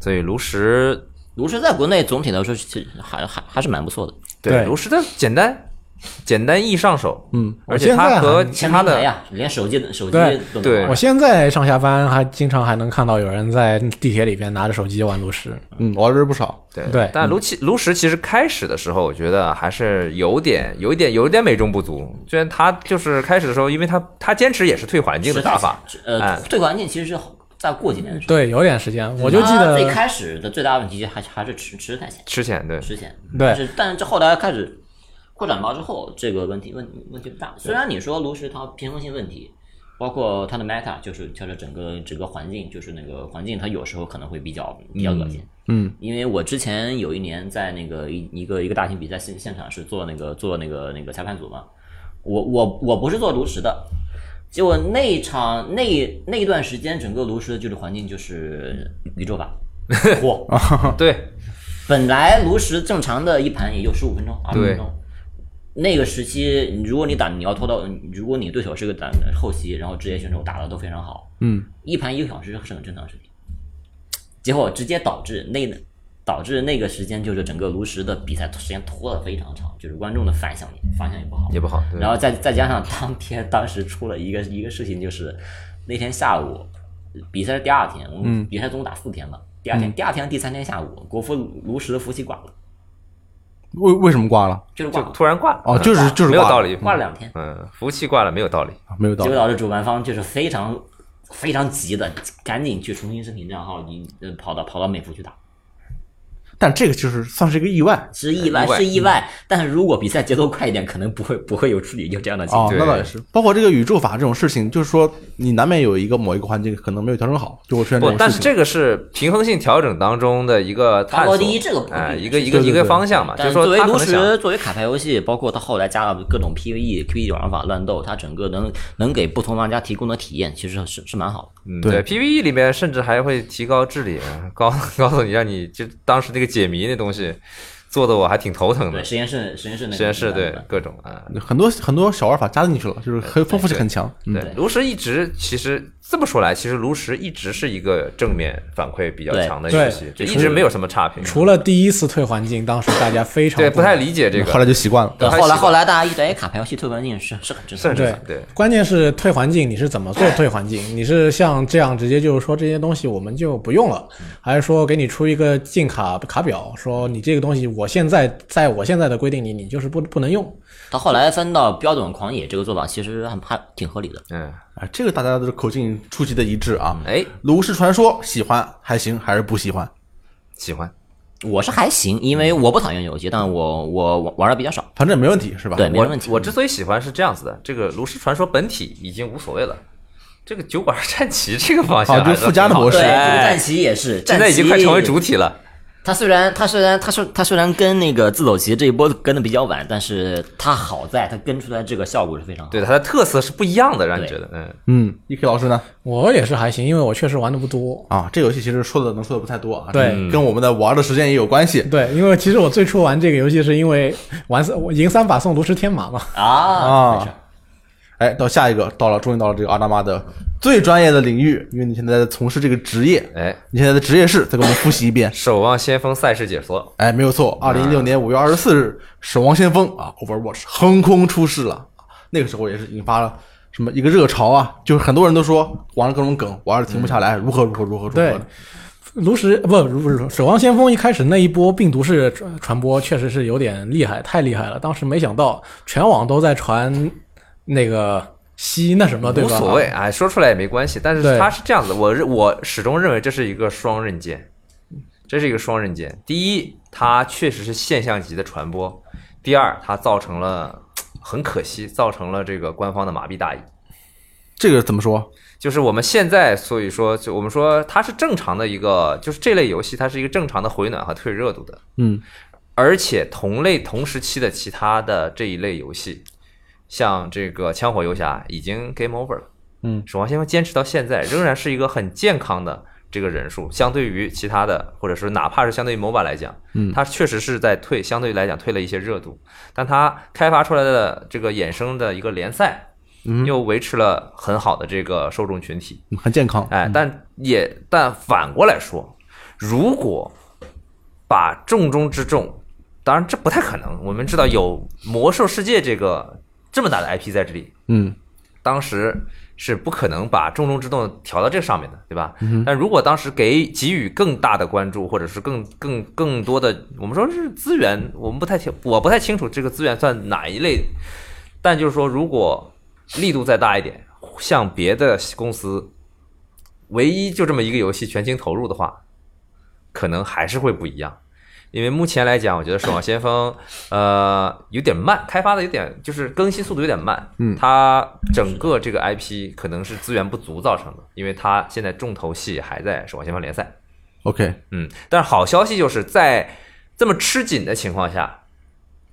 [SPEAKER 2] 所以炉石
[SPEAKER 3] 炉石在国内总体来说是还还还是蛮不错的，
[SPEAKER 4] 对
[SPEAKER 2] 炉石的简单简单易上手，嗯，而
[SPEAKER 4] 我
[SPEAKER 2] 且
[SPEAKER 4] 现在
[SPEAKER 2] 它
[SPEAKER 4] 还
[SPEAKER 2] 和其
[SPEAKER 3] 前
[SPEAKER 2] 他
[SPEAKER 3] 平
[SPEAKER 2] 的
[SPEAKER 3] 台呀，连手机的手机
[SPEAKER 4] 对
[SPEAKER 3] 都能
[SPEAKER 2] 对
[SPEAKER 3] 玩
[SPEAKER 4] 我现在上下班还经常还能看到有人在地铁里边拿着手机玩炉石。
[SPEAKER 1] 嗯，玩的人不少。
[SPEAKER 2] 对
[SPEAKER 4] 对
[SPEAKER 2] 但炉石炉石其实开始的时候，我觉得还是有点、有一点、有一点美中不足。虽然他就是开始的时候，因为他他坚持也是退环境的打法，
[SPEAKER 3] 呃
[SPEAKER 2] 哎，
[SPEAKER 3] 退环境其实是再过几年的事。
[SPEAKER 4] 对，有点时间，
[SPEAKER 2] 嗯
[SPEAKER 4] 我就记
[SPEAKER 3] 它最
[SPEAKER 4] 得
[SPEAKER 3] 啊开始的最大问题还是还是迟迟太前。
[SPEAKER 2] 吃钱对。
[SPEAKER 3] 之前，
[SPEAKER 4] 对
[SPEAKER 3] 但是但是这后来开始扩展包之后，这个问题问问题不大。虽然你说炉石它平衡性问题，包括它的 meta 就是就是整个整个环境，就是那个环境它有时候可能会比较比较恶心。
[SPEAKER 1] 嗯，
[SPEAKER 3] 因为我之前有一年在那个一一个一个大型比赛现现场是做那个做那个那个裁判组嘛，我我我不是做炉石的。结果那一场那那一段时间，整个炉石的剧烈环境就是宇宙法，嚯，
[SPEAKER 2] 对，
[SPEAKER 3] 本来炉石正常的一盘也就十五分钟、二十
[SPEAKER 2] 对
[SPEAKER 3] 分钟。那个时期，如果你打，你要拖到，如果你对手是个打后期，然后职业选手打的都非常好，
[SPEAKER 1] 嗯，
[SPEAKER 3] 一盘一个小时是很正常的事情。结果直接导致那导致那个时间就是整个炉石的比赛时间拖得非常长，就是观众的反响也反响也不好，
[SPEAKER 2] 也不好。对
[SPEAKER 3] 然后再再加上当天当时出了一个一个事情，就是那天下午比赛是第二天，我
[SPEAKER 2] 嗯
[SPEAKER 3] 们比赛总共打四天嘛，第二天、第二天第三天下午，国服炉石的服气挂了，
[SPEAKER 1] 为为什么挂了？
[SPEAKER 3] 就是
[SPEAKER 2] 就
[SPEAKER 3] 挂了，
[SPEAKER 2] 突然挂了
[SPEAKER 1] 哦，就是就是
[SPEAKER 2] 没有
[SPEAKER 1] 挂了
[SPEAKER 2] 道理，
[SPEAKER 3] 挂了两天，
[SPEAKER 2] 嗯，服务器挂了没有道理，
[SPEAKER 1] 啊没有道
[SPEAKER 3] 结果
[SPEAKER 1] 理。
[SPEAKER 3] 导致主办方就是非常非常急的，赶紧去重新申请账号，你呃跑到跑到美服去打，
[SPEAKER 1] 但这个就是算是一个意外
[SPEAKER 3] 是意外
[SPEAKER 2] 意外嗯
[SPEAKER 3] 是意外，但是如果比赛节奏快一点，可能不会不会有处理掉这样的情
[SPEAKER 1] 哦
[SPEAKER 2] 对，
[SPEAKER 1] 那倒也是。包括这个宇宙法这种事情，就是说你难免有一个某一个环节可能没有调整好，就会出现这
[SPEAKER 2] 不，
[SPEAKER 1] 种
[SPEAKER 2] 但
[SPEAKER 1] 事
[SPEAKER 2] 是
[SPEAKER 1] 情。
[SPEAKER 2] 这个是平衡性调整当中的一个探
[SPEAKER 3] 况。
[SPEAKER 2] 索，
[SPEAKER 3] 高第一这个不
[SPEAKER 2] 哎，
[SPEAKER 3] 会
[SPEAKER 2] 一个一个
[SPEAKER 1] 对对
[SPEAKER 2] 一个
[SPEAKER 1] 对
[SPEAKER 2] 方向啊嘛，就
[SPEAKER 3] 但
[SPEAKER 2] 是
[SPEAKER 3] 是作
[SPEAKER 2] 说
[SPEAKER 3] 为
[SPEAKER 2] 他可
[SPEAKER 3] 炉
[SPEAKER 2] 能想
[SPEAKER 3] 石，作为卡牌游戏，包括它后来加了各种 E PVE、PVE 玩法、乱斗，它整个能能给不同玩家提供的体验，其实是是蛮好的。
[SPEAKER 2] 嗯，
[SPEAKER 1] 对
[SPEAKER 2] 对 PVE 里面甚至还会提高智力， *laughs* 告告诉你让你就当时那个解谜那东西做的我还挺头疼
[SPEAKER 3] 对，
[SPEAKER 2] 的，
[SPEAKER 3] 实验室实验室那个
[SPEAKER 2] 实验室
[SPEAKER 3] 版
[SPEAKER 2] 对
[SPEAKER 3] 本
[SPEAKER 2] 各种啊。
[SPEAKER 1] 很多很多小玩法加进去了，就是很丰富性很强。嗯
[SPEAKER 2] 对，炉石一直其实这么说来，其实炉石一直是一个正面反馈比较
[SPEAKER 3] 对
[SPEAKER 2] 强的
[SPEAKER 4] 对
[SPEAKER 2] 游戏，就一直没有什么差评。
[SPEAKER 4] 除了第一次退环境，当时大家非常
[SPEAKER 2] 对不太
[SPEAKER 4] 满
[SPEAKER 2] 理解这个，
[SPEAKER 1] 后来就习惯了。
[SPEAKER 3] 对，
[SPEAKER 2] 还
[SPEAKER 3] 后来
[SPEAKER 2] 习惯
[SPEAKER 3] 后来大家一堆哎卡牌游戏退环境是是很正常
[SPEAKER 2] 甚
[SPEAKER 3] 的。
[SPEAKER 2] 至
[SPEAKER 4] 对
[SPEAKER 2] 对
[SPEAKER 4] 关键是退环境，你是怎么做退环境？你是像这样直接就是说这些东西我们就不用了，
[SPEAKER 2] 嗯
[SPEAKER 4] 还是说给你出一个进卡卡表，说你这个东西我现在在我现在的规定里你就是不不能用？
[SPEAKER 3] 到后来分到标准狂野这个做法，其实还还挺合理的。
[SPEAKER 2] 嗯，
[SPEAKER 1] 哎，这个大家的口径出奇的一致啊。
[SPEAKER 2] 哎，
[SPEAKER 1] 炉石传说喜欢还行，还是不喜欢？
[SPEAKER 2] 喜欢，
[SPEAKER 3] 我是还行，因为我不讨厌游戏，但我我我玩的比较少。
[SPEAKER 1] 反正也没问题是吧？
[SPEAKER 3] 对没
[SPEAKER 2] 我
[SPEAKER 3] 问题
[SPEAKER 2] 我之所以喜欢是这样子的，这个炉石传说本体已经无所谓了，这个酒馆 *laughs* 战旗这个方向
[SPEAKER 1] 啊就
[SPEAKER 2] 还是
[SPEAKER 1] 附加的
[SPEAKER 2] 很好
[SPEAKER 1] 模式
[SPEAKER 3] 对，
[SPEAKER 1] 是
[SPEAKER 3] 这个
[SPEAKER 2] 哎
[SPEAKER 3] 战旗也是，
[SPEAKER 2] 现在已经快成为主
[SPEAKER 3] 体。
[SPEAKER 2] 体了。
[SPEAKER 3] 它虽然它虽然它虽它虽然跟那个自走棋这一波跟的比较晚，但是它好在它跟出来这个效果是非常好。
[SPEAKER 2] 对它的特色是不一样的，让你
[SPEAKER 3] 对
[SPEAKER 2] 觉得，嗯，
[SPEAKER 1] 嗯，E.K 老师呢？
[SPEAKER 4] 我也是还行，因为我确实玩的不多。
[SPEAKER 1] 啊，这游戏其实说的能说的不太多啊，
[SPEAKER 4] 对
[SPEAKER 1] 嗯跟我们的玩的时间也有关系。
[SPEAKER 4] 对，因为其实我最初玩这个游戏是因为玩三我赢三把送炉石天马嘛。
[SPEAKER 3] 啊，没事
[SPEAKER 1] 啊哎，到下一个，到了，终于到了这个阿大妈的最专业的领域，因为你现在在从事这个职业，
[SPEAKER 2] 哎，。
[SPEAKER 1] 你现在的职业是，再给我们复习一遍
[SPEAKER 2] 守望先锋赛事解说，
[SPEAKER 1] 哎，没有错，二零一六年五月二十四日，《守望先锋》啊，Overwatch 横空出世了。那个时候也是引发了什么一个热潮啊，就是很多人都说玩了各种梗，玩了停不下来，如何如何如何如何
[SPEAKER 4] 对
[SPEAKER 1] 的。，
[SPEAKER 4] 炉石不不不是守望先锋一开始那一波病毒式传传播确实是有点厉害，太厉害了。当时没想到全网都在传那个吸那什么，啊对
[SPEAKER 2] 无
[SPEAKER 4] 吧？
[SPEAKER 2] 所谓，哎，说出来也没关系。但是
[SPEAKER 4] 对
[SPEAKER 2] 它是这样子，我认我始终认为这是一个双刃剑，这是一个双刃剑。第一，它确实是现象级的传播；第二，它造成了很可惜，造成了这个官方的麻痹大意。
[SPEAKER 1] 这个怎么说？
[SPEAKER 2] 就是我们现在，所以说，就我们说它是正常的一个，就是这类游戏它是一个正常的回暖和退热度的，
[SPEAKER 1] 嗯，
[SPEAKER 2] 而且同类同时期的其他的这一类游戏，像这个《枪火游侠》已经 game over 了，
[SPEAKER 1] 嗯
[SPEAKER 2] 守望先锋坚持到现在仍然是一个很健康的这个人数，相对于其他的，或者说哪怕是相对于 MOBA 来讲，
[SPEAKER 1] 嗯
[SPEAKER 2] 它确实是在退，相对来讲退了一些热度，但它开发出来的这个衍生的一个联赛。又维持了很好的这个受众群体，
[SPEAKER 1] 嗯很健康。
[SPEAKER 2] 哎，但也但反过来说，如果把重中之重，当然这不太可能。我们知道有《魔兽世界》这个这么大的 IP 在这里，
[SPEAKER 1] 嗯，
[SPEAKER 2] 当时是不可能把重中之重调到这上面的，对吧？但如果当时给给予更大的关注，或者是更更更多的，我们说是资源，我们不太清，我不太清楚这个资源算哪一类，但就是说，如果力度再大一点，像别的公司，唯一就这么一个游戏全情投入的话，可能还是会不一样。因为目前来讲，我觉得《守望先锋》呃有点慢，开发的有点就是更新速度有点慢。
[SPEAKER 1] 嗯
[SPEAKER 2] 它整个这个 IP 可能是资源不足造成的，因为它现在重头戏还在《守望先锋》联赛。
[SPEAKER 1] OK，
[SPEAKER 2] 嗯，但是好消息就是在这么吃紧的情况下，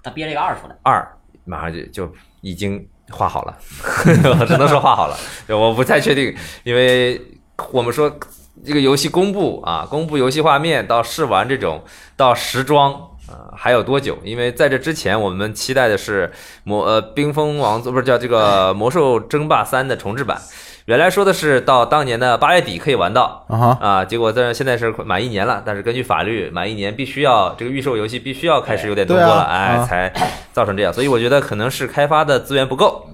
[SPEAKER 3] 他憋了一个二出来，
[SPEAKER 2] 二马上就就已经画好了， *laughs* 只能说画好了。就我不太确定，因为我们说这个游戏公布啊，公布游戏画面到试玩这种到时装啊、还有多久？因为在这之前，我们期待的是魔呃冰封王座不是叫这个魔兽争霸三的重置版。原来说的是到当年的八月底可以玩到，
[SPEAKER 1] 啊哈，
[SPEAKER 2] 啊，结果但是现在是满一年了，但是根据法律，满一年必须要这个预售游戏必须要开始有点动作
[SPEAKER 1] 对
[SPEAKER 2] 了，
[SPEAKER 1] 啊
[SPEAKER 2] 哎，
[SPEAKER 1] 啊
[SPEAKER 2] 才造成这样。所以我觉得可能是开发的资源不够。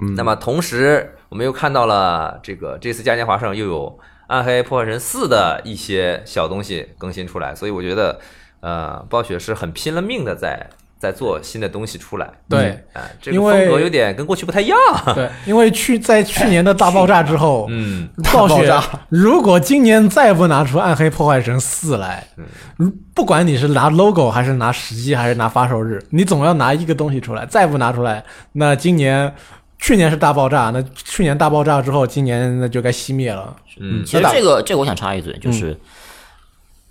[SPEAKER 2] 嗯，那么同时我们又看到了这个这次嘉年华上又有《暗黑破坏神四》的一些小东西更新出来，所以我觉得呃，暴雪是很拼了命的在在做新的东西出来。 *laughs*
[SPEAKER 4] 对
[SPEAKER 2] 啊、这个
[SPEAKER 4] 因
[SPEAKER 2] 风
[SPEAKER 4] 为
[SPEAKER 2] 格有点跟过去不太一样。
[SPEAKER 4] 对，因为去在去年的大爆炸之后，
[SPEAKER 2] 嗯，
[SPEAKER 4] *laughs* 暴雪
[SPEAKER 1] 大爆
[SPEAKER 4] 如果今年再不拿出《暗黑破坏神四》来，
[SPEAKER 3] 嗯
[SPEAKER 4] 如不管你是拿 logo 还是拿时机还是拿发售日，你总要拿一个东西出来。再不拿出来，那今年去年是大爆炸，那去年大爆炸之后，今年那就该熄灭了。
[SPEAKER 2] 嗯
[SPEAKER 3] 其实这个这个我想插一嘴，就是、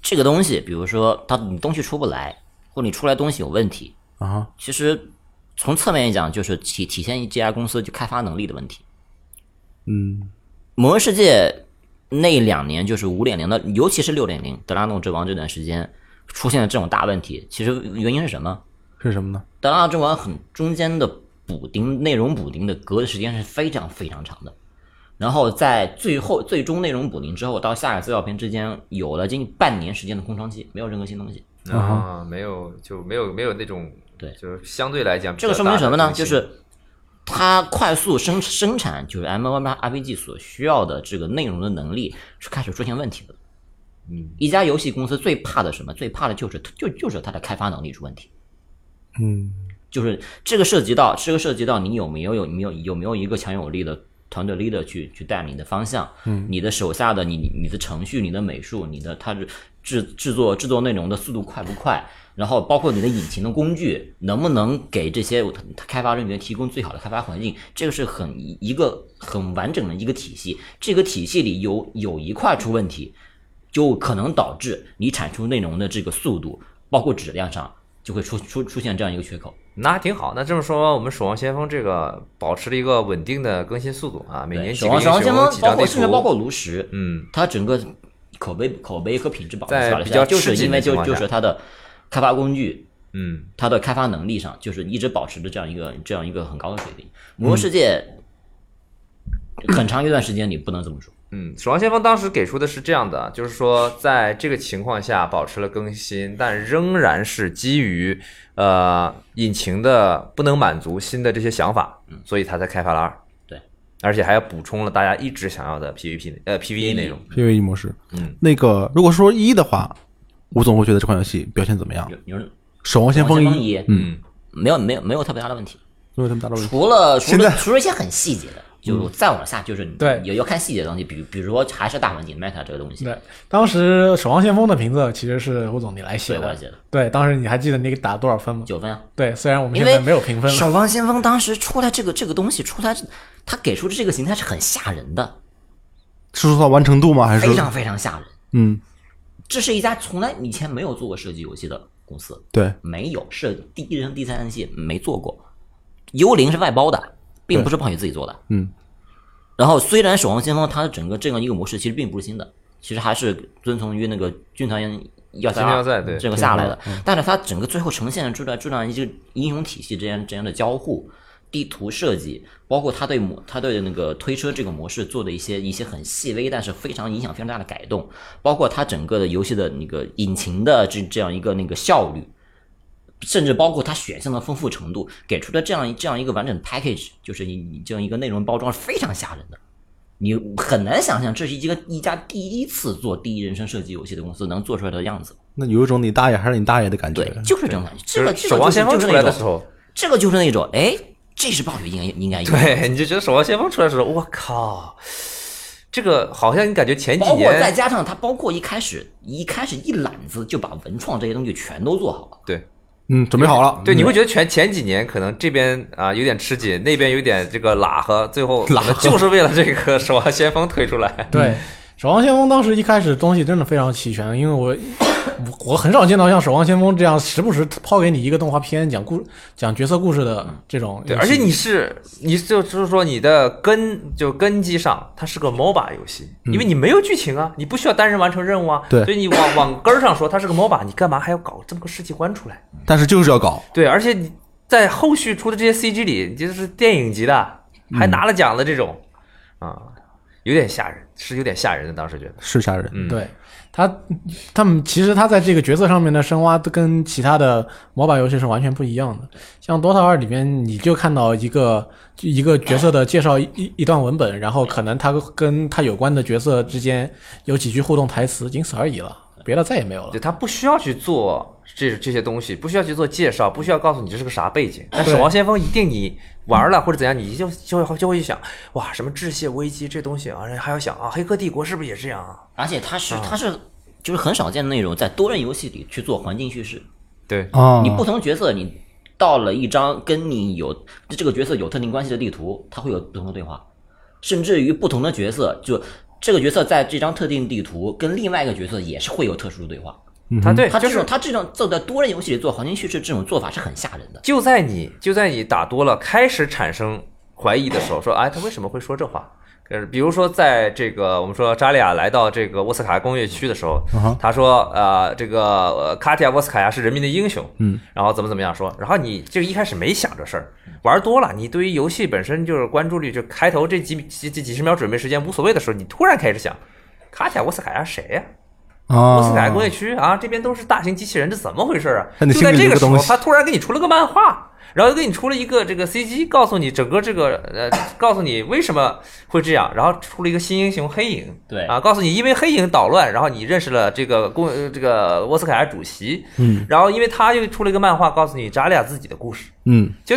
[SPEAKER 3] 这个东西，比如说它你东西出不来，或者你出来东西有问题，
[SPEAKER 1] 啊，
[SPEAKER 3] 其实从侧面一讲，就是体体现于这家公司就开发能力的问题。
[SPEAKER 1] 嗯，
[SPEAKER 3] 《魔兽世界》那两年就是五点零的，尤其是六点零德拉诺之王这段时间出现了这种大问题，其实原因是什么？
[SPEAKER 1] 是什么呢？
[SPEAKER 3] 德拉诺之王很中间的补丁内容补丁的隔的时间是非常非常长的，然后在最后最终内容补丁之后到下个资料片之间有了近半年时间的空窗期，没有任何新东西。
[SPEAKER 2] 啊，没有就没有没有那种
[SPEAKER 3] 对
[SPEAKER 2] 就是相对来讲比
[SPEAKER 3] 这
[SPEAKER 2] 较
[SPEAKER 3] 个说
[SPEAKER 2] 大的
[SPEAKER 3] 明什么呢？
[SPEAKER 2] 更
[SPEAKER 3] 就
[SPEAKER 2] 新
[SPEAKER 3] 是它快速生生产就是 M M R P G 所需要的这个内容的能力是开始出现问题的。
[SPEAKER 2] 嗯，
[SPEAKER 3] 一家游戏公司最怕的是什么？最怕的就是就就是它的开发能力出问题。
[SPEAKER 1] 嗯，
[SPEAKER 3] 就是这个涉及到这个涉及到你有没有有没有有没有一个强有力的团队 leader 去去带领你的方向，嗯，你的手下的你你你的程序、你的美术、你的它是制制作制作内容的速度快不快，然后包括你的引擎的工具能不能给这些它开发人员提供最好的开发环境，这个是很一个很完整的一个体系。这个体系里有有一块出问题，就可能导致你产出内容的这个速度，包括质量上就会出出出现这样一个缺口。
[SPEAKER 2] 那挺好。那这么说，我们《守望先锋》这个保持了一个稳定的更新速度啊，每
[SPEAKER 3] 对
[SPEAKER 2] 年几
[SPEAKER 3] 守
[SPEAKER 2] 个英
[SPEAKER 3] 望守望
[SPEAKER 2] 雄
[SPEAKER 3] 先锋
[SPEAKER 2] 几
[SPEAKER 3] 包
[SPEAKER 2] 张地
[SPEAKER 3] 括甚至包
[SPEAKER 2] 图，
[SPEAKER 3] 括炉石，
[SPEAKER 2] 嗯，
[SPEAKER 3] 它整个口碑口碑和品质保持
[SPEAKER 2] 在
[SPEAKER 3] 下来，
[SPEAKER 2] 比较
[SPEAKER 3] 就是
[SPEAKER 2] 吃紧
[SPEAKER 3] 因为
[SPEAKER 2] 的情
[SPEAKER 3] 就
[SPEAKER 2] 况
[SPEAKER 3] 就
[SPEAKER 2] 下
[SPEAKER 3] 是它的开发工具
[SPEAKER 2] 嗯，
[SPEAKER 3] 它的开发能力上，就是一直保持着这样一个这样一个很高的水平。魔兽世界很长一段时间里不能这么说，
[SPEAKER 2] 嗯，守望先锋当时给出的是这样的，就是说，在这个情况下保持了更新，但仍然是基于呃引擎的不能满足新的这些想法，所以他才开发了二。
[SPEAKER 3] 对，
[SPEAKER 2] 而且还补充了大家一直想要的 PVP 呃 PVE 内容。
[SPEAKER 1] PVE 模式。
[SPEAKER 2] 嗯，
[SPEAKER 1] 那个如果说一的话，吴总会觉得这款游戏表现怎么样？
[SPEAKER 3] 有有人
[SPEAKER 1] 守望先锋
[SPEAKER 3] 先锋
[SPEAKER 1] 一，
[SPEAKER 3] 一
[SPEAKER 2] 嗯，
[SPEAKER 3] 没有没有没有特别大的问题，
[SPEAKER 1] 因为他们大陆人
[SPEAKER 3] 除了除
[SPEAKER 1] 现在
[SPEAKER 3] 了除了一些很细节的，
[SPEAKER 2] 嗯
[SPEAKER 3] 就再往下就是
[SPEAKER 4] 对
[SPEAKER 3] 也要看细节的东西，比如比如说还是大环境 meta 这个东西，
[SPEAKER 4] 对，当时《守望先锋》的评测其实是吴总你来写
[SPEAKER 3] 对我
[SPEAKER 4] 的
[SPEAKER 3] 来写的，
[SPEAKER 4] 对，当时你还记得你打了多少分吗？
[SPEAKER 3] 九分啊。
[SPEAKER 4] 对，虽然我们
[SPEAKER 3] 因
[SPEAKER 4] 现
[SPEAKER 3] 为
[SPEAKER 4] 在没有评分了，
[SPEAKER 3] 守望先锋当时出来这个这个东西出来，他给出的这个形态是很吓人的，
[SPEAKER 1] 是说到完成度吗？还是
[SPEAKER 3] 非常非常吓人。
[SPEAKER 1] 嗯，
[SPEAKER 3] 这是一家从来以前没有做过射击游戏的公司，
[SPEAKER 1] 对，
[SPEAKER 3] 没有射第一人称、第三人系没做过。幽灵是外包的，并不是暴雪自己做的。
[SPEAKER 1] 嗯。
[SPEAKER 3] 然后虽然守望先锋它的整个这样一个模式其实并不是新的，其实还是遵从于那个军团要塞
[SPEAKER 2] 军团
[SPEAKER 3] 二
[SPEAKER 2] 要塞对
[SPEAKER 3] 这个下来的，但是它整个最后呈现出来这样一个英雄体系之间之间的交互。地图设计，包括它对模，它对那个推车这个模式做的一些一些很细微，但是非常影响非常大的改动，包括它整个的游戏的那个引擎的这这样一个那个效率，甚至包括它选项的丰富程度，给出的这样这样一个完整的 package，就是你你这样一个内容包装是非常吓人的。你很难想象这是一个一家第一次做第一人称射击游戏的公司能做出来的样子。
[SPEAKER 1] 那有一种你大爷还是你大爷的感觉
[SPEAKER 3] 对，。就是这种感觉。这个这个
[SPEAKER 2] 就是守
[SPEAKER 3] 就
[SPEAKER 2] 望
[SPEAKER 3] 是
[SPEAKER 2] 先锋
[SPEAKER 3] 就是
[SPEAKER 2] 出来
[SPEAKER 3] 那
[SPEAKER 2] 的时
[SPEAKER 3] 种，
[SPEAKER 2] 候，
[SPEAKER 3] 这个就是那种，哎，这是暴雪应该应该有的。
[SPEAKER 2] *laughs* 对，你就觉得守望先锋出来的时候，我靠，这个好像你感觉前几
[SPEAKER 3] 包括再
[SPEAKER 2] 年
[SPEAKER 3] 加上它，包括一开始一开始一揽子就把文创这些东西全都做好了。
[SPEAKER 2] 对
[SPEAKER 1] 嗯，准备好了。
[SPEAKER 2] 对，
[SPEAKER 1] 嗯
[SPEAKER 2] 你会觉得前前几年可能这边啊有点吃紧，那边有点这个拉和，最后拉就是为了这个守望先锋推出来。
[SPEAKER 4] 对，《守望先锋》当时一开始东西真的非常齐全，因为我 *coughs* 我我很少见到像《守望先锋》这样时不时抛给你一个动画片讲故讲角色故事的这种游戏。
[SPEAKER 2] 嗯对，而且你是你就就是说你的根就根基上，它是个 MOBA 游戏，因为你没有剧情啊，你不需要单人完成任务啊，
[SPEAKER 1] 对
[SPEAKER 2] 所以你往往根儿上说它是个 MOBA，你干嘛还要搞这么个世界观出来？
[SPEAKER 1] 嗯但是就是要搞，
[SPEAKER 2] 对，而且你在后续出的这些 CG 里，就是电影级的，还拿了奖的这种，啊，有点吓人，是有点吓人的。当时觉得，
[SPEAKER 1] 是吓人。
[SPEAKER 2] 嗯，，
[SPEAKER 4] 对他他们其实他在这个角色上面的深挖都跟其他的 MOBA 游戏是完全不一样的。像 DOTA 二里面，你就看到一个就一个角色的介绍一一一段文本，然后可能他跟他有关的角色之间有几句互动台词，仅此而已了，别的再也没有了
[SPEAKER 2] 就。他不需要去做这这些东西不需要去做介绍，不需要告诉你这是个啥背景。但《守望先锋》一定你玩了或者怎样，你就就会就会去想，哇，什么致谢危机这东西啊，还要想啊，《黑客帝国》是不是也这样啊？
[SPEAKER 3] 而且它是它是就是很少见的那种在多人游戏里去做环境叙事，
[SPEAKER 2] 对，
[SPEAKER 4] 啊
[SPEAKER 3] 你不同角色你到了一张跟你有这个角色有特定关系的地图，它会有不同的对话，甚至于不同的角色就。这个角色在这张特定地图跟另外一个角色也是会有特殊的对话，
[SPEAKER 2] 他对
[SPEAKER 3] 他
[SPEAKER 2] 就
[SPEAKER 3] 这
[SPEAKER 2] 是
[SPEAKER 3] 种他这种做在多人游戏里做环境叙事这种做法是很吓人
[SPEAKER 2] *laughs*
[SPEAKER 3] 的。
[SPEAKER 2] 就在你就在你打多了开始产生怀疑的时候，说哎，他为什么会说这话？呃，比如说，在这个我们说扎利亚来到这个沃斯卡工业区的时候，他说，呃，这个呃卡提亚沃斯卡亚是人民的英雄，嗯，然后怎么怎么样说，然后你就一开始没想这事儿，玩多了，你对于游戏本身就是关注率，就开头这几几几几十秒准备时间无所谓的时候，你突然开始想，卡提亚沃斯卡亚谁呀、
[SPEAKER 4] 啊，
[SPEAKER 2] 莫斯凯工业区啊，这边都是大型机器人，这怎么回事啊？
[SPEAKER 1] 那你
[SPEAKER 2] 就在
[SPEAKER 1] 心里
[SPEAKER 2] 这
[SPEAKER 1] 有
[SPEAKER 2] 个
[SPEAKER 1] 个
[SPEAKER 2] 时候
[SPEAKER 1] 东，西
[SPEAKER 2] 他突然给你出了个漫画，然后又给你出了一个这个 CG，告诉你整个这个呃，告诉你为什么会这样，然后出了一个新英雄黑影，
[SPEAKER 3] 对
[SPEAKER 2] 啊，告诉你因为黑影捣乱，然后你认识了这个公呃这个沃斯凯尔主席，嗯，然后因为他又出了一个漫画，告诉你扎利亚自己的故事，
[SPEAKER 1] 嗯，
[SPEAKER 2] 就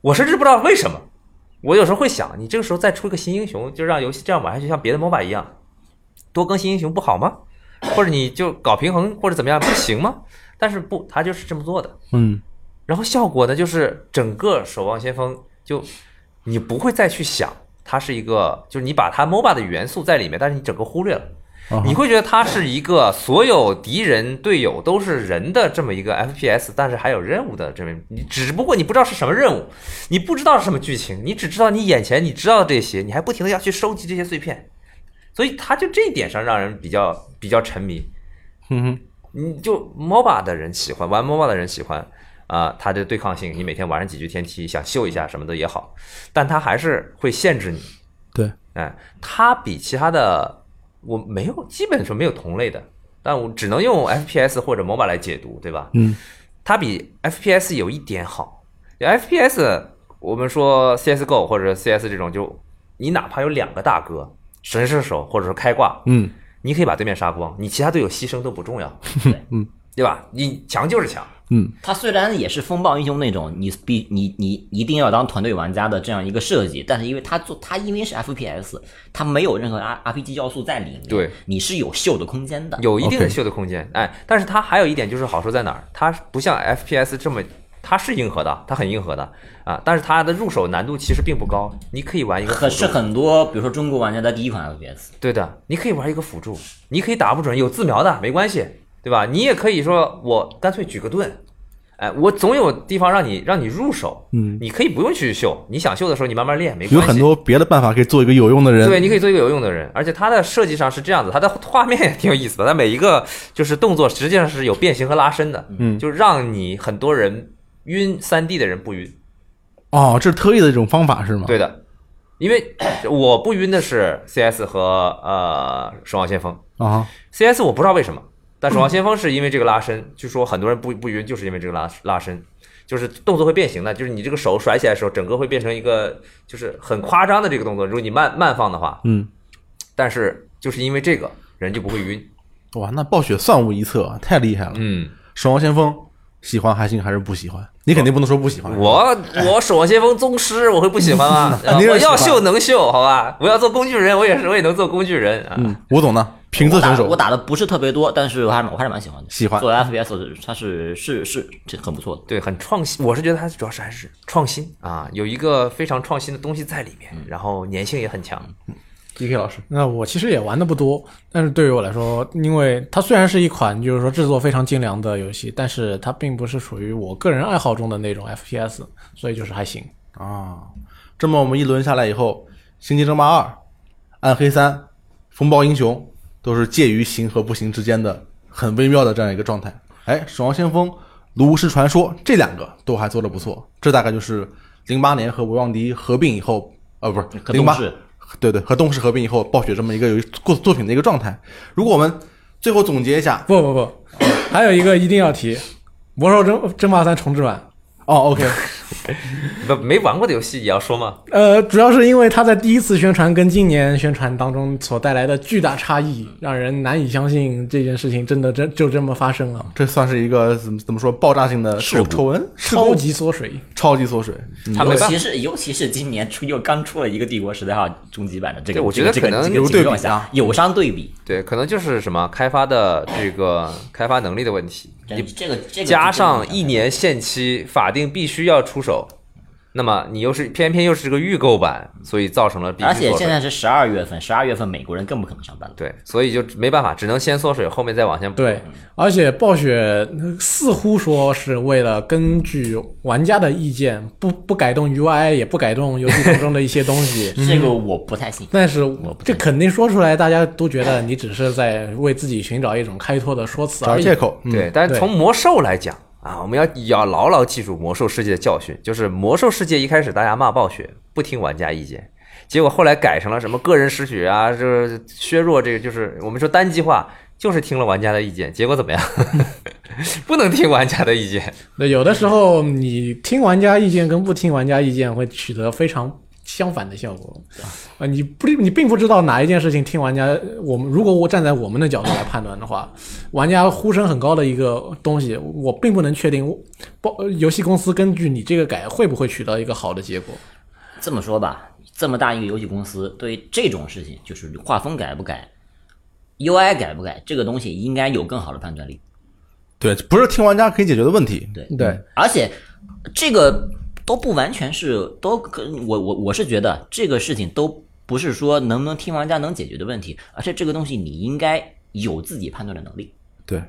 [SPEAKER 2] 我甚至不知道为什么。我有时候会想，你这个时候再出一个新英雄，就让游戏这样玩下去，像别的 MOBA 一样，多更新英雄不好吗？或者你就搞平衡或者怎么样不行吗？但是不，他就是这么做的。
[SPEAKER 1] 嗯，
[SPEAKER 2] 然后效果呢，就是整个《守望先锋》就你不会再去想它是一个，就是你把它 MOBA 的元素在里面，但是你整个忽略了。你会觉得它是一个所有敌人、队友都是人的这么一个 FPS，但是还有任务的这么，你只不过你不知道是什么任务，你不知道是什么剧情，你只知道你眼前你知道这些，你还不停的要去收集这些碎片，所以它就这一点上让人比较比较沉迷。
[SPEAKER 1] 嗯
[SPEAKER 2] 你就 MOBA 的人喜欢玩 MOBA 的人喜欢啊、它的对抗性，你每天玩上几局天梯，想秀一下什么的也好，但它还是会限制你。
[SPEAKER 1] 对，
[SPEAKER 2] 哎，它比其他的我没有，基本上没有同类的，但我只能用 FPS 或者 MOBA 来解读，对吧？
[SPEAKER 1] 嗯，
[SPEAKER 2] 它比 FPS 有一点好，FPS 我们说 CSGO 或者 CS 这种，就你哪怕有两个大哥神射手或者说开挂，
[SPEAKER 1] 嗯，
[SPEAKER 2] 你可以把对面杀光，你其他队友牺牲都不重要，
[SPEAKER 1] 嗯，
[SPEAKER 2] 对吧？你强就是强，
[SPEAKER 1] 嗯
[SPEAKER 3] 它虽然也是风暴英雄那种你必你你一定要当团队玩家的这样一个设计，但是因为它做它因为是 FPS，它没有任何 R RPG 要素在里面，
[SPEAKER 2] 对，
[SPEAKER 3] 你是有秀的空间的。
[SPEAKER 2] 有一定的
[SPEAKER 1] OK
[SPEAKER 2] 秀的空间。哎，但是它还有一点就是好处在哪儿？它不像 FPS 这么，它是硬核的，它很硬核的啊，但是它的入手难度其实并不高，你可以玩一个
[SPEAKER 3] 很
[SPEAKER 2] 辅
[SPEAKER 3] 是
[SPEAKER 2] 助
[SPEAKER 3] 很多，比如说中国玩家的第一款 FPS，
[SPEAKER 2] 对的，你可以玩一个辅助，你可以打不准有自瞄的没关系，对吧？你也可以说我干脆举个盾，哎，我总有地方让你让你入手，嗯，你可以不用去秀，你想秀的时候你慢慢练，没关系。
[SPEAKER 1] 有很多别的办法可以做一个有用的人。
[SPEAKER 2] 对，你可以做一个有用的人，而且它的设计上是这样子，它的画面也挺有意思的，它每一个就是动作实际上是有变形和拉伸的，嗯，就是让你很多人晕三 D 的人不晕，
[SPEAKER 1] 哦，这是特意的一种方法是吗？
[SPEAKER 2] 对的，因为我不晕的是 CS 和呃《守望先锋》
[SPEAKER 1] 啊，
[SPEAKER 2] ，CS 我不知道为什么，但《守望先锋》是因为这个拉伸，据说很多人不不晕就是因为这个拉拉伸。就是动作会变形的，就是你这个手甩起来的时候，整个会变成一个就是很夸张的这个动作。如果你慢慢放的话，
[SPEAKER 1] 嗯，
[SPEAKER 2] 但是就是因为这个人就不会晕。
[SPEAKER 1] 哇，那暴雪算无一策啊，太厉害了！
[SPEAKER 2] 嗯，
[SPEAKER 1] 守望先锋喜欢还行还是不喜欢？你肯定不能说不喜欢。
[SPEAKER 2] 我我守望先锋宗师，我会不喜欢吗？
[SPEAKER 1] *laughs* 肯定是喜欢
[SPEAKER 2] 我要秀能秀，好吧？我要做工具人，我也是我也能做工具人啊。
[SPEAKER 1] 嗯，吴总呢？评测
[SPEAKER 3] 我打
[SPEAKER 1] 选手
[SPEAKER 3] 我打的不是特别多，但是我还是我还是蛮喜欢的。
[SPEAKER 1] 喜欢
[SPEAKER 3] 做 FPS，它是是是这很不错的。
[SPEAKER 2] 对，很创新。我是觉得它主要是还是创新啊，有一个非常创新的东西在里面，然后粘性也很强。
[SPEAKER 1] DK 老师，
[SPEAKER 4] 那我其实也玩的不多，但是对于我来说，因为它虽然是一款就是说制作非常精良的游戏，但是它并不是属于我个人爱好中的那种 FPS，所以就是还行。
[SPEAKER 1] 啊，这么我们一轮下来以后，《星际争霸二》《暗黑三》《风暴英雄》都是介于行和不行之间的很微妙的这样一个状态。哎，《守望先锋》《炉石传说》这两个都还做的不错，这大概就是零八年和维旺迪合并以后，呃，不是
[SPEAKER 3] 和
[SPEAKER 1] 零
[SPEAKER 3] 动
[SPEAKER 1] 八
[SPEAKER 3] 视
[SPEAKER 1] 对对，和动视合并以后暴雪这么一个有一作作品的一个状态。如果我们最后总结一下，
[SPEAKER 4] 不不不，还有一个一定要提，《魔兽争争霸三》重置版，
[SPEAKER 1] 哦，OK，
[SPEAKER 2] 不没玩过的游戏也要说吗？
[SPEAKER 4] 呃，主要是因为它在第一次宣传跟今年宣传当中所带来的巨大差异，让人难以相信这件事情真的真就这么发生了，
[SPEAKER 1] 这算是一个怎么怎么说爆炸性的
[SPEAKER 3] 事故
[SPEAKER 1] 丑闻，事故
[SPEAKER 4] 超级缩水。
[SPEAKER 1] 超级缩水。嗯
[SPEAKER 2] 他
[SPEAKER 3] 尤
[SPEAKER 2] 没办法
[SPEAKER 3] 其是尤其是今年出又刚出了一个《帝国时代号》终极版的这
[SPEAKER 2] 对
[SPEAKER 3] 个，
[SPEAKER 2] 我
[SPEAKER 3] 这
[SPEAKER 2] 觉得
[SPEAKER 3] 个这个
[SPEAKER 2] 可能
[SPEAKER 3] 这
[SPEAKER 1] 有
[SPEAKER 3] 个
[SPEAKER 1] 对
[SPEAKER 3] 情
[SPEAKER 1] 比
[SPEAKER 3] 况下
[SPEAKER 1] 啊
[SPEAKER 3] 有伤对比，
[SPEAKER 2] 对，可能就是什么开发的这个开发能力的问题，
[SPEAKER 3] 这
[SPEAKER 2] 你
[SPEAKER 3] 这个这个
[SPEAKER 2] 加
[SPEAKER 3] 就真的
[SPEAKER 2] 上一年限期，法定必须要出手，那么你又是偏偏又是这个预购版，所以造成了必须
[SPEAKER 3] 而且
[SPEAKER 2] 缩水
[SPEAKER 3] 现在是十二月份，十二月份美国人更不可能上班了。。
[SPEAKER 2] 对，所以就没办法，只能先缩水，后面再往前补。
[SPEAKER 4] 对，而且暴雪似乎说是为了根据玩家的意见，不不改动 UI，也不改动游戏当中的一些东西
[SPEAKER 3] *laughs*
[SPEAKER 2] 嗯
[SPEAKER 3] 这个我不太信。
[SPEAKER 4] 但是
[SPEAKER 3] 不
[SPEAKER 4] 这肯定说出来，大家都觉得你只是在为自己寻找一种开脱的说辞
[SPEAKER 1] 找
[SPEAKER 4] 而已
[SPEAKER 1] 借。口，嗯
[SPEAKER 2] 对，但是
[SPEAKER 4] 对
[SPEAKER 2] 从魔兽来讲啊，我们要要牢牢记住魔兽世界的教训，就是魔兽世界一开始大家骂暴雪，不听玩家意见，结果后来改成了什么个人失血啊，就是削弱这个，就是我们说单机化，就是听了玩家的意见，结果怎么样？ *laughs* 不能听玩家的意见，
[SPEAKER 4] 对，有的时候你听玩家意见跟不听玩家意见会取得非常相反的效果。啊，你不，你并不知道哪一件事情听玩家，我们如果我站在我们的角度来判断的话，玩家呼声很高的一个东西，我并不能确定，包呃游戏公司根据你这个改会不会取得一个好的结果。
[SPEAKER 3] 这么说吧，这么大一个游戏公司，对于这种事情，就是画风改不改，UI 改不改，这个东西应该有更好的判断力。
[SPEAKER 1] 对，不是听玩家可以解决的问题。嗯
[SPEAKER 3] 对
[SPEAKER 4] 对，
[SPEAKER 3] 而且这个都不完全是都可，我我我是觉得这个事情都不是说能不能听玩家能解决的问题，而且这个东西你应该有自己判断的能力，
[SPEAKER 1] 对，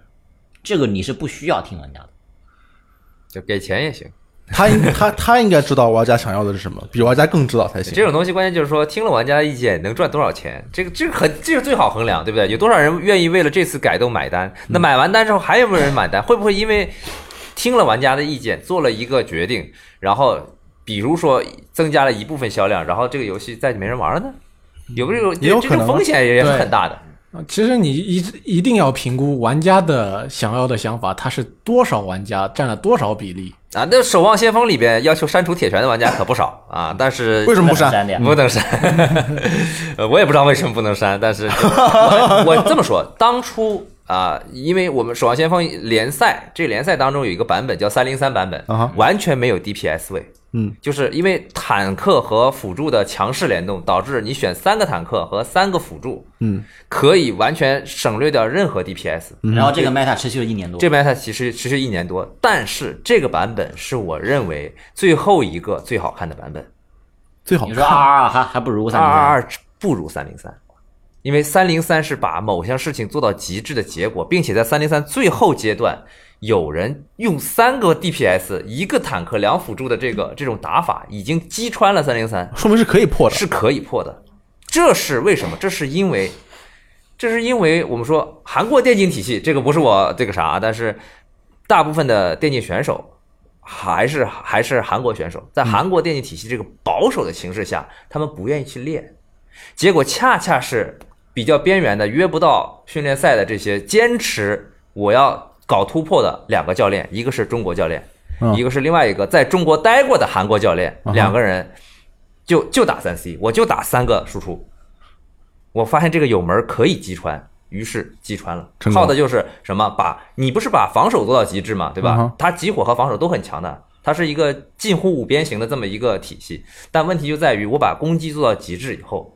[SPEAKER 3] 这个你是不需要听玩家的。
[SPEAKER 2] 就给钱也行。
[SPEAKER 1] 他应他他应该知道玩家想要的是什么，比玩家更知道才行。
[SPEAKER 2] 这种东西关键就是说，听了玩家的意见能赚多少钱，这个这个很这个最好衡量，对不对？有多少人愿意为了这次改动买单？
[SPEAKER 1] 嗯
[SPEAKER 2] 那买完单之后还有没有人买单？会不会因为听了玩家的意见做了一个决定，然后比如说增加了一部分销量，然后这个游戏再没人玩了呢？有没有这
[SPEAKER 1] 嗯也有
[SPEAKER 2] 这
[SPEAKER 1] 可能
[SPEAKER 2] 种风险也是
[SPEAKER 4] 对
[SPEAKER 2] 很大的。
[SPEAKER 4] 啊，其实你一一定要评估玩家的想要的想法，它是多少玩家占了多少比例。
[SPEAKER 2] 啊，那《守望先锋》里边要求删除铁拳的玩家可不少啊，但是
[SPEAKER 1] 为什么不
[SPEAKER 3] 删
[SPEAKER 1] 删？
[SPEAKER 3] 的呀？
[SPEAKER 2] 不能删， *laughs* 呃，我也不知道为什么不能删，但是就我我这么说，当初啊、因为我们《守望先锋》联赛这联赛当中有一个版本叫三零三版本
[SPEAKER 1] 啊哈，
[SPEAKER 2] 完全没有 DPS 位，
[SPEAKER 1] 嗯，
[SPEAKER 2] 就是因为坦克和辅助的强势联动，导致你选三个坦克和三个辅助，
[SPEAKER 1] 嗯，
[SPEAKER 2] 可以完全省略掉任何 DPS，
[SPEAKER 3] 然后这个 Meta 持续了一年多，
[SPEAKER 2] 这边它其实持续一年多，但是这个版本是我认为最后一个最好看的版本。
[SPEAKER 1] 最好
[SPEAKER 3] 你
[SPEAKER 1] 看
[SPEAKER 3] 说二啊二二还还不如三
[SPEAKER 2] 二
[SPEAKER 3] 零
[SPEAKER 2] 二
[SPEAKER 3] 三，
[SPEAKER 2] 二不如三零三，因为三零三是把某项事情做到极致的结果，并且在三零三最后阶段，有人用三个 DPS、一个坦克、两辅助的这个这种打法，已经击穿了三零三，
[SPEAKER 1] 说明是可以破的。
[SPEAKER 2] 是可以破的。这是为什么？这是因为，这是因为我们说韩国电竞体系，这个不是我这个啥，但是大部分的电竞选手还是还是韩国选手，
[SPEAKER 1] 嗯
[SPEAKER 2] 在韩国电竞体系这个保守的形势下，他们不愿意去练，结果恰恰是比较边缘的约不到训练赛的这些坚持我要搞突破的两个教练，一个是中国教练，
[SPEAKER 1] 嗯
[SPEAKER 2] 一个是另外一个在中国待过的韩国教练，
[SPEAKER 1] 嗯哼
[SPEAKER 2] 两个人就就打三 C，我就打三个输出，我发现这个有门可以击穿。于是击穿了，
[SPEAKER 1] 成功
[SPEAKER 2] 靠的就是什么？把你不是把防守做到极致嘛，
[SPEAKER 1] 嗯
[SPEAKER 2] 对吧
[SPEAKER 1] 哼？
[SPEAKER 2] 它集火和防守都很强的，它是一个近乎五边形的这么一个体系。但问题就在于，我把攻击做到极致以后，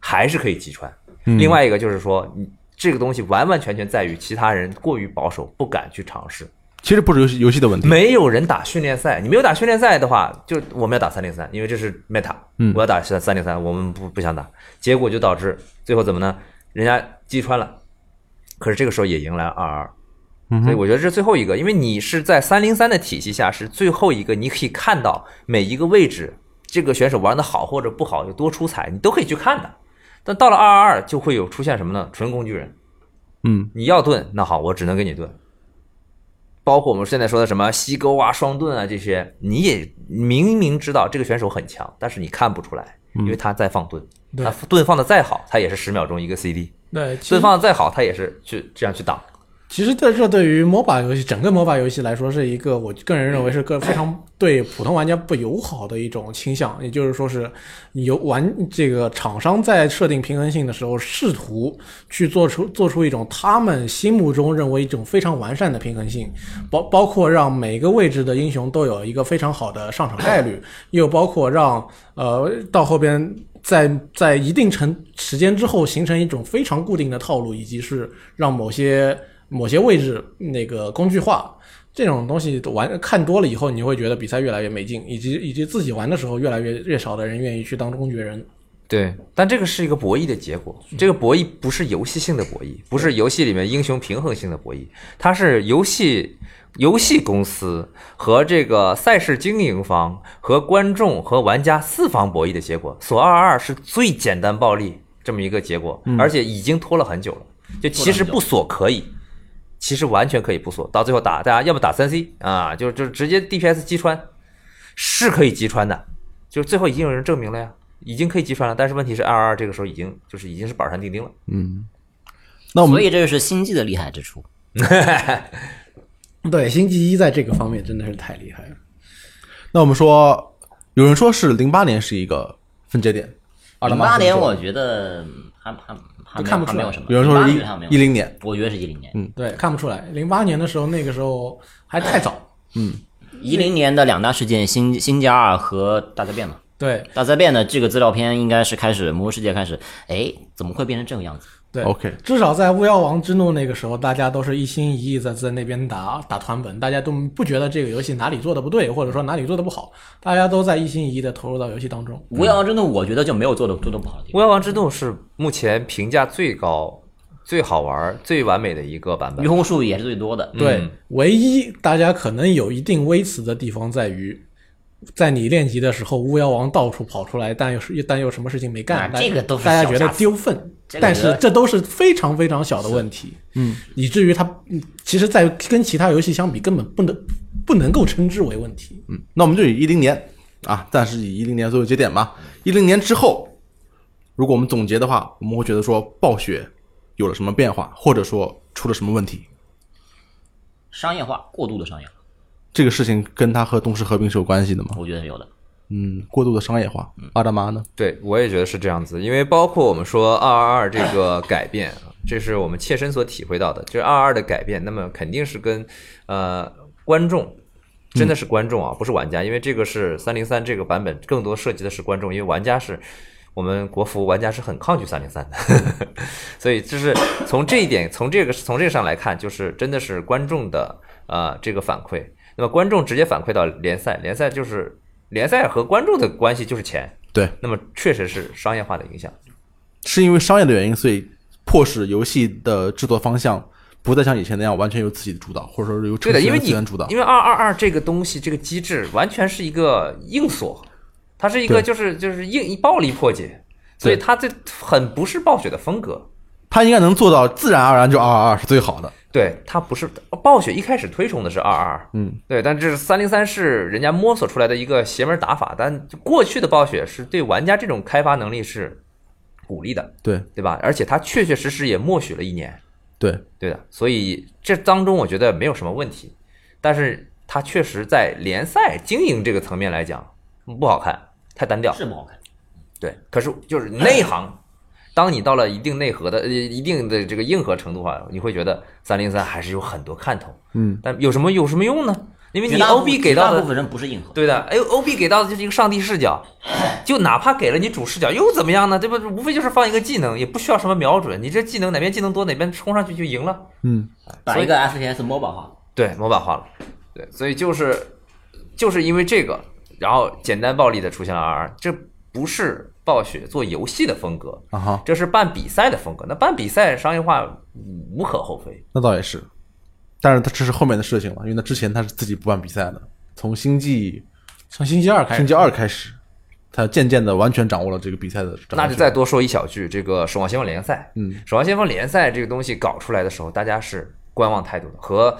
[SPEAKER 2] 还是可以击穿。
[SPEAKER 1] 嗯
[SPEAKER 2] 另外一个就是说，你这个东西完完全全在于其他人过于保守，不敢去尝试。
[SPEAKER 1] 其实不是游戏游戏的问题，
[SPEAKER 2] 没有人打训练赛，你没有打训练赛的话，就我们要打三零三，因为这是 meta，
[SPEAKER 1] 嗯
[SPEAKER 2] 我要打三三零三，我们不不想打，结果就导致最后怎么呢？人家击穿了，可是这个时候也迎来了二二。
[SPEAKER 1] 嗯哼
[SPEAKER 2] 所以我觉得这是最后一个，因为你是在三零三的体系下是最后一个，你可以看到每一个位置这个选手玩的好或者不好有多出彩，你都可以去看的。但到了二二二就会有出现什么呢？纯工具人，
[SPEAKER 1] 嗯，
[SPEAKER 2] 你要盾，那好，我只能给你盾。包括我们现在说的什么吸钩啊、双盾啊这些，你也明明知道这个选手很强，但是你看不出来，因为他在放盾。
[SPEAKER 4] 嗯对
[SPEAKER 2] 他盾放的再好，他也是十秒钟一个 CD；
[SPEAKER 4] 对，其实
[SPEAKER 2] 盾放的再好，他也是去这样去挡。
[SPEAKER 4] 其实这这对于 MOBA 游戏整个 MOBA 游戏来说，是一个我个人认为是个非常对普通玩家不友好的一种倾向。也就是说是游玩这个厂商在设定平衡性的时候，试图去做出做出一种他们心目中认为一种非常完善的平衡性，包 *laughs* 包括让每个位置的英雄都有一个非常好的上场概率，又包括让呃到后边在在一定程时间之后形成一种非常固定的套路，以及是让某些某些位置那个工具化。这种东西玩看多了以后，你会觉得比赛越来越没劲，以及以及自己玩的时候越来越越少的人愿意去当工具人。
[SPEAKER 2] 对，但这个是一个博弈的结果，这个博弈不是游戏性的博弈，不是游戏里面英雄平衡性的博弈，它是游戏游戏公司和这个赛事经营方和观众和玩家四方博弈的结果。索二二是最简单暴力这么一个结果，而且已经拖了很久了。就其实不锁可以，其实完全可以不锁，到最后打大家要不打三 C 啊，就就直接 DPS 击穿，是可以击穿的，就是最后已经有人证明了呀。已经可以击穿了，但是问题是二二这个时候已经就是已经是板上钉钉了。
[SPEAKER 1] 那我
[SPEAKER 3] 所
[SPEAKER 1] 们
[SPEAKER 3] 以这就是星际的厉害之处。
[SPEAKER 4] 对，星际一在这个方面真的是太厉害了。
[SPEAKER 1] 那我们说，有人说是零八年是一个分界点，阿拉
[SPEAKER 3] 零
[SPEAKER 1] 玛
[SPEAKER 3] 八
[SPEAKER 1] 什么
[SPEAKER 3] 年
[SPEAKER 1] 时候
[SPEAKER 3] 我觉得还还还没
[SPEAKER 4] 看不出
[SPEAKER 3] 还
[SPEAKER 4] 来
[SPEAKER 3] 没有什么，
[SPEAKER 1] 有人说
[SPEAKER 3] 08
[SPEAKER 1] 是
[SPEAKER 3] 年还没有
[SPEAKER 1] 一一零嗯年，
[SPEAKER 3] 我觉得是一零年，
[SPEAKER 4] 对，看不出来。零八年的时候，那个时候还太 *laughs* 早。
[SPEAKER 3] 一零年的两大事件，新新加尔和大灾变嘛。
[SPEAKER 4] 对
[SPEAKER 3] 大灾变的这个资料片应该是开始《魔兽世界》开始，哎，怎么会变成这个样子？
[SPEAKER 4] 对
[SPEAKER 1] OK
[SPEAKER 4] 至少在巫妖王之怒那个时候，大家都是一心一意在在那边打打团本，大家都不觉得这个游戏哪里做的不对，或者说哪里做的不好，大家都在一心一意的投入到游戏当中。
[SPEAKER 3] 无妖真的，我觉得就没有做的做的不好的地
[SPEAKER 2] 《巫
[SPEAKER 3] 方。
[SPEAKER 2] 妖王之怒》是目前评价最高、最好玩、最完美的一个版本
[SPEAKER 3] 鱼。红树也是最多的，
[SPEAKER 4] 对，唯一大家可能有一定微词的地方在于，在你练级的时候，巫妖王到处跑出来，但又是但又什么事情没干，
[SPEAKER 3] 啊
[SPEAKER 4] 大家
[SPEAKER 3] 这个都是
[SPEAKER 4] 大家
[SPEAKER 3] 小
[SPEAKER 4] 觉得
[SPEAKER 3] 瑕疵
[SPEAKER 4] 丢分。
[SPEAKER 3] 这个
[SPEAKER 4] 但
[SPEAKER 3] 觉
[SPEAKER 4] 是
[SPEAKER 3] 得
[SPEAKER 4] 这都是非常非常小的问题，嗯，以至于它嗯其实，在跟其他游戏相比，根本不能不能够称之为问题。
[SPEAKER 1] 嗯，那我们就以一零年啊，暂时以一零年作为节点吧。一零年之后，如果我们总结的话，我们会觉得说暴雪有了什么变化，或者说出了什么问题，
[SPEAKER 3] 商业化过度的商业化，
[SPEAKER 1] 这个事情跟它和东视合并是有关系的吗？
[SPEAKER 3] 我觉得是有的。
[SPEAKER 1] 嗯，过度的商业化，阿达玛呢？
[SPEAKER 2] 对，我也觉得是这样子，因为包括我们说二二二这个改变，啊这是我们切身所体会到的，就是二二的改变，那么肯定是跟呃观众。真的是观众啊，不是玩家，因为这个是三零三这个版本，更多涉及的是观众，因为玩家是我们国服玩家是很抗拒三零三的， *laughs* 所以就是从这一点，从这个从这个上来看，就是真的是观众的呃这个反馈。那么观众直接反馈到联赛，联赛就是联赛和观众的关系就是钱，
[SPEAKER 1] 对，
[SPEAKER 2] 那么确实是商业化的影响。
[SPEAKER 1] 是因为商业的原因，所以迫使游戏的制作方向不再像以前那样完全由自己主导，或者说是由程
[SPEAKER 2] 对的，
[SPEAKER 1] 序
[SPEAKER 2] 因为
[SPEAKER 1] 员
[SPEAKER 2] 你
[SPEAKER 1] 资源主导
[SPEAKER 2] 因。为二二二这个东西，这个机制完全是一个硬锁，它是一个
[SPEAKER 1] 对
[SPEAKER 2] 就是就是硬暴力破解，所以
[SPEAKER 1] 对
[SPEAKER 2] 它这很不是暴雪的风格。
[SPEAKER 1] 它应该能做到自然而然就二二二是最好的。
[SPEAKER 2] 对，它不是暴雪一开始推崇的是二二，
[SPEAKER 1] 嗯，
[SPEAKER 2] 对，但这是三零三是人家摸索出来的一个邪门打法，但过去的暴雪是对玩家这种开发能力是鼓励的，
[SPEAKER 1] 对
[SPEAKER 2] 对吧？而且它确确实实也默许了一年，
[SPEAKER 1] 对，
[SPEAKER 2] 对的，所以这当中我觉得没有什么问题，但是它确实在联赛经营这个层面来讲不好看，太单调。
[SPEAKER 3] 是不好看。
[SPEAKER 2] 对，可是就是内行，当你到了一定内核的、呃一定的这个硬核程度啊，你会觉得三零三还是有很多看头。
[SPEAKER 1] 嗯，
[SPEAKER 2] 但有什么有什么用呢？因为
[SPEAKER 3] 绝
[SPEAKER 2] 你
[SPEAKER 3] 大部
[SPEAKER 2] OB 给
[SPEAKER 3] 绝大
[SPEAKER 2] 到
[SPEAKER 3] 部
[SPEAKER 2] 的，
[SPEAKER 3] 分人不是硬核，
[SPEAKER 2] 对的，哎，OB 给到的就是一个上帝视角，就哪怕给了你主视角又怎么样呢？对吧？无非就是放一个技能，也不需要什么瞄准，你这技能哪边技能多哪边冲上去就赢了。
[SPEAKER 1] 嗯，
[SPEAKER 3] 把一个 FPS MOBA 化，
[SPEAKER 2] 对，模板化了，对，所以就是就是因为这个，然后简单暴力的出现了 RR，这不是暴雪做游戏的风格，
[SPEAKER 1] 啊哈，
[SPEAKER 2] 这是办比赛的风格。那办比赛商业化无可厚非，
[SPEAKER 1] 那倒也是，但是他这是后面的事情了，因为他之前他是自己不办比赛的，从星际
[SPEAKER 4] 从星期二开始，
[SPEAKER 1] 星际二开始，他渐渐的完全掌握了这个比赛的掌控权。
[SPEAKER 2] 那就再多说一小句，这个《守望先锋》联赛，
[SPEAKER 1] 嗯
[SPEAKER 2] 《守望先锋》联赛这个东西搞出来的时候，大家是观望态度的，和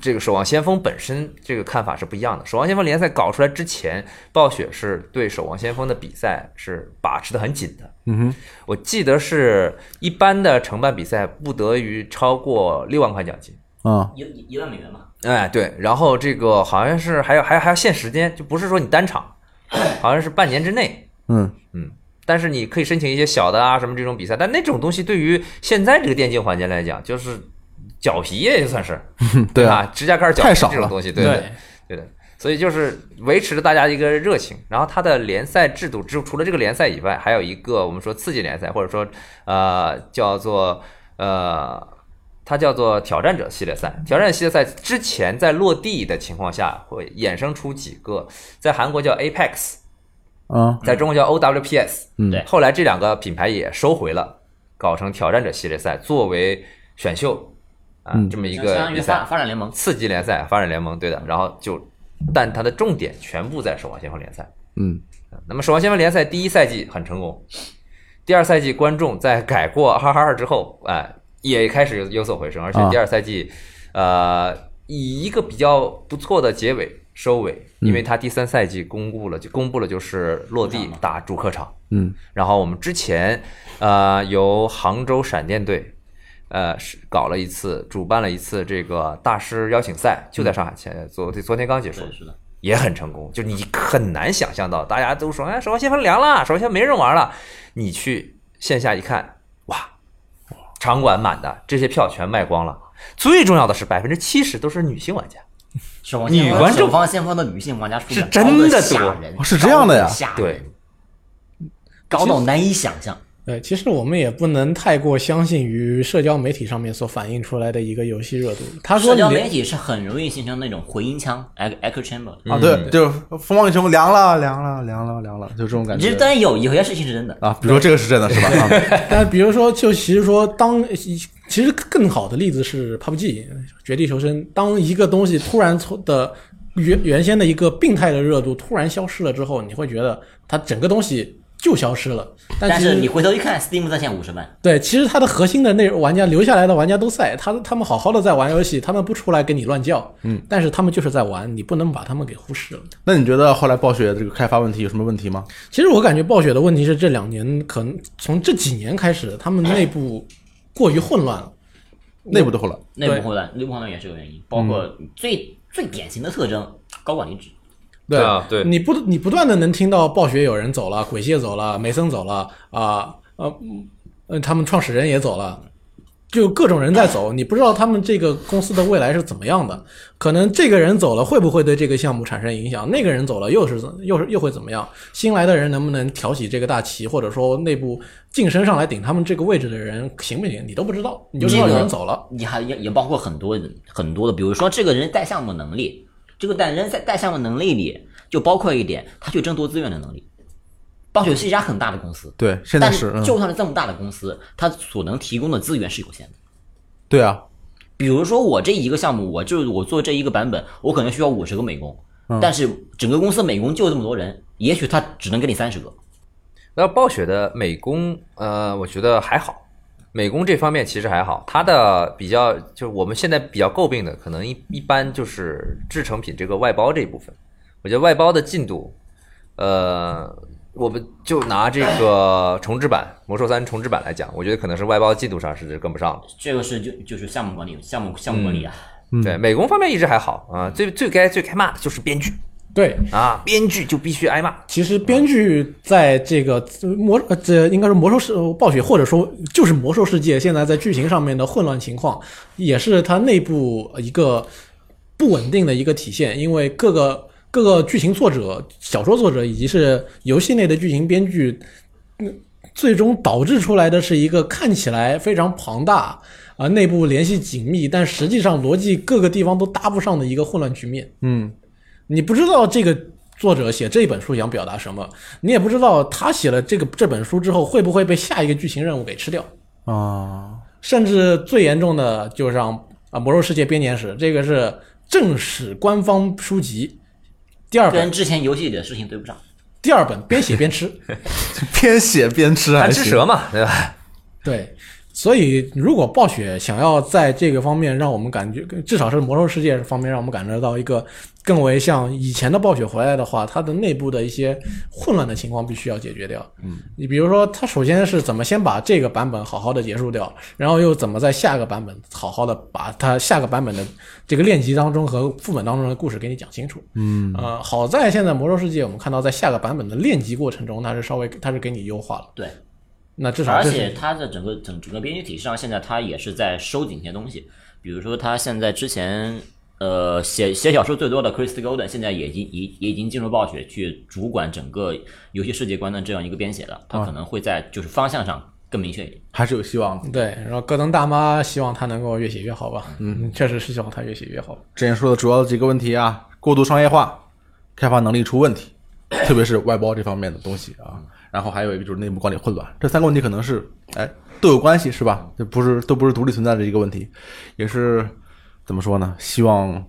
[SPEAKER 2] 这个《守望先锋》本身这个看法是不一样的。《守望先锋》联赛搞出来之前，暴雪是对《守望先锋》的比赛是把持的很紧的。
[SPEAKER 1] 嗯哼，
[SPEAKER 2] 我记得是一般的承办比赛不得于超过六万块奖金，
[SPEAKER 1] 啊
[SPEAKER 3] 一一一万美元吧。
[SPEAKER 2] 哎，对，然后这个好像是还要还要还要限时间，就不是说你
[SPEAKER 1] *coughs*
[SPEAKER 2] 单场，好像是半年之内，
[SPEAKER 1] 嗯
[SPEAKER 2] 但是你可以申请一些小的啊什么这种比赛，但那种东西对于现在这个电竞环节来讲，就是脚皮也算是
[SPEAKER 1] 嗯， *laughs* 对啊，
[SPEAKER 2] 吧？指甲盖儿脚
[SPEAKER 1] 太
[SPEAKER 2] 皮
[SPEAKER 1] 少
[SPEAKER 2] 这种
[SPEAKER 1] 了
[SPEAKER 2] 东西，对对对的。所以就是维持着大家一个热情，然后它的联赛制度之除了这个联赛以外，还有一个我们说刺激联赛，或者说呃叫做呃，它叫做挑战者系列赛。挑战者系列赛之前在落地的情况下，会衍生出几个，在韩国叫 Apex，
[SPEAKER 1] 啊
[SPEAKER 2] 在中国叫 OWPS，
[SPEAKER 1] 嗯
[SPEAKER 3] 对
[SPEAKER 2] 后来这两个品牌也收回了，搞成挑战者系列赛作为选秀啊、
[SPEAKER 1] 嗯
[SPEAKER 2] 这么一
[SPEAKER 3] 相
[SPEAKER 2] 个
[SPEAKER 3] 当于
[SPEAKER 2] 比
[SPEAKER 3] 发
[SPEAKER 2] 赛，
[SPEAKER 3] 发展联盟，
[SPEAKER 2] 刺激联赛、发展联盟，对的。然后就，但它的重点全部在守望先锋联赛。
[SPEAKER 1] 嗯
[SPEAKER 2] 那么守望先锋联赛第一赛季很成功，第二赛季观众在改过二二二之后，哎、也开始有有所回升，而且
[SPEAKER 1] 啊
[SPEAKER 2] 第二赛季，呃，以一个比较不错的结尾收尾，
[SPEAKER 1] 嗯
[SPEAKER 2] 因为他第三赛季公布了，就公布了就是落
[SPEAKER 3] 主
[SPEAKER 2] 地
[SPEAKER 3] 场嘛
[SPEAKER 2] 打主客场。
[SPEAKER 1] 嗯
[SPEAKER 2] 然后我们之前，呃，由杭州闪电队，呃，是搞了一次，主办了一次这个大师邀请赛，就在上海前昨昨天刚结束
[SPEAKER 3] 是，的，是的，
[SPEAKER 2] 也很成功。就你很难想象到，大家都说，哎，守望先锋凉了，守望先锋没人玩了。你去线下一看，哇，场馆满的，这些票全卖光了。最重要的是，百分之七十都是女性玩家。
[SPEAKER 3] 守望
[SPEAKER 2] 女
[SPEAKER 3] 先锋
[SPEAKER 2] 观众
[SPEAKER 3] 守望先锋的女性玩家数量
[SPEAKER 2] 是真
[SPEAKER 3] 高
[SPEAKER 2] 的
[SPEAKER 3] 得
[SPEAKER 2] 多
[SPEAKER 3] 吓人
[SPEAKER 1] 哦是这样的呀
[SPEAKER 3] 高得吓人
[SPEAKER 2] 对，
[SPEAKER 3] 高到难以想象。
[SPEAKER 4] 对，其实我们也不能太过相信于社交媒体上面所反映出来的一个游戏热度。他说
[SPEAKER 3] 社交
[SPEAKER 4] 连
[SPEAKER 3] 媒体是很容易形成那种回音腔 echo echo chamber 的。
[SPEAKER 1] 啊，对，就是风暴英雄凉了凉了凉了凉了，就这种感
[SPEAKER 3] 其实
[SPEAKER 1] 觉
[SPEAKER 3] 当然有有些事情是真的，
[SPEAKER 1] 啊。比如说这个是真的是吧？啊 *laughs*
[SPEAKER 4] 但比如说，就其实说当，其实更好的例子是 PUBG《绝地求生》，当一个东西突然从的原原先的一个病态的热度突然消失了之后，你会觉得它整个东西就消失了。但
[SPEAKER 3] 但
[SPEAKER 4] 其实
[SPEAKER 3] 是你回头一看，Steam 在线五十万，
[SPEAKER 4] 对，其实它的核心的内容玩家留下来的玩家都在，他他们好好的在玩游戏，他们不出来跟你乱叫，嗯，但是他们就是在玩，你不能把他们给忽视了。
[SPEAKER 1] 那你觉得后来暴雪这个开发问题有什么问题吗？
[SPEAKER 4] 其实我感觉暴雪的问题是这两年可能从这几年开始，他们内部过于混乱了。
[SPEAKER 1] 内部都后了，
[SPEAKER 3] 内部混乱，内部混乱也是有原因，包括
[SPEAKER 1] 嗯
[SPEAKER 3] 最最典型的特征，高管离职。
[SPEAKER 4] 对
[SPEAKER 2] 啊对
[SPEAKER 4] 你不你不断的能听到暴雪有人走了，鬼蟹走了，梅森走了啊呃嗯呃，他们创始人也走了。就各种人在走，你不知道他们这个公司的未来是怎么样的。可能这个人走了，会不会对这个项目产生影响？那个人走了，又是怎又是又会怎么样？新来的人能不能挑起这个大旗，或者说内部晋升上来顶他们这个位置的人行不行？你都不知道，你就知道有人走了。
[SPEAKER 3] 你还也也包括很多很多的，比如说这个人带项目能力，这个带人在带项目能力里就包括一点，他去争夺资源的能力。暴雪是一家很大的公司，
[SPEAKER 1] 对，现在
[SPEAKER 3] 但
[SPEAKER 1] 是，嗯
[SPEAKER 3] 就算是这么大的公司，它所能提供的资源是有限的。
[SPEAKER 1] 对啊，
[SPEAKER 3] 比如说我这一个项目，我就是我做这一个版本，我可能需要五十个美工，
[SPEAKER 1] 嗯
[SPEAKER 3] 但是整个公司美工就这么多人，也许他只能给你三十个。
[SPEAKER 2] 那暴雪的美工，呃，我觉得还好，美工这方面其实还好。它的比较就是我们现在比较诟病的，可能一一般就是制成品这个外包这一部分。我觉得外包的进度，呃，我们就拿这个重置版《魔兽三》重置版来讲，我觉得可能是外包进度上是跟不上的。
[SPEAKER 3] 这个是就就是项目管理，项目项目管理啊，
[SPEAKER 2] 对美工方面一直还好啊、最最该最该骂的就是编剧
[SPEAKER 4] 对，
[SPEAKER 2] 啊，编剧就必须挨骂。
[SPEAKER 4] 其实编剧在这个呃魔呃这应该是魔兽世呃暴雪，或者说就是魔兽世界现在在剧情上面的混乱情况，也是它内部一个不稳定的一个体现，因为各个各个剧情作者、小说作者以及是游戏内的剧情编剧，最终导致出来的是一个看起来非常庞大啊、内部联系紧密，但实际上逻辑各个地方都搭不上的一个混乱局面。
[SPEAKER 1] 嗯，
[SPEAKER 4] 你不知道这个作者写这本书想表达什么，你也不知道他写了这个这本书之后会不会被下一个剧情任务给吃掉，
[SPEAKER 1] 啊，
[SPEAKER 4] 甚至最严重的就像啊《魔兽世界编年史》，这个是正史官方书籍。第二本
[SPEAKER 3] 跟，之前游戏里的事情对不上。
[SPEAKER 4] 第二本边写边吃，
[SPEAKER 1] *laughs* 边写边吃还
[SPEAKER 2] 贪吃
[SPEAKER 1] 行
[SPEAKER 2] 蛇嘛，对吧？
[SPEAKER 4] 对，所以，如果暴雪想要在这个方面让我们感觉，至少是魔兽世界方面让我们感觉到一个更为像以前的暴雪回来的话，它的内部的一些混乱的情况必须要解决掉。嗯，你比如说，它首先是怎么先把这个版本好好的结束掉，然后又怎么在下个版本好好的把它下个版本的这个练级当中和副本当中的故事给你讲清楚。嗯，呃，好在现在魔兽世界我们看到在下个版本的练级过程中，它是稍微它是给你优化了，
[SPEAKER 3] 对，
[SPEAKER 4] 那至少
[SPEAKER 3] 而
[SPEAKER 4] 这是
[SPEAKER 3] 且它的整个整整个编辑体系上，现在它也是在收紧一些东西，比如说它现在之前呃写写小说最多的 Chris Golden，现在也已经已也已经进入暴雪去主管整个游戏世界观的这样一个编写了，
[SPEAKER 4] 啊
[SPEAKER 3] 他可能会在就是方向上更明确一点。
[SPEAKER 1] 还是有希望的。
[SPEAKER 4] 对，然后戈登大妈希望他能够越写越好吧。嗯，确实是希望他越写越好。
[SPEAKER 1] 之前说的主要的几个问题啊，过度商业化，开发能力出问题，特别是外包这方面的东西啊。然后还有一个就是内部管理混乱，这三个问题可能是哎都有关系是吧？这不是都不是独立存在的一个问题，也是怎么说呢？希望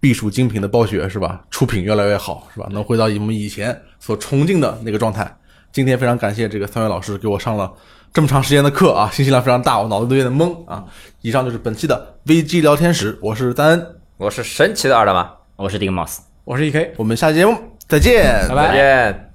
[SPEAKER 1] 避暑精品的暴雪是吧？出品越来越好是吧？能回到我们以前所崇敬的那个状态。今天非常感谢这个三位老师给我上了这么长时间的课啊，信息量非常大，我脑子都有点懵啊。以上就是本期的危机聊天室，我是丹恩。
[SPEAKER 2] 我是神奇的二大妈，
[SPEAKER 3] 我是 Dig Mouse。
[SPEAKER 4] 我是 E K，
[SPEAKER 1] 我们下期节目再见，
[SPEAKER 4] 拜拜
[SPEAKER 2] 再见。